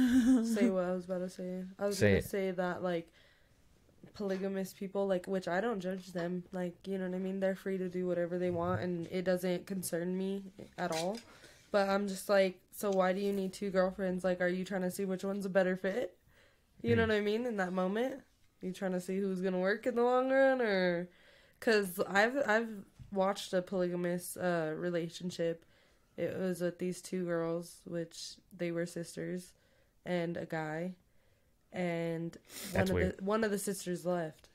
to say what I was about to say. I was
Say
gonna
it.
say that like polygamous people, like which I don't judge them. Like you know what I mean. They're free to do whatever they want, and it doesn't concern me at all. But I'm just like, so why do you need two girlfriends? Like, are you trying to see which one's a better fit? You
Mm.
know what I mean? In that moment, you trying to see who's gonna work in the long run, or because I've I've watched a polygamous uh, relationship. It was with these two girls, which they were sisters, and a guy, and
That's
one of
weird.
the one of the sisters left.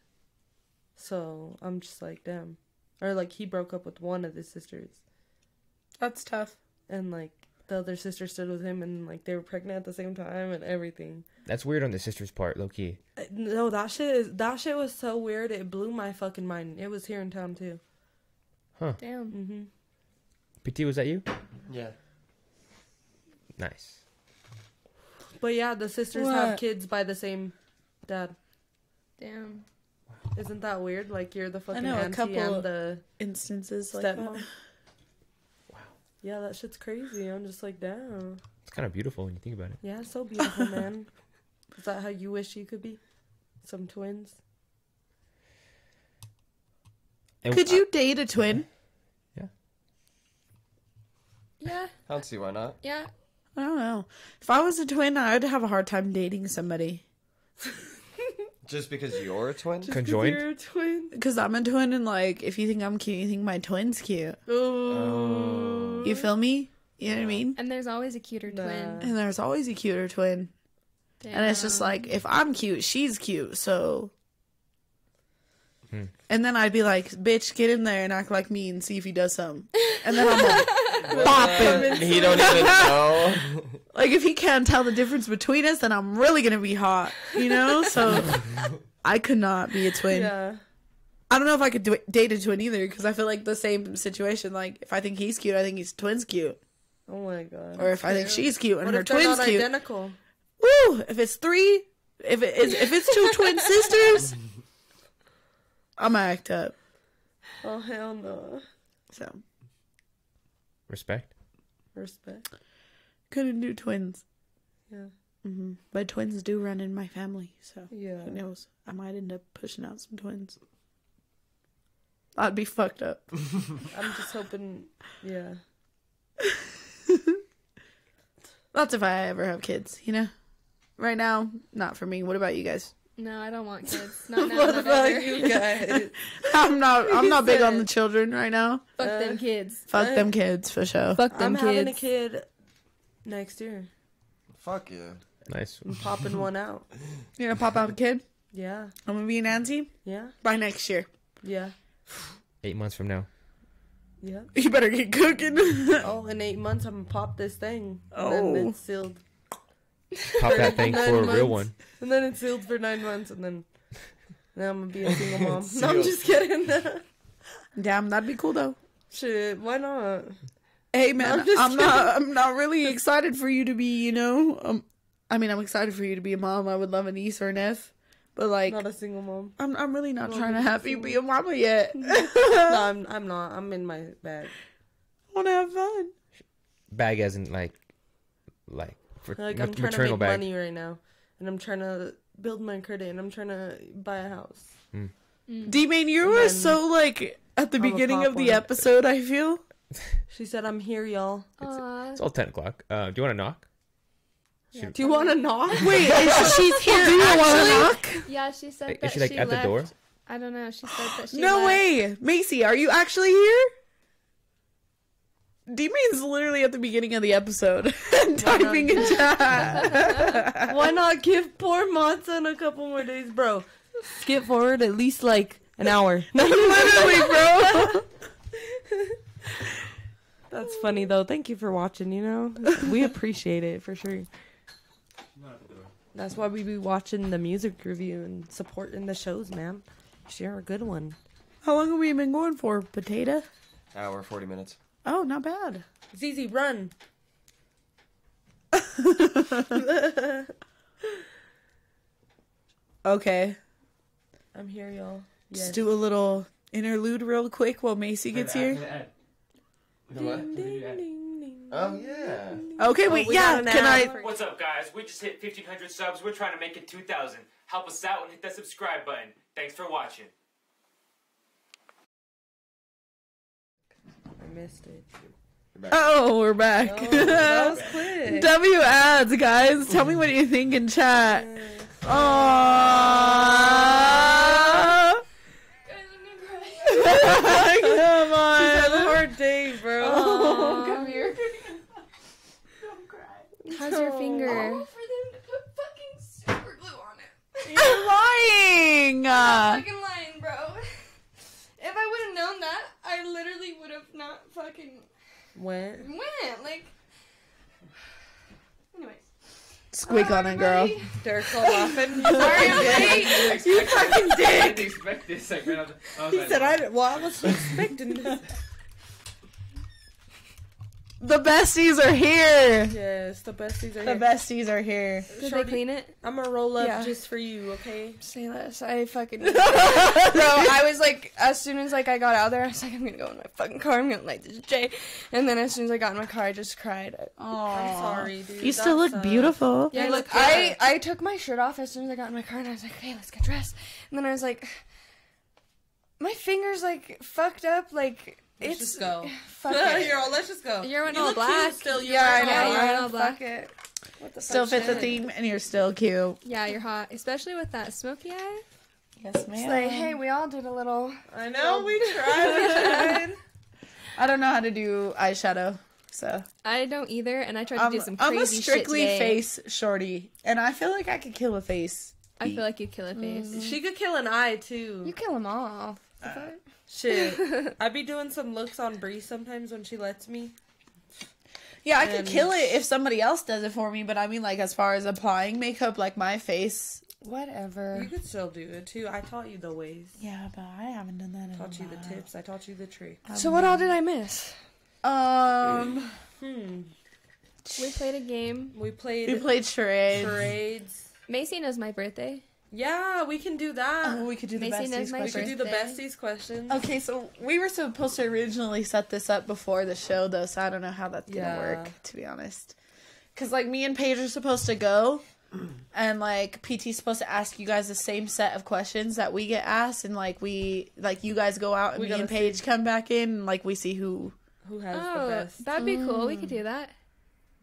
So I'm just like, damn, or like he broke up with one of the sisters,
That's tough.
and like the other sister stood with him, and like they were pregnant at the same time and everything.
That's weird on the sister's part, low key.
Uh, No, that shit is that shit was so weird. It blew my fucking mind. It was here in town too.
Damn.
Mm-hmm.
PT, was that you?
Yeah.
Nice.
But yeah, the sisters have
What?
kids by the same dad.
Damn.
Isn't that weird? Like you're the fucking
know, a
auntie
couple
and the
Instances like
stepmom.
that.
Yeah, that shit's crazy. I'm just like, damn.
It's kind of beautiful when you think about it.
Yeah, so beautiful, man. Is that how you wish you could be? Some twins.
And
Could you date a twin?
Yeah.
I don't see why not.
Yeah.
I don't know. If I was a twin, I'd have a hard time dating somebody
Just because you're a twin?
I- conjoined?
You're a twin.
because I'm a twin, and like, if you think I'm cute, you think my twin's cute.
Oh.
You feel me? You know what I mean?
And there's always a cuter twin.
Nah.
And there's always a cuter twin, and it's just
Damn.
like, if I'm cute, she's cute, so. And then I'd be like, "Bitch, get in there and act like me and see if he does something." And then I'm like, bopping.
He don't even know.
Like if he can't tell the difference between us, then I'm really gonna be hot, you know. So I could not be a twin.
Yeah.
I don't know if I could do it, date a twin either because I feel like the same situation. Like if I think he's cute, I think his twin's cute,
Oh my god.
or if I think she's cute and
what
her
if they're
twin's
not
cute.
identical?
Woo! If it's three, if it is, if it's two twin sisters, I'm gonna act up.
Oh hell no.
So
Respect.
Respect.
couldn't do twins,
Yeah.
hmm but twins do run in my family. So
Yeah.
who knows? I might end up pushing out some twins. I'd be fucked up.
I'm just hoping. Yeah.
That's if I ever have kids, you know? Right now, not for me. What about you guys?
No, I don't want kids. Not now.
What
not
about
ever.
You guys.
I'm not I'm not big on
said-
the children right now.
Fuck them kids.
Fuck
Uh,
them kids for sure.
Fuck
I'm
them
having a
kids.
kid next year.
Fuck yeah.
Nice.
I'm popping one out.
You're gonna pop out a kid?
Yeah.
I'm gonna be an auntie
Yeah.
by next year.
Yeah.
Eight months from now.
Yeah.
You better get cooking.
Oh, in eight months I'm gonna pop this thing. And then
Oh.
it's sealed.
Pop that thing
Nine
for a real
months.
one.
And then it's sealed for nine months and then now I'm gonna be a single mom.
It's
no, I'm
sealed.
just kidding.
Damn, that'd be cool though.
Shit, why not?
Hey man,
I'm
I'm,
just
not I'm not really excited for you to be, you know, um I mean I'm excited for you to be a mom. I would love a niece or an F. But like
Not a single mom.
I'm I'm really not trying to have you be a mama yet.
No, I'm I'm not. I'm in my bag.
wanna have fun.
Bag as in like, like, for,
Like
ma-
I'm trying to
maternal
make
bag.
money right now. And I'm trying to build my credit and I'm trying to buy a house.
D Main, you
And
were
then
so like at the
I'm a
beginning
pop
of the
one.
episode, I feel.
She said I'm here, y'all.
Aw.
It's all 10 o'clock. Uh, do you want to knock?
Do you wanna knock?
Wait, is she's here. Do you want to knock?
Yeah, she said
Is
that
she, like, at the
left.
door?
I don't know. She said that she
No
left.
way. Macy, are you actually here? D Main's literally at the beginning of the episode typing in chat.
Why not give poor Monson a couple more days, bro? Skip forward at least like an hour.
literally, bro.
That's funny though. Thank you for watching, you know? We appreciate it for sure. That's why we be watching the music review and supporting the shows, man. Share a good one.
How long have we been going for, potato?
Hour, 40 minutes.
Oh, not bad.
ZZ, run.
Okay.
I'm here, y'all.
Just
Yes.
do a little interlude real quick while Macy gets here.
Oh, yeah.
Okay,
Oh,
wait,
we
yeah.
got an
Can
ad.
I
What's up, guys? We just hit 1,500 subs. We're trying to make it 2,000. Help us out and hit that subscribe button.
Thanks for watching.
I missed it.
Oh, we're back.
Oh, that was quick.
W ads, guys. Tell me what you think in chat. Aww.
Guys, I'm gonna cry.
Come
Had a
on.
hard day, bro.
Oh, come here. How's your finger? for them to put fucking super glue on it.
You're lying.
I'm fucking lying, bro. If I would have known that, I literally would have not fucking
When?
went. Like, anyways.
Squeak
Hello,
on it, girl.
everybody.
They're so laughing.
Sorry, I'm late.
You fucking dick! I didn't expect this. Like, man, I was, I was
He
like,
said, I, well, I was expecting this.
The besties are here.
Yes, the besties are
The
here.
besties are here.
Did they
Shorty,
clean it?
I'm gonna roll up
Yeah.
just for you, okay?
Say less. I fucking. no, I was like, as soon as like I got out there, I was like, I'm gonna go in my fucking car. I'm gonna light this J. And then as soon as I got in my car, I just cried.
I'm sorry, dude. uh,
You still
That
look
sucks.
beautiful.
Yeah,
You
look,
look
I, I took my shirt off as soon as I got in my car and I was like, okay, let's get dressed. And then I was like, my finger's like fucked up. Like,
Let's
it's.
just go.
Fuck it.
You're all, let's just go.
You're in
You
all
look cute
black.
Still, you're
yeah, I
wearing all
know.
black.
You're in all Fuck black. it.
What the
Still
fuck
fit the
shit?
theme, and you're still cute.
Yeah, you're hot. Especially with that smoky eye.
Yes,
It's like, hey, we all did a little.
I know, we tried, we tried.
I don't know how to do eyeshadow, so
I don't either, and I tried to
I'm,
do some
I'm
crazy
a strictly
shit today.
face shorty, and I feel like I could kill a face.
I feel like you'd kill a face.
She could kill an eye, too.
You kill them all.
Shit. I be doing some looks on Bree sometimes when she lets me.
Yeah, I could
And-
kill it if somebody else does it for me, but I mean, like as far as applying makeup, like my face,
You
whatever.
could still do it, too. I taught you the ways.
Yeah, but I haven't done that. In
taught
a
you the tips. I taught you the trick.
Uh,
So what all did I miss?
while. Um,
Hmm.
We played a game.
We played,
we played charades.
parades.
Macy knows my birthday.
Yeah, we can do that.
Oh, we could do the
Macy knows
besties
my
we could
question.
do the
birthday.
besties questions.
Okay, so we were supposed to originally set this up before the show, though, so I don't know how that's gonna
Yeah.
work, to be honest. Because like me and Paige are supposed to go, and like PT's supposed to ask you guys the same set of questions that we get asked, and like we like you guys go out and
We
me and
gotta
Paige come back in, and like we see who.
Who has
Oh,
the best?
that'd be cool. We could do that.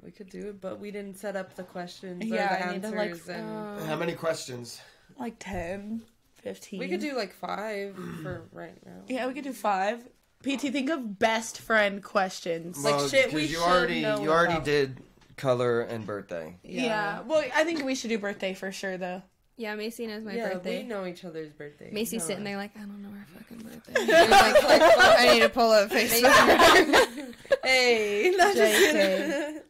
We could do it, but we didn't set up the questions yeah,
Yeah,
or the
I need to,
answers.
like, um,
and
How many questions?
Like 10, 15.
we could do like five for right now.
yeah, we could do five. PT, think of best friend questions.
Like, shit, we
you
should
already
know
you already
about-
did color and birthday.
yeah. well, I think we should do birthday for sure, though.
Yeah, Macy knows my
yeah, we
birthday.
know each other's birthdays.
Macy's
No.
sitting there like, I don't know her fucking birthday. She's like, like, fuck, I need to pull up Facebook.
Hey, not just
JK.
kidding.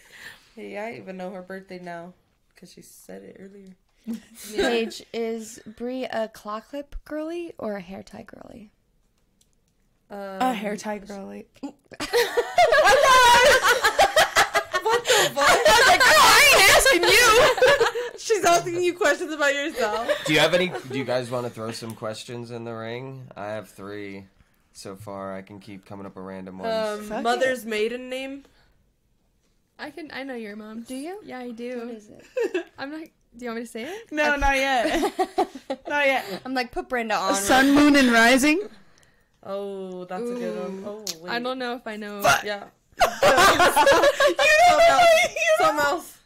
hey, I even know her birthday now because she said it earlier.
Paige, is Brie a claw clip girly or a hair tie girly?
Um,
A hair tie girly.
She's asking you questions about yourself.
Do you have any? do you guys want to throw some questions in the ring? I have three so far. I can keep coming up with random ones.
Um, mother's maiden name.
I can. I know your mom. Do you? Yeah, I do. What is it? I'm not. Do you want me to say it?
No, not yet. not yet.
I'm like, put Brenda on.
Sun, moon, and rising.
Oh, that's a good one. Oh, wait.
I don't know if I know.
Yeah.
you
Something else.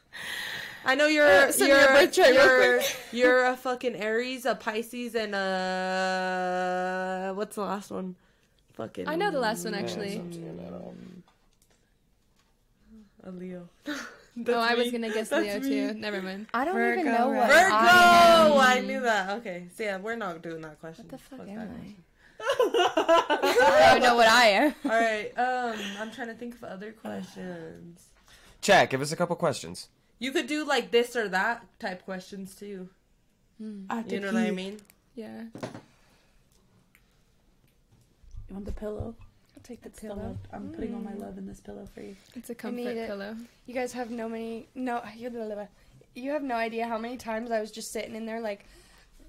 I know you're
Uh, send me
you're
your birth chart real
you're, you're a fucking Aries, a Pisces, and a what's the last one? Fucking
I know the last one actually.
a Leo.
oh, I was gonna guess Leo too. Never mind.
I don't even
Virgo,
know what
Virgo.
I
I
am.
knew that. Okay, so yeah, we're not doing that question.
What the fuck
Fuck
am
that
I?
I don't know what I am.
All right, um, I'm trying to think of other questions.
Chat, give us a couple questions.
You could do like this or that type questions too.
Hmm.
You know what I mean?
Yeah.
You want the pillow?
I'll take the
I'm putting all my love in this pillow for you.
It's a
need
comfort
it.
pillow.
You guys have no many. No, you blah, blah, blah. you have no idea how many times I was just sitting in there like,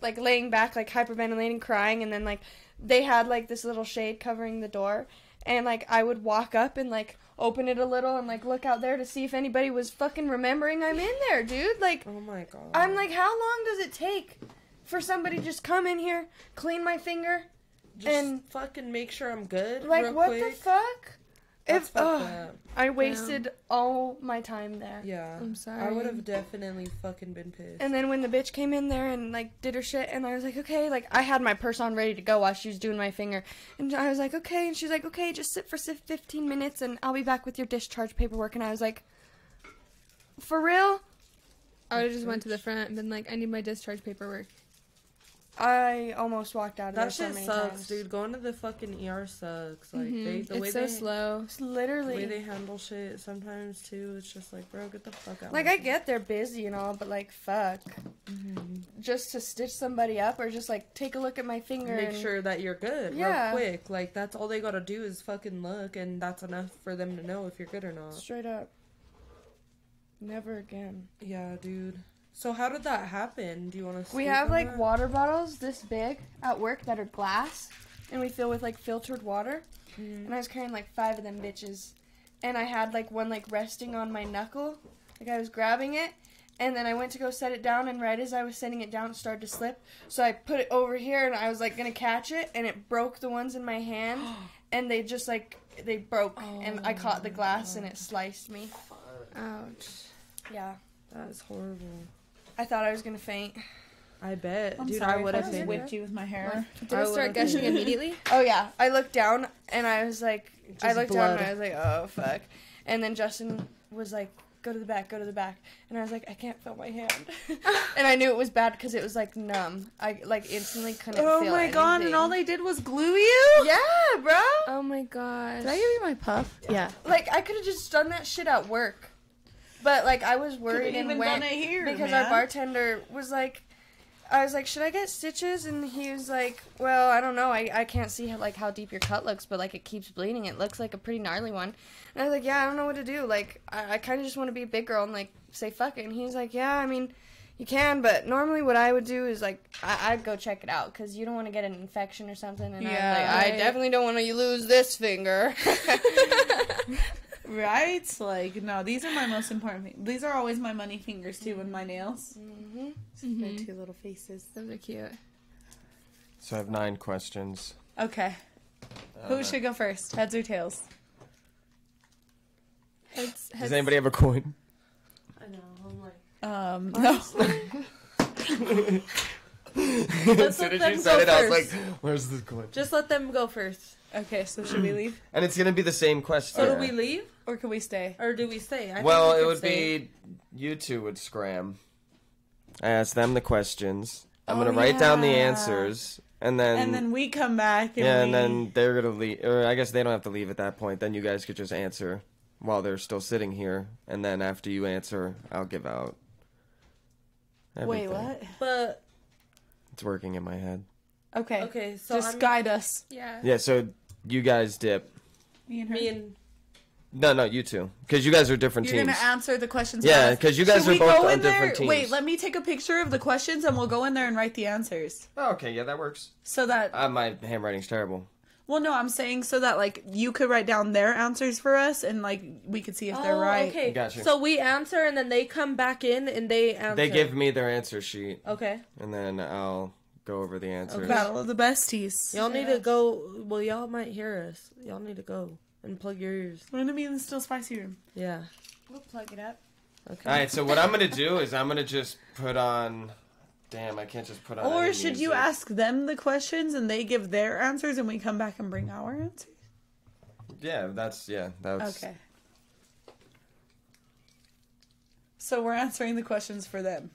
like laying back, like hyperventilating, crying, and then like they had like this little shade covering the door, and like I would walk up and like open it a little and like look out there to see if anybody was fucking remembering I'm in there, dude. Like
Oh my god.
I'm like, how long does it take for somebody to just come in here, clean my finger.
Just
And-
fucking make sure I'm good.
Like
real
what the
quick.
fuck?
That's
If
fucked
ugh,
up.
I wasted all my time there.
yeah,
I'm
I
sorry.
would have definitely fucking been pissed.
And then when the bitch came in there and like did her shit, and I was like, okay, like I had my purse on ready to go while she was doing my finger, and I was like, okay, and she's like, okay, just sit for si- fifteen minutes, and I'll be back with your discharge paperwork, and I was like, for real,
I would have just went to the front and been like, I need my discharge paperwork.
I almost walked out of there
that
so
shit
many
sucks,
times.
dude. Going to the fucking ER sucks. Like
Mm-hmm.
they,
Mhm.
the way
it's so
they,
slow.
It's
the way they
literally
handle shit sometimes too. It's just like, bro, get the fuck out.
like I get they're busy and all, but like fuck,
Mm-hmm.
just to stitch somebody up or just like take a look at my finger,
make
and-
sure that you're good
Yeah.
real quick. Like that's all they gotta do is fucking look, and that's enough for them to know if you're good or not.
straight up. Never again.
Yeah, dude. So how did that happen? Do you want to?
We have like water bottles this big at work that are glass, and we fill with like filtered water. And I was carrying like five of them bitches, and I had like one like resting on my knuckle, like I was grabbing it, and then I went to go set it down, and right as I was setting it down, it started to slip. So I put it over here, and I was like gonna catch it, and it broke the ones in my hand, and they just like they broke, and I caught the glass, and it sliced me.
Ouch.
Yeah,
That's horrible.
I thought I was gonna faint.
I bet,
I'm
dude.
sorry
I
if
would have
just
been.
whipped you with my hair.
Did
I
it start
would've-
gushing immediately?
Oh yeah, I looked down and I was like, I
Just
looked down
blood.
and I was like, oh fuck. And then Justin was like, go to the back, go to the back, and I was like, I can't feel my hand, and I knew it was bad because it was like numb. I like instantly couldn't
Oh
feel.
my god! And all
anything.
they did was glue you.
Yeah, bro.
Oh my gosh.
Did I give you my puff? Yeah.
Like I could have just done that shit at work, but like I was worried
Could've
and
even
went
done it here,
because
man.
our bartender was like. I was like, should I get stitches? And he was like, well, I don't know. I, I can't see how, like how deep your cut looks, but like it keeps bleeding. It looks like a pretty gnarly one. And I was like, yeah, I don't know what to do. Like I, I kind of just want to be a big girl and like say fuck it. And he was like, yeah, I mean, you can, but normally what I would do is like I, I'd go check it out because you don't want to get an infection or something. And
Yeah,
I was like, I
right.
definitely don't want to lose this finger.
Right? Like, no, these are my most important things. These are always my money fingers, too, and my nails.
Mhm.
My two little faces.
Those are cute.
So I have nine questions.
Okay. Who should go first? Heads or tails?
Heads, heads.
Does anybody have a coin?
I know. I'm like.
Um, no.
Let's
As
let
soon
them
as you
go
said it, I was
first.
like, "Where's the coin?"
Just let them go first.
Okay, so should we leave?
And it's gonna be the same question.
So do we leave
Or can we stay?
or do we stay? I
well,
think we
it
could
would
stay.
be you two would scram. I asked them the questions. I'm
Oh,
gonna write down the
yeah.
answers, and then
And then we come back and
yeah,
we...
and then they're gonna leave. Or I guess they don't have to leave at that point. Then you guys could just answer while they're still sitting here, and then after you answer, I'll give out.
Wait,
everything.
what?
But
It's working in my head.
Okay.
okay, so
Just
I'm,
guide us.
Yeah.
Yeah, so you guys dip.
Me and her.
me and
No, no, you two, because you guys are different
You're
teams.
gonna answer the questions.
Yeah,
for us.
'cause you guys
Should
are
we
both
go
on
in there?
different
Wait,
teams.
let me take a picture of the questions and we'll go in there and write the answers
oh, okay, yeah, that works.
so that.
Uh, my handwriting's terrible.
Well, no, I'm saying so that like you could write down their answers for us and like we could see if they're
Oh,
right.
Okay,
Gotcha.
so we answer and then they come back in and they answer.
They give me their answer sheet,
Okay,
and then I'll go over the answers.
Battle of the besties.
y'all need to go. Well, y'all might hear us. Y'all need to go and plug your ears.
We're gonna be in the still spicy room.
Yeah.
We'll plug it up.
Okay.
All right, so what I'm gonna do is I'm gonna just put on. Damn, I can't just put on.
Or
any
should you
music.
ask them the questions and they give their answers and we come back and bring our answers?
Yeah, that's yeah, that's
Okay. So we're answering the questions for them.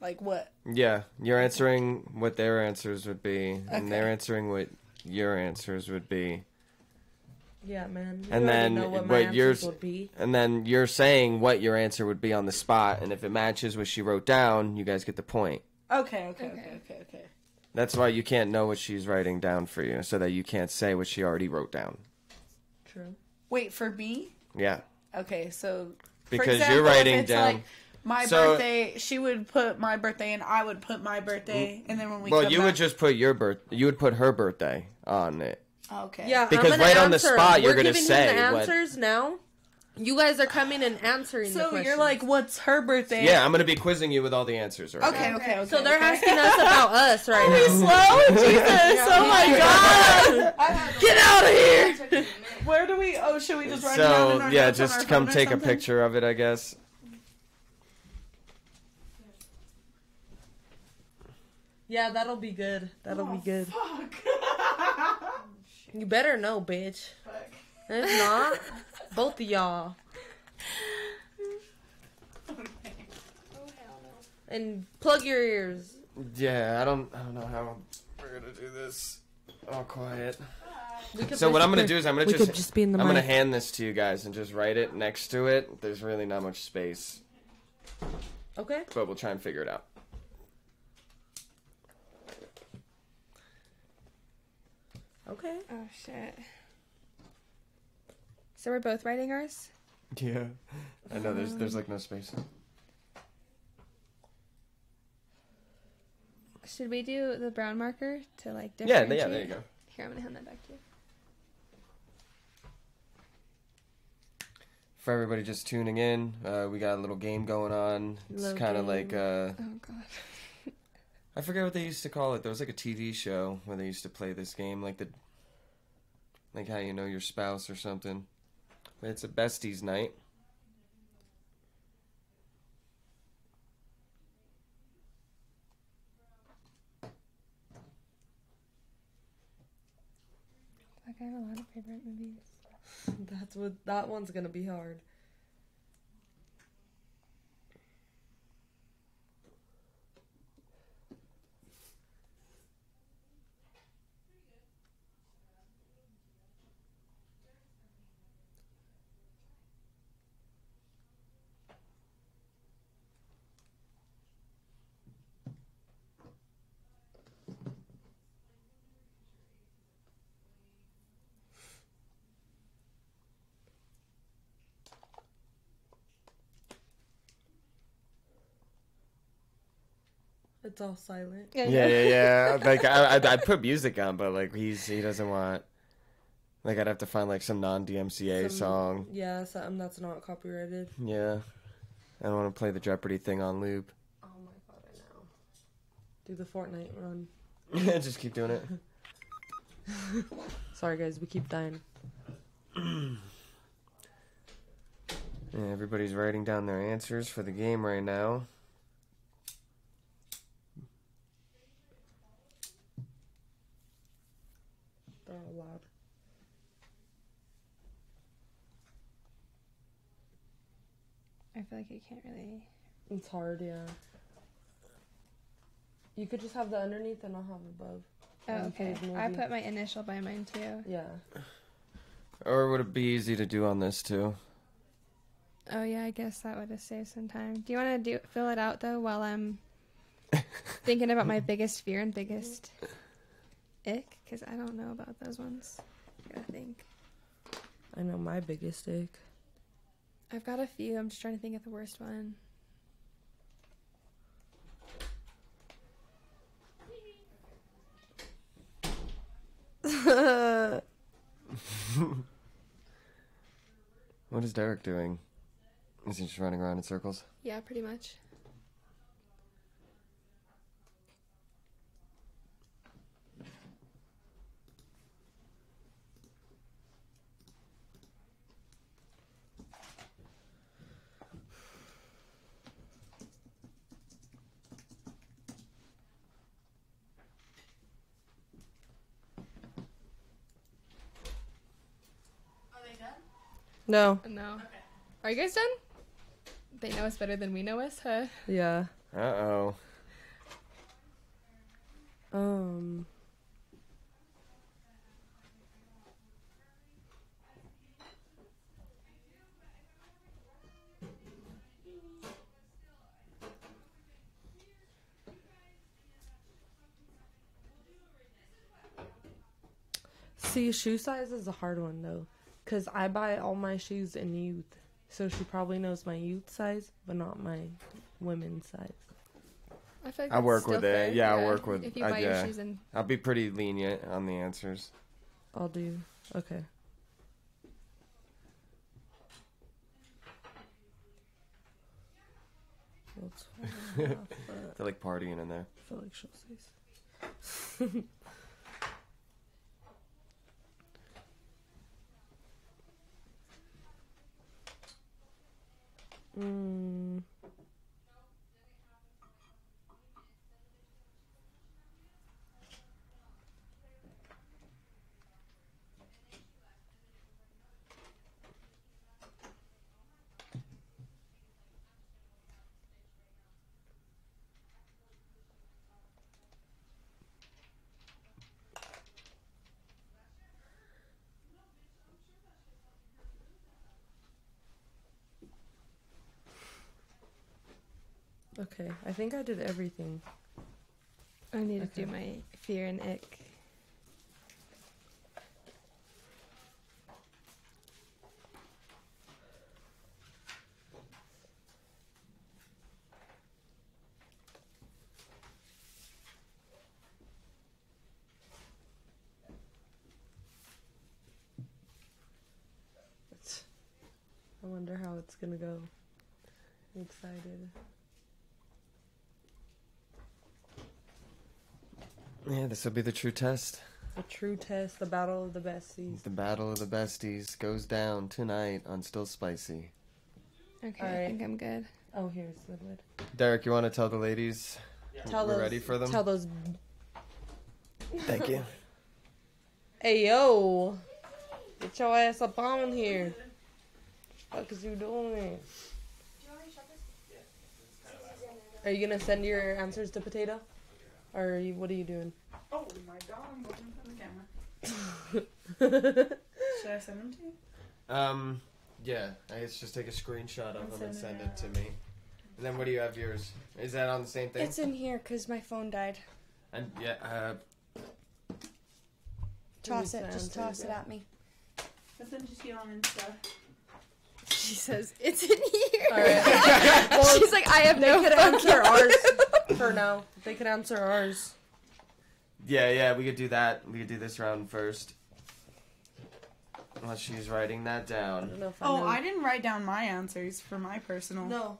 Like what?
Yeah, you're answering what their answers would be, and they're
Okay.
answering what your answers would be,
Yeah, man. You
And
already
then
know what, my
what
answers
yours-
would be.
and then you're saying what your answer would be on the spot, and if it matches what she wrote down, you guys get the point.
Okay, okay, okay, okay, okay.
That's why you can't know what she's writing down for you, so that you can't say what she already wrote down.
True.
Wait, for me?
Yeah.
Okay, so
Because you're writing down-
my
So-
birthday, she would put my birthday and I would put my birthday and then when we
Mm, well,
come
you
back,
would just put your birth. You would put her birthday on it.
Okay.
Yeah, I'm
Because
Oh,
gonna
right on the
answer 'em.
spot, you're
We're
gonna
giving him
say
the
what-
answers now. You guys are coming and answering the
So
questions.
you're like, what's her birthday?
Yeah, I'm gonna be quizzing you with all the answers. Right
Okay, okay, okay.
so they're asking us about us right
Are we
now.
slow? Jesus! Oh my god! Get out of here!
Took me a minute.
Where do we? Oh, should we just write it down? in
So
our
yeah,
notes on our
just
phone
come
or
take a
something?
picture of it, I guess.
Yeah, that'll be good. That'll be good. you better know, bitch. If not, both of y'all. And plug your ears.
Yeah, I don't, I don't know how we're gonna do this. All quiet.
We could
So what I'm gonna
basically-
do is I'm gonna
we
just,
could just be in the
I'm gonna
mic.
hand this to you guys and just write it next to it. There's really not much space,
okay.
but we'll try and figure it out.
Okay.
Oh shit. So we're both writing ours.
Yeah, I know there's there's like no space.
Should we do the brown marker to like
Yeah,
differentiate?
yeah, there you go.
Here, I'm gonna hand that back to you.
For everybody just tuning in, uh, we got a little game going on. It's
Little
kind of
game.
like uh,
Oh god.
I forget what they used to call it. There was like a TV show where they used to play this game, like the like how you know your spouse or something. But it's a besties night.
Like I have a lot of favorite movies.
That's what that one's gonna be hard. It's all silent.
Yeah, yeah, yeah. like I, I, I put music on, but like he's he doesn't want. Like I'd have to find like some non DMCA
Some-
song.
Yeah, something that's not copyrighted.
Yeah, I don't want to play the Jeopardy thing on loop.
Oh my god, I know. Do the Fortnite run.
Just keep doing it.
Sorry guys, we keep dying.
Yeah, everybody's writing down their answers for the game right now.
They're all loud.
I feel like you can't really.
It's hard, yeah. You could just have the underneath and I'll have above.
Oh,
Um,
okay.
favorite
I
movie.
put my initial by mine too.
Yeah.
Or would it be easy to do on this too?
Oh yeah, I guess that would have saved some time. Do you want to do fill it out though while I'm thinking about my biggest fear and biggest ick? Because I don't know about those ones. I gotta think.
I know my biggest ick.
I've got a few. I'm just trying to think of the worst one.
What is Derek doing? Is he just running around in circles?
Yeah, pretty much.
No.
No. Are you guys done? They know us better than we know us, huh?
Yeah.
Uh oh.
Um. See, shoe size is a hard one though, cause I buy all my shoes in youth, so she probably knows my youth size, but not my women's size.
I, feel like
I
that's
work
still
with it.
fair.
Yeah, I work with-
If you
I-
buy
yeah.
your shoes in
I'll be pretty lenient on the answers.
I'll do. Okay. They're
They're like partying in there.
like she'll say something. Mm. Okay, I think I did everything.
I need to
Okay.
do my fear and ick.
I wonder how it's gonna go. I'm excited.
Yeah, this will be the true test.
The true test, the battle of the besties.
The battle of the besties goes down tonight on Still Spicy.
Okay, I
Alright.
think I'm good.
Oh, here's the lid.
Derek, you want to tell the ladies?
Tell
We're
those,
ready for them?
Tell those.
Thank you.
Hey yo, get your ass up on here. What the fuck is you doing? Are you gonna send your answers to Potato, or are you, what are you doing?
Oh my god, I'm looking for the camera. Should I send them to you?
Um, yeah, I guess just take a screenshot of them and send it to me. And then what do you have yours? Is that on the same thing?
It's in here because my phone died.
and yeah, uh,
Toss
needs
it.
the
Just
answers,
toss it
yeah.
at me.
Let them just get on Insta.
She says it's in here.
All right. Well,
She's like, I have no
they could
fucking
answer ours for now. They could answer ours.
yeah, yeah, we could do that. We could do this round first. Unless she's writing that
I don't
down.
know if I
Oh,
know.
I didn't write down my answers for my personal.
no.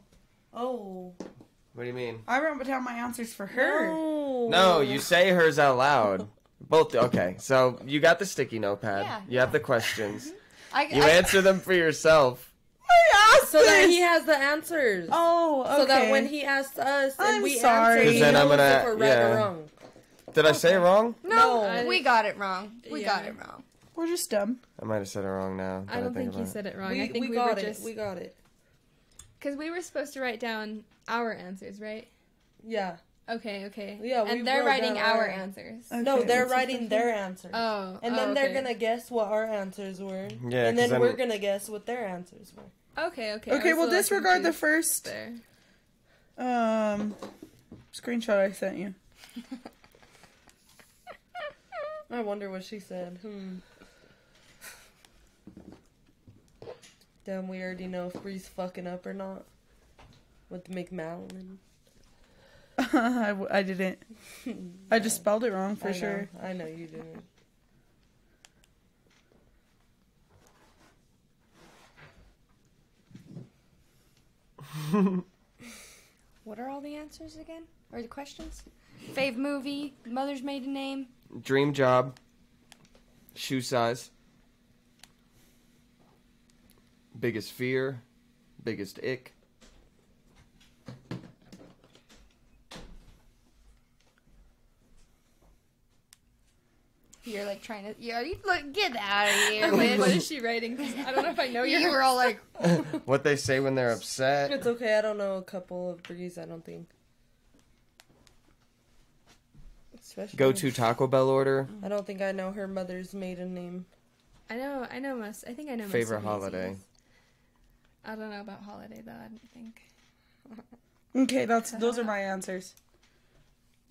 Oh.
What do you mean?
I wrote down my answers for her.
No.
No, you say hers out loud. Both. Okay, so you got the sticky notepad.
Yeah,
you have the questions.
I,
You
I-
answer them for yourself.
I asked
So that he
this!
has the answers.
Oh, okay.
So that when he asks us and
I'm
we
sorry.
answer,
'Cause
he
then
knows
I'm gonna-
if we're right
yeah.
or wrong.
Did I say it wrong?
no,
No.
we got it wrong. We got
Yeah.
it wrong.
We're just dumb.
I might have said it wrong now. that
I don't think
about
you
it.
said it wrong.
we,
I think
we,
we,
got
were
it.
just
We got it.
because we were supposed to write down our answers, right?
Yeah.
Okay, okay.
Yeah, we
and they're
wrote
writing
down
our
our-
answers.
No,
Okay.
they're writing their answers.
Oh,
and
oh,
then
okay.
they're gonna guess what our answers
Yeah,
were.
'cause
and then,
then-
we're gonna guess what their answers were.
Okay, okay. I
Okay,
was
well,
a little
disregard the
confused
first
there.
um screenshot I sent you.
I wonder what she said. Hmm. Damn, we already know if Bree's fucking up or not with McMallon.
I, w- I didn't. I just spelled it wrong for
I know,
sure.
I know you didn't.
What are all the answers again? Or the questions? Fave movie, mother's maiden name.
Dream job. Shoe size. Biggest fear. Biggest ick.
You're like trying to.
Yeah, you look, get out of here.
I'm like, what is she writing? 'Cause I don't know if I know you.
you were all like,
What they say when they're upset.
It's okay. I don't know a couple of Brees. I don't think. Especially
Go to Taco Bell order.
I don't think I know her mother's maiden name.
I know, I know most. I think I know most.
Favorite
of these
holiday.
ones. I don't know about holiday though. I don't think.
Okay, that's those are my answers.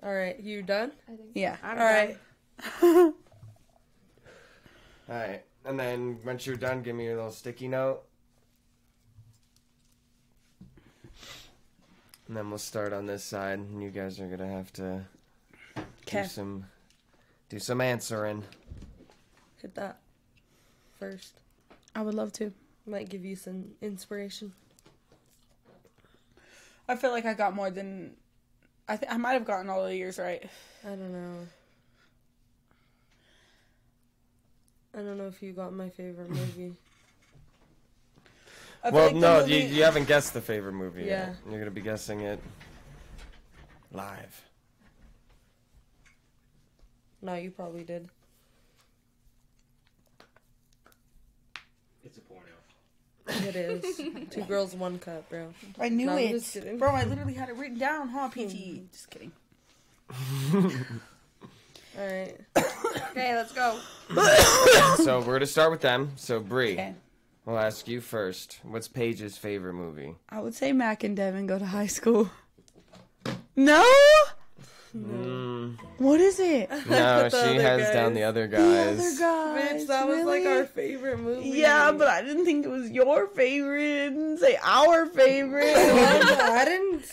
All right, you done?
I think.
Yeah.
All right.
Alright. And then once you're done, give me your little sticky note. And then we'll start on this side, and you guys are gonna have to do
Okay.
some do some answering.
Hit that first.
I would love to.
Might give you some inspiration.
I feel like I got more than I th- I might have gotten all the years right.
I don't know. I don't know if you got my favorite movie.
I feel
Well,
like the
no,
movie-
you, you haven't guessed the favorite movie yet.
Yeah.
You're going to be guessing it live.
no, you probably did.
It's a porno.
It is two girls, one cup, bro.
I knew
No, I'm just
it,
kidding.
bro. I literally had it written down, huh? PT. Just kidding.
All right.
Okay, let's go.
so we're going to start with them. So, Brie,
Okay.
I'll ask you first. What's Paige's favorite movie?
I would say Mac and Devin go to high school. No.
Mm,
What is it?
no,
Put the
she
other
has down
guys.
the other
The
guys.
other guys.
Bitch, that was like
really?
our favorite movie.
Yeah, but I didn't think it was your favorite. I didn't say our favorite.
I didn't.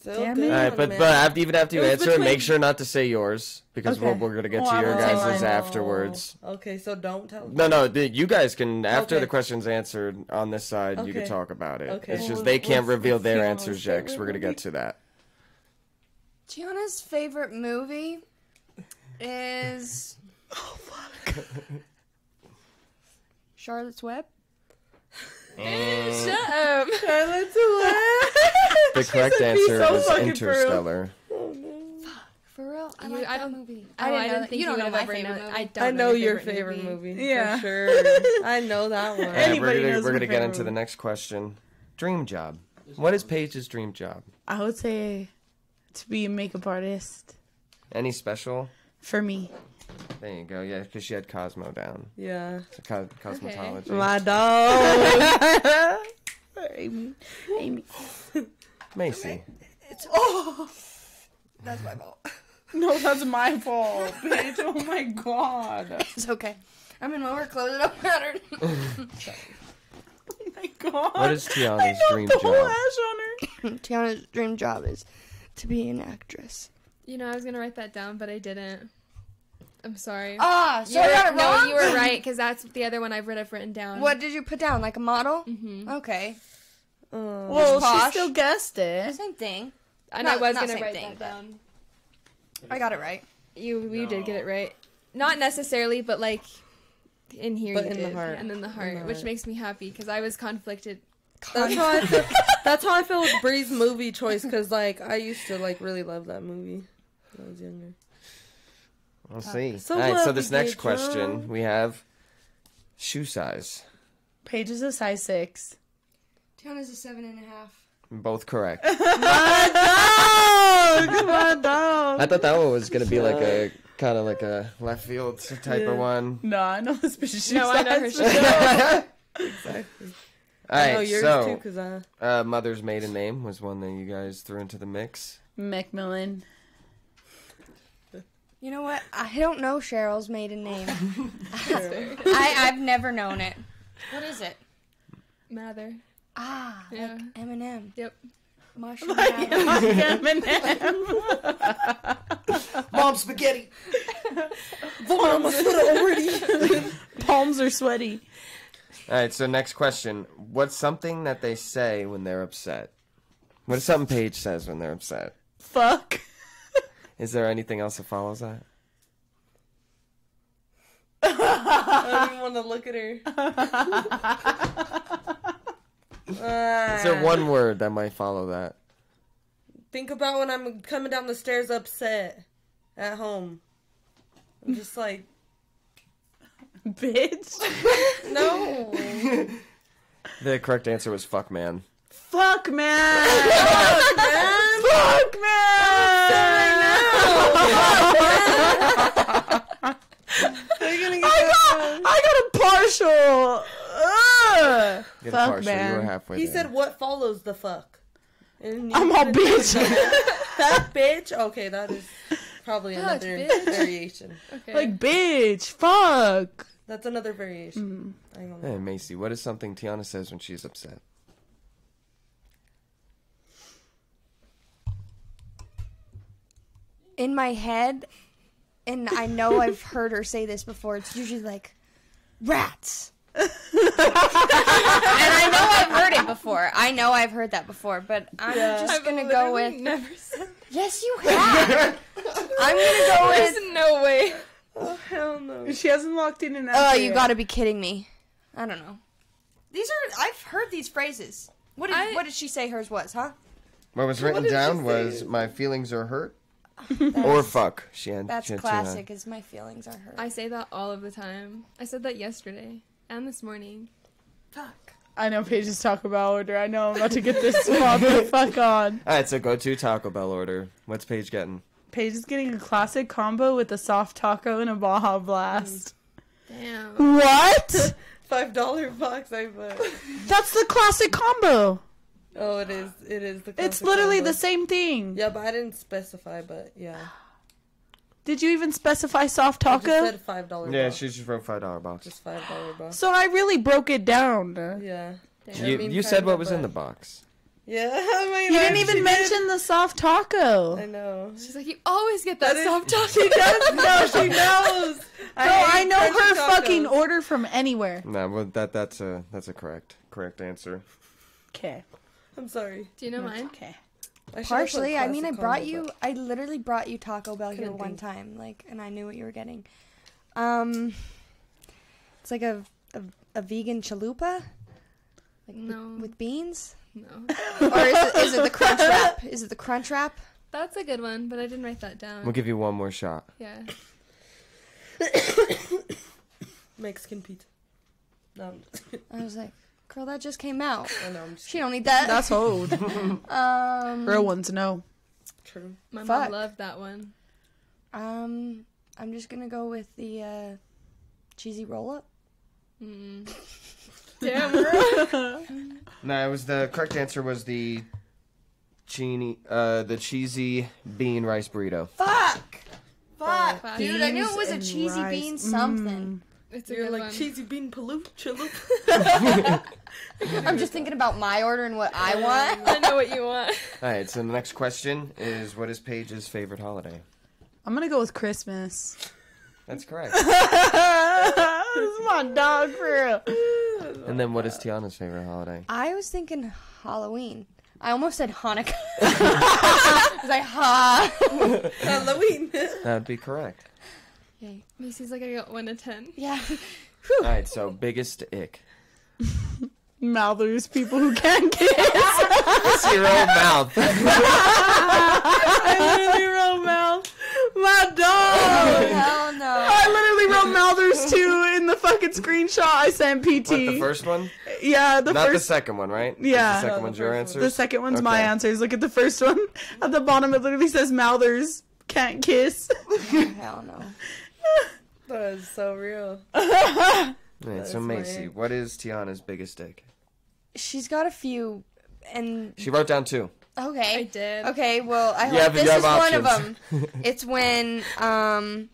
Still
Damn
good,
it.
All right, but
man.
but after, even after you
It was
answer,
between-
make sure not to say yours because we're,
Okay.
we're gonna get
Oh,
to
I
your
will say
guys'
mine.
afterwards.
Okay, so don't tell.
No, no, the, you guys can after
Okay.
the questions answered on this side, you can
Okay.
talk about it.
Okay.
It's just
Well,
they can't
let's-
reveal
let's
their
see
answers
how
yet because we're gonna get to that.
Gianna's favorite movie is. Oh, fuck. Charlotte's Web? Shut up. Charlotte's
Mm. The correct answer
so
was
fucking brutal.
Interstellar.
For real? I like that movie.
I didn't know that- you don't know my favorite movie.
I don't
I know your
your
favorite movie.
Yeah.
for sure. I know that one.
All right,
Anybody
we're gonna,
knows
we're
my
gonna get
favorite
into the
movie.
next question. Dream job. What is Paige's dream job?
I would say to be a makeup artist
Any special?
for me.
There you go. Yeah, because she had Cosmo down.
Yeah.
It's a co- cosmetology.
My dog. Amy. Amy.
Macy.
No, that's my fault, bitch. Oh my god.
It's okay. I'm in lower clothes. It don't matter.
Oh my god.
What is Tiana's dream
the whole
job?
ash on her.
Tiana's dream job is to be an actress.
You know, I was going to write that down, but I didn't. I'm sorry.
Ah,
You
so I
were-
got it
no,
wrong.
you were right, because that's the other one I've read, I've written down.
What did you put down? Like a model?
hmm
Okay,
Um,
Well, she
posh.
still guessed it.
same thing.
And
Not-
I was
not
going to
same
write
thing,
that
but-
down.
I got it right.
You, you did get
No.
it right. Not necessarily, but like in here
But
you
in the
did.
heart.
And in the heart,
the
which
heart.
makes me happy, because I was conflicted.
that's how I feel. That's how I feel with Bree's movie choice because like I used to like really love that movie. When I was younger.
We'll see.
So
All right, so
what
this
we
next
did
question
wrong?
we have shoe size.
Paige is a size six.
Tiana's a seven and a half.
Both correct.
Oh,
My dog.
I thought that one was gonna be like a kind of like a left field type of one.
No, I know this bitch.
No, I know her
size.
shoes.
All
I know
right,
yours too
so
because I.
uh, mother's maiden name was one that you guys threw into the mix.
Macmillan.
You know what? I don't know Cheryl's maiden name. I, I've never known it. What is it?
Mather.
Ah,
Yeah.
like Eminem.
Yep.
Mushroom. Adam.
Mom spaghetti.
Palms are sweaty.
All right, so next question: What's something that they say when they're upset? What is something Paige says when they're upset?
Fuck.
Is there anything else that follows that?
I don't even want to look at her.
Is
Uh,
there one word that might follow that?
Think about when I'm coming down the stairs upset at home. I'm just like,
Bitch.
no.
The correct answer was fuck, man.
Fuck man. Fuck man. Fuck I got, I got a partial. Ugh.
Get a
Fuck,
partial, You were
man.
halfway
He
there.
said, what follows the fuck? And
I'm all bitch.
Fuck, bitch. Okay, that is probably
Fuck,
another
bitch.
variation.
Okay.
like bitch. Fuck.
That's another variation.
Mm-hmm.
I don't know.
Hey, Macy, what is something Tiana says when she's upset?
In my head, and I know I've heard her say this before. It's usually like, rats.
and I know I've heard it before. I know I've heard that before, but I'm just
I've
gonna go
literally
with.
Never said.
Yes, you have. I'm gonna go with. no way.
Oh hell no.
She hasn't walked in and out.
Oh,
there
you
yet.
gotta be kidding me. I don't know.
These are I've heard these phrases. What did
I-
what did she say hers was, huh?
What was written
did she
down
say?
was my feelings are hurt or fuck. She had.
That's
she had two on.
classic. Is my feelings are hurt.
I say that all of the time. I said that yesterday and this morning.
fuck.
I know Paige is Taco Bell order. I know I'm about to get this motherfuck on.
All right, so go to Taco Bell order. What's Paige getting?
Paige is getting a classic combo with a soft taco and a Baja Blast.
Damn.
What?
Five dollar box I bought.
That's the classic combo.
Oh, it is. It is the.
It's
classic
literally
combo.
the same thing.
Yeah, but I didn't specify. But yeah,
Did you even specify soft
I just
taco?
said five dollar.
Yeah,
box.
she just wrote five dollar box.
just five dollar box.
So I really broke it down.
Yeah.
You, you said what was in the box.
Yeah. I mean,
You
I
didn't even
actually
mention the soft taco.
did. I know.
She's like, you always get that,
That is-
soft
She
talking.
does know. She knows.
No, I know
hate
her
French
fucking
tacos.
order from anywhere.
Nah, well that that's a that's a correct correct answer.
Okay.
I'm sorry.
Do you know mine?
Okay.
I should've
Partially,
put
I mean, I
classic
brought
combo,
you. I literally brought you Taco Bell here
Couldn't
one
think.
time, like, and I knew what you were getting. Um, it's like a a, a vegan chalupa, like with-
No.
with, beans,
No.
or is it, is it the crunch wrap? Is it the crunch wrap?
That's a good one, but I didn't write that down.
We'll give you one more shot.
Yeah.
but Mexican pizza. No, I'm just,
I was like, girl, that just came out.
I know. I'm just
She don't need that.
That's old.
um,
Real ones know.
true.
My
Fuck.
mom loved that one.
um, I'm just gonna go with the uh, cheesy roll up.
Mm. Damn.
No, it was the correct answer was the cheesy uh the cheesy bean rice burrito.
Fuck. Fuck,
Fuck.
dude! I knew it was
Beans
a
and
cheesy
rice. Mm.
bean something.
It's a
You're
good
like
one.
cheesy bean paloof chalup.
I'm just thinking about my order and what I want.
I know what you want.
All right, so the next question is what is Paige's favorite holiday?
I'm gonna go with Christmas.
That's correct.
this is my dog for real.
and then what is Tiana's favorite holiday?
I was thinking Halloween. I almost said Hanukkah. I was like, ha.
Halloween.
That'd be correct.
Macy's like, I got one to ten.
Yeah.
All right, so biggest ick.
Mouthers, people who can't kiss.
It's your own mouth.
I literally wrote mouth. My dog.
Hell no.
I literally wrote mouthers too in the fucking screenshot I sent PT.
What, the first one?
yeah, the
Not the
first.
second one, right?
Yeah.
The second one's your
The,
answer?
second one's my
Okay.
answers. Look at the first one at the bottom. It literally says mouthers can't kiss.
Hell no.
that is so real.
All right, so
That's my
Macy,
ick.
what is Tiana's biggest ick?
She's got a few, and
She wrote down two.
okay.
I did.
Okay, well, I
Yeah,
hope
but you
this
have
is one of
options.
them. It's when, um,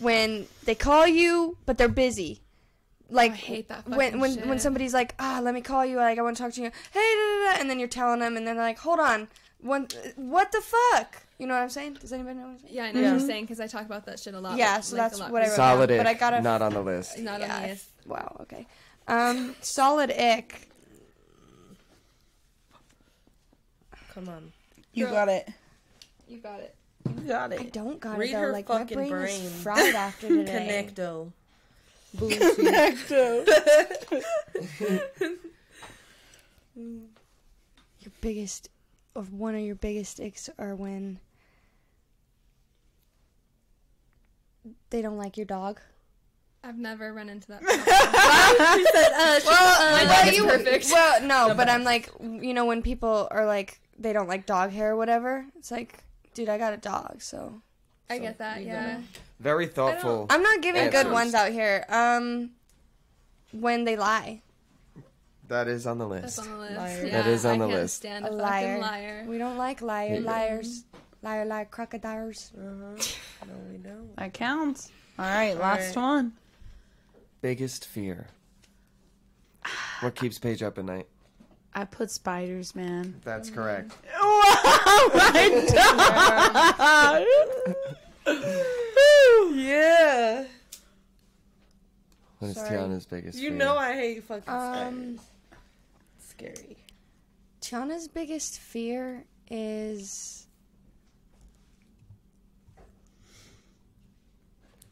when they call you, but they're busy. Like
I hate that
when
fucking
when when
shit.
somebody's like, ah, let me call you. Like I want to talk to you. Hey, da, da, da, and then you're telling them, and then they're like, hold on, one, what the fuck? You know what I'm saying? Does anybody know? What I'm saying?
Yeah, I know what you're saying because I talk about that shit a lot.
Mm-hmm. Yeah,
like,
so
like, a
that's
lot
what I wrote.
Solid
down,
ick.
but I gotta-
Not on the list.
Not
Yeah,
on
I-
the list.
Wow. Okay. Um, solid ick.
Come on.
You got it.
You got it.
Got
I
it.
don't got
Read
it though.
her
Like my
fucking
brain,
brain.
is fried after today.
Connecto.
Your biggest, or one of your biggest icks are when they don't like your dog.
I've never run into that.
Uh,
My
Well,
dog is perfect.
Well, no, but I'm like, you know, when people are like, they don't like dog hair or whatever. It's like, dude, I got a dog, so
I get that. Yeah.
Very thoughtful.
I'm not giving good
Answers.
ones out here. Um, when they lie,
That is on the
That's
list.
on the list.
Liar.
Yeah,
That is on the
I can't
list.
Stand
a
a, fucking
liar.
liar.
We don't like liar
Yeah.
liars. Liar, liar, crocodiles. Uh-huh.
No, we don't.
That counts. All right, last one.
Biggest fear. What keeps Paige up at night? Mm.
I put spiders, man.
That's correct.
Wow, my dog.
Yeah.
What is Tiana's biggest
You
fear?
know I hate fucking
Um,
spiders. Scary.
Tiana's biggest fear is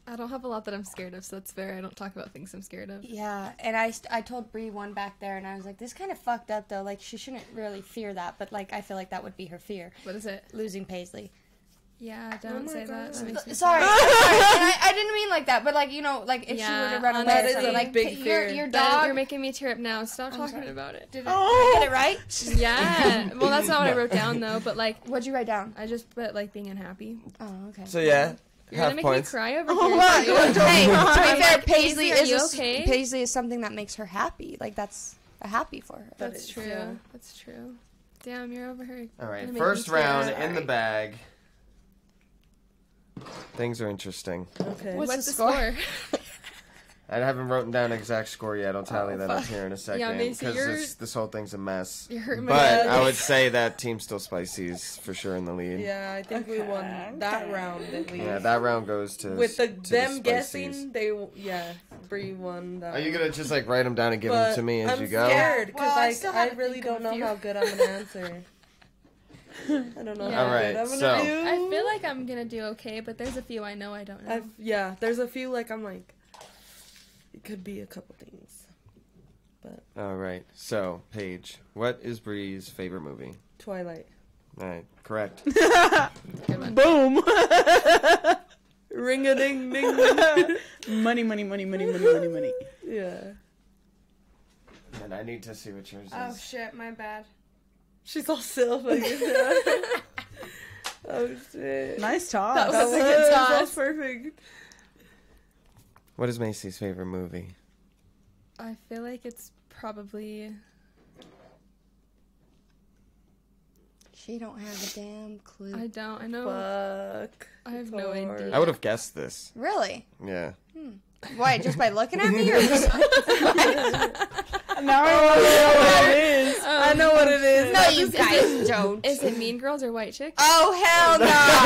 I don't have a lot that I'm scared of, so that's fair. I don't talk about things I'm scared of.
yeah, and I st- I told Bree one back there, and I was like, this kind of fucked up though. Like she shouldn't really fear that, but like I feel like that would be her fear,
What is it?
losing Paisley.
Yeah, don't say that. that makes me
Oh Sorry, sorry. And I, I didn't mean like that, but like you know, like if she
Yeah,
were to run away,
honestly.
or something, like
Big
p-
fear.
Your, your
Ben,
dog.
you're making me tear up now. Stop talking about it.
did, it, did I get it right?
Yeah. well, that's not what I wrote down though. But like,
What'd you write down?
I just put like being unhappy.
Oh, okay.
So yeah,
You're
half
gonna make
points.
me cry over
Oh,
here.
hey, to
I'm
be fair,
like, Paisley,
Paisley
are
is
you
a s-
okay?
Paisley is something that makes her happy. Like that's a happy for her.
That's true. That's true. Damn, you're over here.
All
gonna
right,
make me
first
tear
round
up.
in the
Alright.
bag. Things are interesting.
Okay.
What's,
the
the score?
I haven't written down an exact score yet. I'll tally that up here in a second because
Macy, you're-
this, this whole thing's a mess.
you're hurting my
But
bad.
I would say that Team Still Spicy's for sure in the lead. Yeah,
Yeah, I think we won that round at least.
that round goes to
With the,
to
them
Spicy's.
guessing, they w- yeah, Bree won that.
Are you gonna just like write them down and give them
But
to me as
I'm
you go?
scared because
Well, I
like,
still
I,
haven't
really
think of
don't know
a
how good I'm gonna answer. I don't know.
Yeah.
How
All right,
good I'm gonna
so-
do.
I feel like I'm gonna do okay, but there's a few I know I don't know.
I've, yeah, there's a few like I'm like, it could be a couple things.
All right. So Paige, what is Bree's favorite movie?
Twilight.
All right, correct.
Boom.
Ring a ding ding. ding.
money, money, money, money, money, money, money.
yeah.
and I need to see what yours is.
Oh shit, my bad.
She's all silver. oh shit.
Nice talk.
That was-
That
a good
was all
toss.
perfect.
What is Macy's favorite movie?
I feel like it's probably
She don't have a damn clue.
I don't. I know.
Fuck.
I have
It's
no
hard.
idea.
I would have guessed this.
Really?
Yeah.
Why? Just by looking at me, or just
now I want to know what it is.
Um,
I know what it is.
no? You guys don't.
Is it Mean Girls or White Chicks?
Oh hell no! That's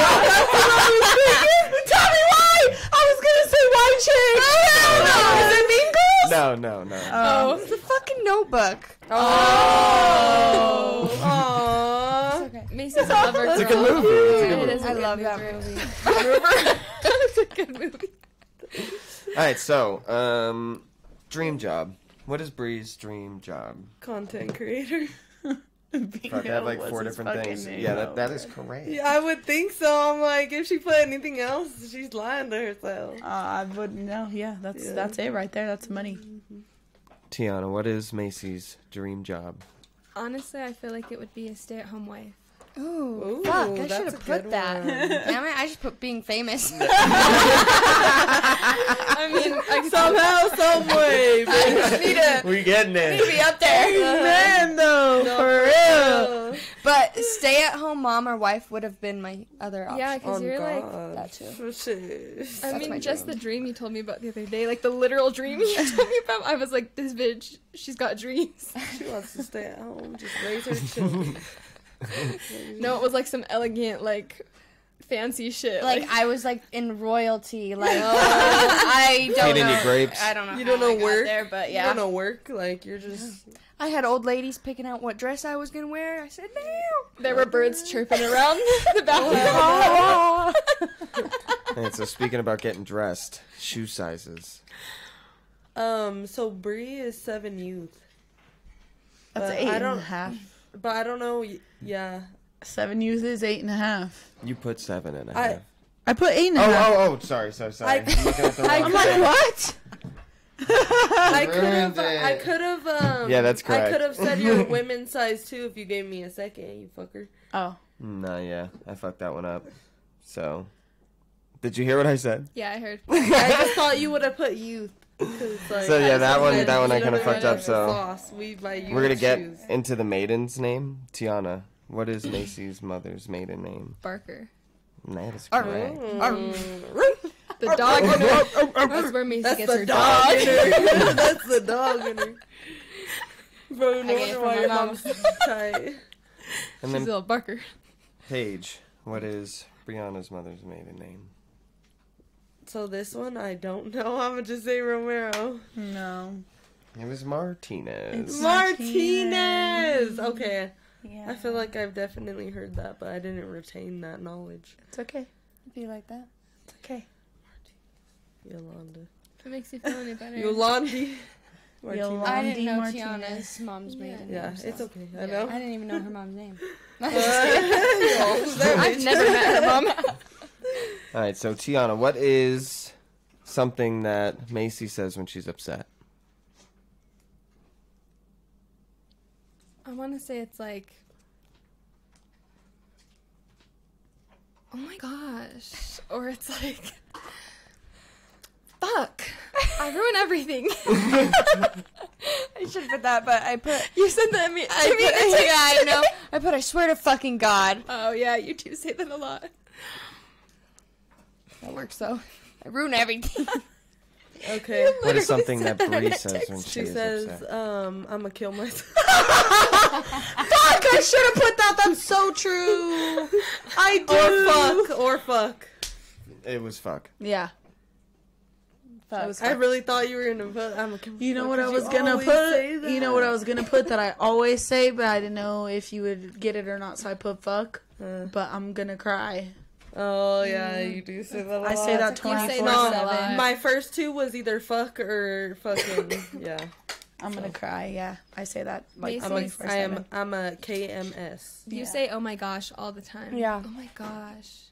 what I was thinking. Tell me why. I was gonna say white chick. Oh hell no! Is it Mean Girls?
No, no, no.
Oh, it's the fucking Notebook.
Oh.
okay.
Macy's a lover girl.
it's a good movie. It's a good
It
movie.
is a
I
good
love that
movie. it's a good movie.
All right, so um, dream job. What is Bree's dream job?
Content creator.
Fuck, I
Bingo
had like
was
four
his
different
fucking
things.
name,
Yeah, that,
though.
that is correct.
Yeah, I would think so. I'm like, if she put anything else, she's lying to herself.
Uh, I would no, yeah, that's
Yeah.
that's it right there. That's money.
Tiana, what is Macy's dream job?
Honestly, I feel like it would be a stay-at-home wife.
Ooh,
Ooh,
fuck! I
that's
should
a
have put
good
that.
one.
Damn it! I should put being famous.
I mean, I could
Oh,
Somehow, some way.
We're getting it.
be up there.
Man, though, for real.
But stay-at-home mom or wife would have been my other option.
Yeah, because you're like.
that too.
Oh, Shit.
I
That's my
mean, just the dream you told me about the other day, like the literal dream you told me about. I was like, this bitch, she's got dreams.
She wants to stay at home, just raise her children.
No, it was like some elegant, like fancy shit.
Like I was like in royalty. Like I don't
Feeding
know.
you grapes.
I don't know.
You
how
don't know
I got
work?
there, but
You
yeah,
don't know work. Like, you're just.
I had old ladies picking out what dress I was gonna wear. I said, "Damn."
there were birds chirping around the balcony.
Oh,
All right, so speaking about getting dressed, shoe sizes.
Um, so Bree is seven youth,
That's
Uh,
eight
I
and
don't-
a half.
but I don't know. y- Yeah.
Seven youth is eight and a half.
You put seven and a
I-
half.
I put eight and a
oh,
half.
oh, oh, sorry, sorry, sorry.
I-
I'm looking at the
I-
wrong-
I'm like, what?
I could have.
Ruined
I
it.
could have. Um,
Yeah, that's
I
correct.
could have said you're women's size too if you gave me a second, you fucker.
Oh,
Nah, yeah, I fucked that one up. So, did you hear what I said?
yeah, I heard.
I just thought you would have put youth. 'cause, Like,
So, yeah, that one- that one I
you
kinda
know,
fucked up,
the
so-
sauce, we buy youth
We're gonna get
shoes.
into the maiden's name, Tiana. What is Macy's mother's maiden name?
Barker.
That is correct.
The dog in her. oh, That's where Macy
That's
gets
the
her
dog.
dog.
in her. That's the dog in her. Bro, no
get it
wonder
from
why
my
your
mom.
mom's tight.
And
She's a
then
little Barker.
Paige, what is Brianna's mother's maiden name?
So this one, I don't know. I'm gonna just say Romero.
No.
It was Martinez.
It's
Martinez.
Martinez.
Okay.
Yeah.
I feel like I've definitely heard that, but I didn't retain that knowledge.
It's okay. If you like that, it's okay.
Yolanda.
It makes you feel any better.
Yolandi.
Yolandi
I didn't know
Martinez.
Tiana's mom's maiden
Yeah,
name. so-
it's okay. I
Yeah.
know.
I didn't even know her mom's name.
I've never met her mom.
All right, so Tiana, what is something that Macy says when she's upset?
I want to say it's like, oh my gosh, or it's like, fuck, I ruin everything.
I should put that, but I put.
you said that to me.
I put, yeah, I know. I put. I swear to fucking God.
Oh yeah, you do say that a lot.
That works though. I ruin everything.
Okay.
What is something that
said that in
Bree
a
says when she,
She
is
says,
upset?
um, I'm gonna kill myself.
Oh,
Fuck! I should have put that. That's so true. I
or fuck. Or fuck.
It was fuck.
Yeah. Fuck.
I really thought you were gonna put, I'm gonna kill myself.
You know what I
'cause
was
you
gonna
always say
put?
that.
You know what I was gonna put that I always say, but I didn't know if you would get it or not, so I put fuck.
Uh.
But I'm gonna cry.
Oh, yeah, you do say that a lot.
Mm-hmm. I say that
like you say
24
no.
7.
My first two was either fuck or fucking. yeah.
I'm gonna cry, yeah. I say that like
I'm
Macy's-
a,
24
I am,
7.
I'm a KMS.
You
Yeah.
say oh my gosh all the time.
Yeah.
Oh my gosh.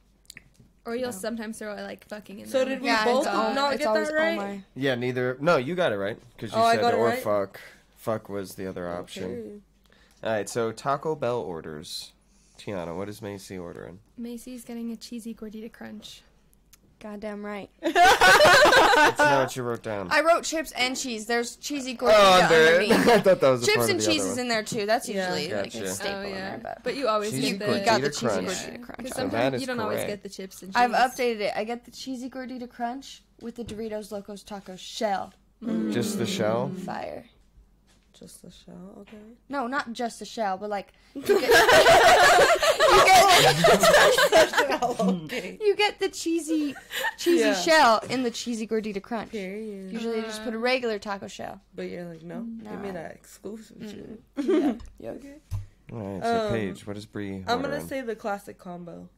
Or you'll sometimes throw like fucking in
So
there.
did we both not get that right?
Yeah, neither. No, you got it right because you
Oh, I
said
got it
or
right?
fuck. Fuck was the other option. All right, so Taco Bell orders. Tiana, what is Macy ordering?
Macy's getting a cheesy gordita crunch.
Goddamn right.
That's not what you wrote down.
I wrote chips and cheese. There's cheesy
oh,
gordita
there.
underneath.
I thought that was a
Chips
part
and
of the
cheese
other
is
one.
in there too. That's
Yeah.
usually like
Gotcha.
a staple
oh
in
yeah.
there. But
but you always
Cheesy
get the
gordita
got the cheesy
crunch.
gordita crunch.
Because
So that
sometimes
is
you don't always
correct.
get the chips and cheese.
I've updated it. I get the cheesy gordita crunch with the Doritos Locos Taco shell.
Just the shell.
Fire.
Just a shell, okay.
No, not just the shell, but like you get, you get,
okay.
you get the cheesy cheesy
Yeah.
shell in the cheesy gordita crunch.
Period.
Usually, they just put a regular taco shell.
But you're like, no, give me
Nah.
that exclusive shit.
You okay?
All right, so
Um,
Paige, what is Bree ordering?
I'm gonna say the classic combo.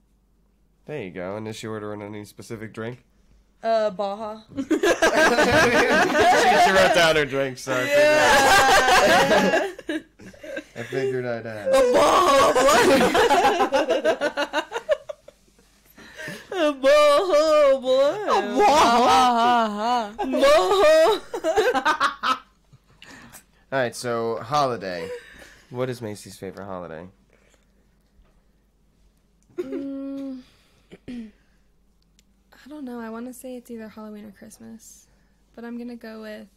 There you go. And is she ordering any specific drink?
Uh, Baja.
she wrote down her drink, so I figured I'd ask.
Baja, boy. Baja.
All right, so holiday. What is Macy's favorite holiday?
Mm. I don't know. I want to say it's either Halloween or Christmas, but I'm gonna go with.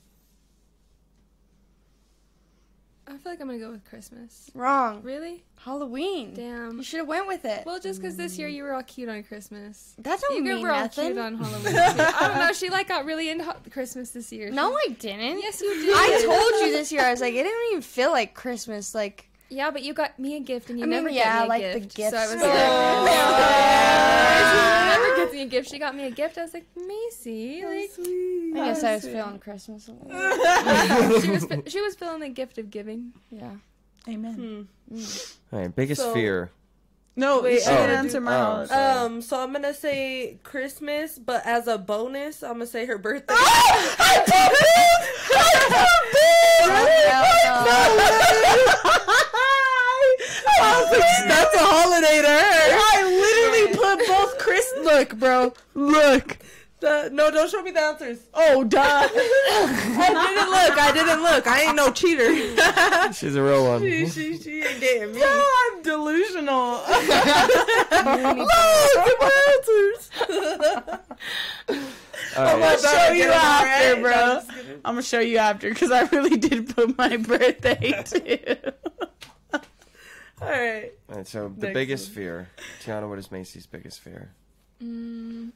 I feel like I'm gonna go with Christmas.
Wrong.
Really?
Halloween.
Damn.
You should have went with it.
Well, just because this year you were all cute on Christmas.
that
You
don't
girls
mean
were all cute
nothing.
on Halloween. Too. I don't know. She like got really into ho- Christmas this year.
No, I didn't.
Yes, you did.
I told you this year. I was like, it didn't even feel like Christmas. Like
Yeah, but you got me a gift, and you
I mean,
never
yeah,
get me a
like "Oh, the
gift.
gifts
So I was
were-
like,
Yeah.
she never gets me a gift. She got me a gift. I was like, Macy, like
I guess I was feeling Christmas a little.
she was fe- she was feeling the gift of giving.
Yeah.
Amen.
All right, biggest
So-
fear.
No,
Wait,
she
I
didn't
gotta
answer
do-
my
oh,
holiday.
sorry.
Um, so I'm gonna say Christmas, but as a bonus, I'm gonna say her birthday.
I was like, that's a holiday to her. I literally put both Chris. Look, bro. Look.
The- no, don't show me the answers.
Oh, duh.
I didn't look. I didn't look. I ain't no cheater.
She's a real one.
she, she, she ain't getting me.
I'm delusional. Look, my answers.
All
Oh
I'm gonna
right.
show you
it
after,
right.
bro.
No, I'm
I'm gonna show you after because I really did put my birthday too.
All right.
All right, so the
Next
biggest
one.
fear. Tiana, what is Macy's biggest fear?
Mm.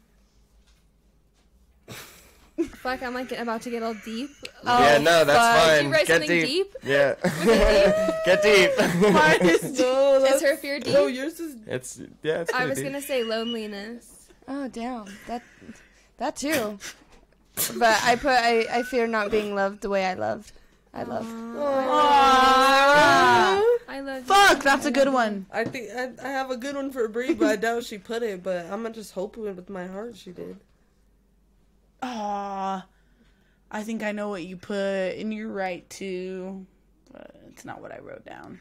Fuck, I'm like about to get all deep.
yeah, no, that's
Did
fine.
Oh, you write
Get
something
deep.
deep?
Yeah.
it
Get deep.
No,
Is
that's
her fear deep?
no. Yours is
it's yeah. It's
I
pretty
was
deep.
gonna say loneliness.
Oh damn. That
That too. but I put I, I fear not being loved the way I loved. I love.
Oh.
I love
Fuck, that's a good one.
I think I, I have a good one for Brie, but I doubt she put it. But I'm just hoping with my heart she did.
Ah, I think I know what you put, and you're right too. But it's not what I wrote down.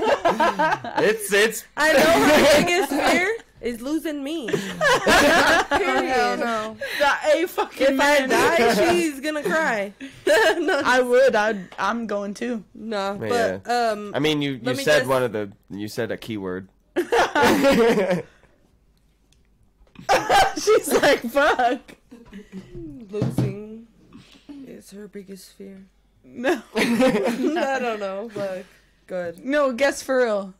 It's it's
I know her biggest fear is losing me. Period.
That a fucking
If I die, she's gonna cry. no,
I would. I I'm going too.
no,
Yeah.
but um,
I mean you you
Let me
said
just-
one of the you said a keyword.
She's like, fuck.
losing is her biggest fear.
No,
I don't know. Like, good.
no. Guess for real.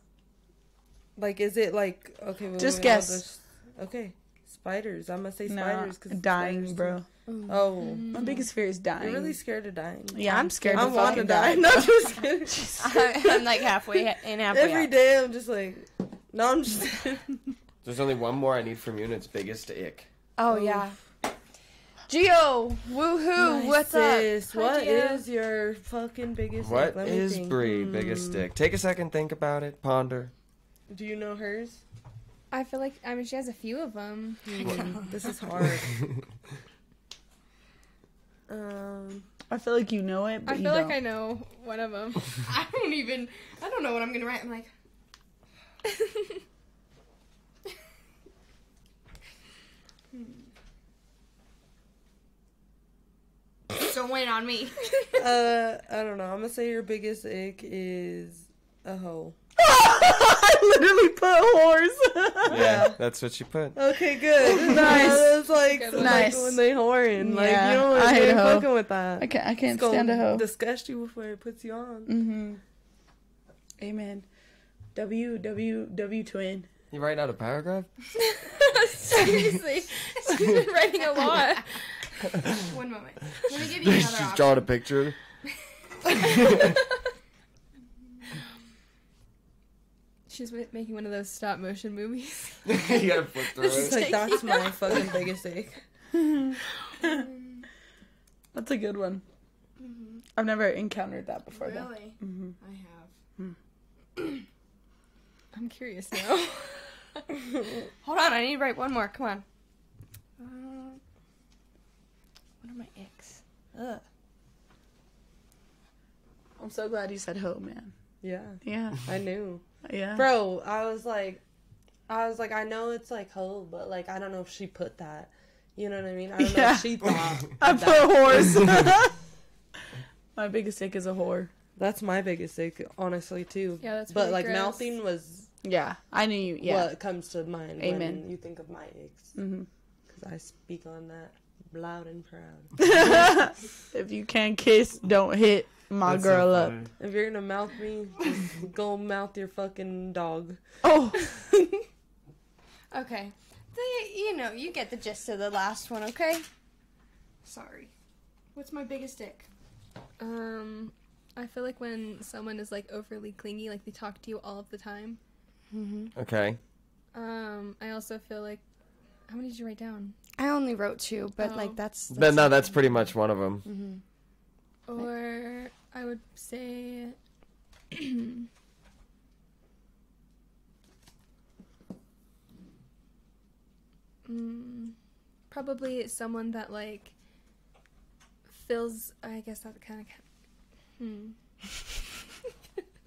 Like, is it like okay? wait,
Just
wait, wait, I'll
guess.
just- okay, spiders. I'm gonna say
No,
spiders because
dying, bro.
Oh,
My biggest fear is dying.
you're really scared of dying.
Yeah, I'm scared.
I
to
want
fucking
to die. No, I'm just kidding.
I'm like halfway in halfway.
Every day I'm just like, no, I'm just.
There's only one more I need from you and it's biggest ick.
Oh yeah. Geo, woohoo! What's up?
Sis, what is your fucking biggest?
What
let me
is
think. Hmm.
Bree biggest dick? Take a second, think about it, ponder.
Hmm.
Do you know hers?
I feel like I mean she has a few of them.
Hmm, This is hard. um,
I feel like you know it, but
I
you
feel
don't.
like I know one of them.
I don't even. I don't know what I'm gonna write. I'm like. don't wait on me.
uh, I don't know. I'm gonna say your biggest ick is a hoe.
I literally put horse.
Yeah, that's what she put.
Okay, good.
Nice.
Uh, it's like,
Good
like
Nice.
when they whoring. Like
Yeah,
you don't want
I
to
hate
be
a hoe.
fucking with that.
I can't. I
It's
can't
gonna
stand a hoe.
Disgust you before it puts you on.
Mm-hmm. Amen. W W W twin.
You write out a paragraph?
Seriously, she's been writing a lot.
One moment. Let me give you another
She's
option.
drawing a picture.
She's ma- making one of those stop motion movies.
you gotta flip through
It's
it.
like that's my fucking biggest ick.
That's a good one. I've never encountered that before though.
Really?
Mm-hmm.
Mhm.
I have.
I'm curious now.
Hold on, I need to write one more. Come on. Um, what are my icks?
Ugh.
I'm so glad you said hoe, man.
Yeah,
Yeah,
I knew,
yeah.
bro. I was like, I was like, I know it's like hoe, but like I don't know if she put that. You know what I mean? I don't know
Yeah.
if she thought.
I put horse. My biggest ick is a whore.
That's my biggest ick, honestly, too.
Yeah, that's
But
really
like
gross.
mouthing was
Yeah, I knew you. Yeah.
what comes to mind
Amen.
when you think of my icks.
Mm-hmm.
Mhm.
Because I speak on that loud and proud.
if you can't kiss, don't hit my
That's so
girl up.
funny.
if you're gonna mouth me, just go mouth your fucking dog.
Oh,
Okay. The, you know, you get the gist of the last one, okay? Sorry. What's my biggest ick?
um, I feel like when someone is like overly clingy, like they talk to you all of the time.
Okay.
Um, I also feel like how many did you write down?
I only wrote two, but
Oh.
like that's,
But no, that's pretty much one of them.
Or I would say Mm, probably someone that like feels I guess that kind of hmm.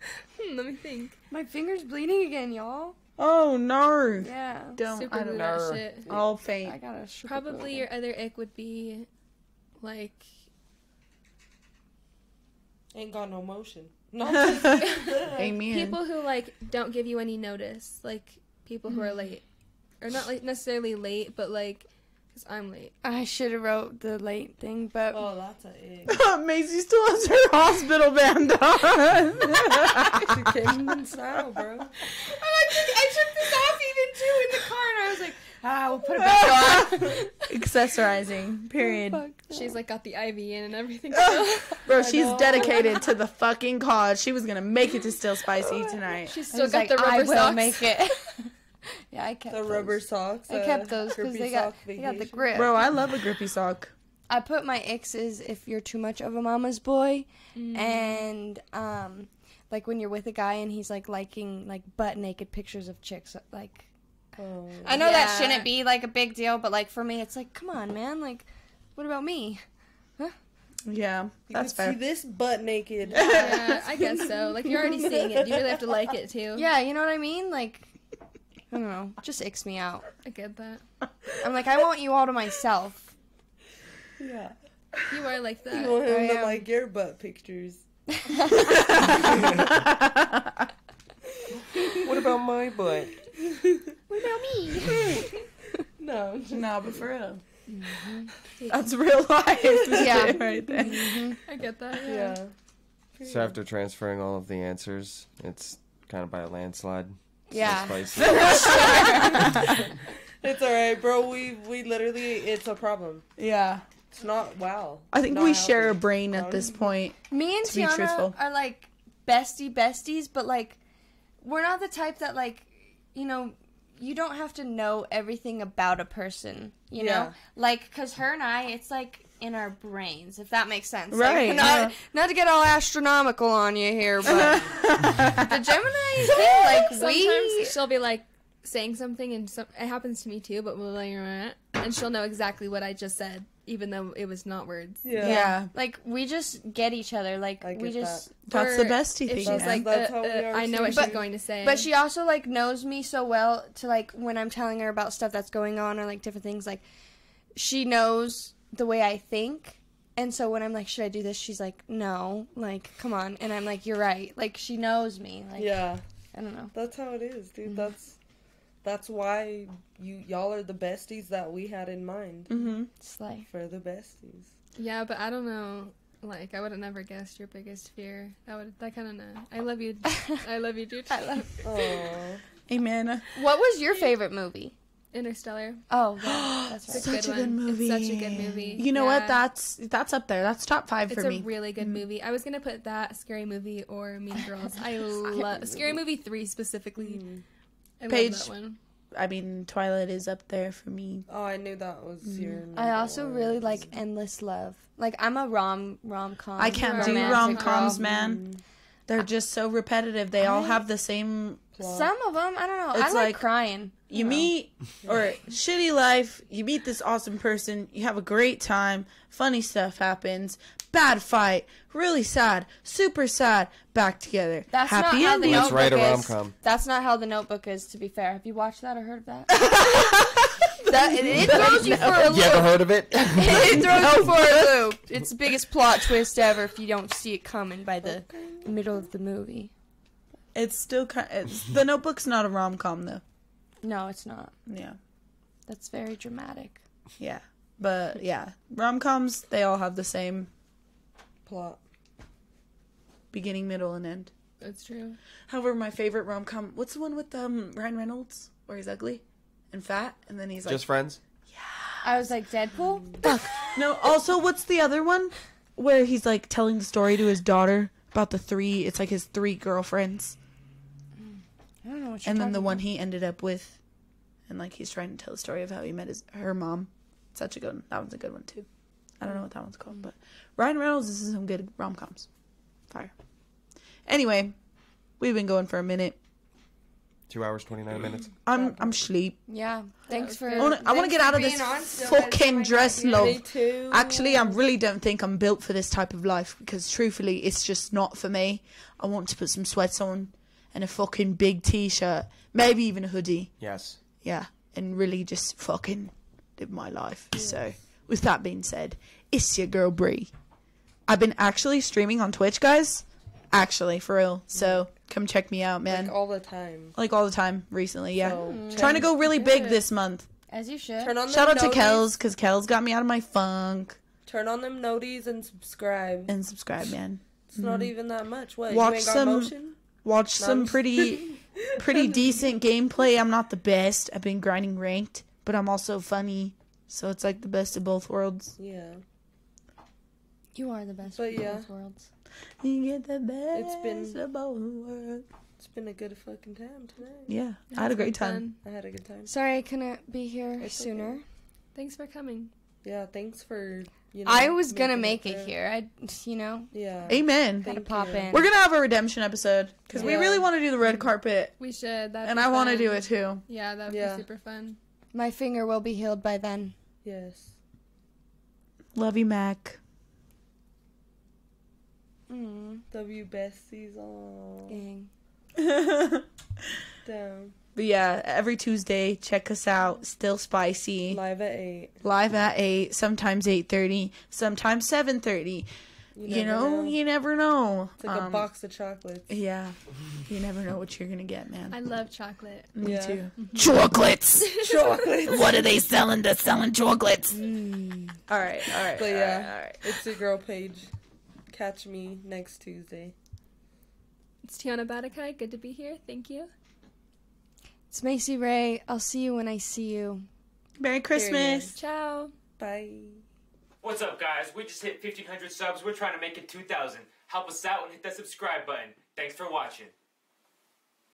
Hmm, Let me think.
My finger's bleeding again, y'all.
oh no!
Yeah.
Don't
Super
I don't
glue
know.
that
know.
shit.
I'll faint.
I got a sugar
Probably your other ick would be like
Ain't got no motion. No.
Amen.
people who like don't give you any notice like people who are late or not like necessarily late but like because i'm late
I should have wrote the late thing, but
oh, that's a ick.
Maisie still has her hospital band on.
She came in style, bro.
I, took, I took this off even too in the car, and I was like, ah, we'll put it back on.
Accessorizing.
Oh
Period.
she's like got the iv in and everything
Bro, she's dedicated to the
Oh
fucking cause. She was gonna make it to Still Spicy tonight.
she's
I
still
was
got
like,
the rubber
I will
socks
make it. Yeah, I kept
the
those.
rubber socks.
I
uh,
kept those because
grippy
they got
sock
they got the
vacation.
grip.
Bro, I love a grippy sock.
I put my exes if you're too much of a mama's boy
Mm.
and um like when you're with a guy and he's like liking like butt naked pictures of chicks like
Oh.
I know that
Yeah.
shouldn't be like a big deal but like for me it's like come on man like what about me?
Yeah, that's
You That's
fair.
See this butt naked.
yeah, I guess so. Like you're already seeing it. You really have to like it too.
Yeah, you know what I mean? Like I don't know, just icks me out.
I get that.
I'm like I want you all to myself.
Yeah.
You are like that.
You want him
I
to
am-
like your butt pictures.
What about my butt?
No. just-
no, but for real.
Mm-hmm.
That's real life.
Yeah.
right there.
I get that. Yeah.
Yeah.
So after transferring all of the answers, it's kind of by a landslide. It's
Yeah.
those places.
It's all right, bro. We we literally it's a problem.
Yeah,
It's not wow.
I think
Not
we share a
healthy.
brain at this point.
Me and
To be truthful.
Tiana are like bestie besties, but like we're not the type that like you know you don't have to know everything about a person, you
Yeah.
know, like because her and I, it's like in our brains, if that makes sense,
Right,
Like,
yeah.
not, not to get all astronomical on you here, but the Gemini thing, like
Sometimes
we,
she'll be like saying something, and some, it happens to me too. But we'll like, "Meh," and she'll know exactly what I just said, even though it was not words.
Yeah.
Yeah.
like we just get each other, like
I
we
get
just.
That's
Or
the bestie
if
thing,
She's
man.
like,
That's
uh,
how we
uh,
are
I know what
too.
she's
But-
going to say.
But she also like knows me so well to like when I'm telling her about stuff that's going on or like different things like she knows the way I think. And so when I'm like, should I do this? She's like, no, like, come on. And I'm like, you're right. Like, she knows me. Like,
Yeah.
I don't know.
That's how it is, dude. That's that's why you y'all are the besties that we had in mind
mm-hmm.
It's like,
for the besties.
Yeah, but I don't know. Like I would have never guessed your biggest fear. That would that kind of know. I love you. I love you, dude.
I love.
Oh,
Amen.
What was your favorite movie?
Interstellar.
Oh, yeah, that's right.
It's a
Such
good
a good
one.
movie.
It's such a good movie.
You know
Yeah.
what? That's that's up there. That's top five
It's
for
a
me. Mm.
really good movie. I was gonna put that Scary Movie or Mean Girls. I love Scary Movie three specifically. I
Paige.
love that one.
I mean, Twilight is up there for me.
oh, I knew that was your.
I
number
also
one.
really like Endless Love. Like, I'm a rom rom com.
I can't do
romantic
rom coms,
rom-
man. They're just so repetitive. They all have the same.
Plot.
Some of them, I don't know. I
It's
like,
like-
crying.
You meet or shitty life. You meet this awesome person. You have a great time. Funny stuff happens. Bad fight. Really sad. Super sad. Back together.
That's
Happy
not how
ending.
the
Let's
notebook
write a
is.
rom-com.
That's not how the notebook is. To be fair, have you watched that or heard of that? that it, it throws you for a
you ever
loop.
heard of it?
It throws you for a loop. It's the biggest plot twist ever if you don't see it coming by the middle of the movie.
It's still kind. It's, the Notebook's not a rom com though.
No, it's not.
Yeah,
That's very dramatic.
yeah, but yeah, rom coms. They all have the same
plot.
beginning, middle, and end.
That's true.
However, my favorite rom com. What's the one with um Ryan Reynolds where he's ugly and fat, and then he's like
Just friends?
I was like Deadpool.
no. Also, what's the other one where he's like telling the story to his daughter about the three? It's like his three girlfriends,
I don't know what you're
and then
talking
the one he ended up with, and like he's trying to tell the story of how he met his her mom. Such a good one. That one's a good one too. I don't know what that one's called, but Ryan Reynolds is in some good rom coms. Fire. Anyway, we've been going for a minute.
Two hours, 29 minutes.
I'm I'm sleep.
about. Yeah. Thanks for.
I wanna, I wanna
thanks
get
for
out of
Uh, being
this
on so much.
fucking dress,
Me
love.
too.
Actually, I really don't think I'm built for this type of life because truthfully, it's just not for me. I want to put some sweats on and a fucking big t shirt, maybe even a hoodie.
Yes.
Yeah, and really just fucking live my life. So, with that being said, it's your girl Bree. I've been actually streaming on Twitch, guys. Actually, for real. So, come check me out, man.
like
Like all,
all the time.
the time recently, yeah.
So,
Trying to go really big this month.
As you should.
Turn on
Shout
them
out to
noties-
Kells because Kells got me out of my funk
Turn on them noties and subscribe.
and subscribe, man.
It's not even that much. What?
Watch
you ain't got
some-
motion?
Watch some
Nice.
pretty, pretty decent gameplay. I'm not the best. I've been grinding ranked, but I'm also funny, so it's like the best of both worlds.
Yeah.
You are the best.
But
of both
yeah.
worlds.
You get the best
been-
of both worlds.
It's been a good fucking time tonight.
Yeah, I had a great time.
I had a good time.
Sorry I couldn't be here
It's okay.
sooner.
Thanks for coming.
Yeah, thanks for. You
I was gonna make
making
it here. I, you know,
there. Yeah.
Amen.
gotta
Thank
pop
you.
in.
We're gonna have a redemption episode because we
Yeah.
really want to do the red carpet,
We should. That
and I want to do it too.
Yeah, that'd
Yeah.
be super fun.
My finger will be healed by then.
Yes.
Love you, Mac.
Mm.
W besties all
Dang.
but
down.
yeah, every Tuesday, check us out. Still spicy.
Live at eight.
Live at eight, sometimes eight thirty, sometimes seven thirty. You,
never
know, you never know.
it's like a
Um,
box of chocolates.
Yeah, you never know what you're gonna get, man.
I love chocolate.
Me
Yeah.
too. Chocolates.
Chocolates.
what are they selling? They're selling chocolates. All right, all right.
Mm. But
all
yeah.
right, all right.
It's your girl page. Catch me next Tuesday.
It's Tiana Batakai. Good to be here. Thank you.
It's Macy Ray. I'll see you when I see you.
Merry Christmas.
Ciao.
Bye.
What's up, guys? We just hit 1,500 subs. We're trying to make it 2,000. Help us out and hit that subscribe button. Thanks for watching.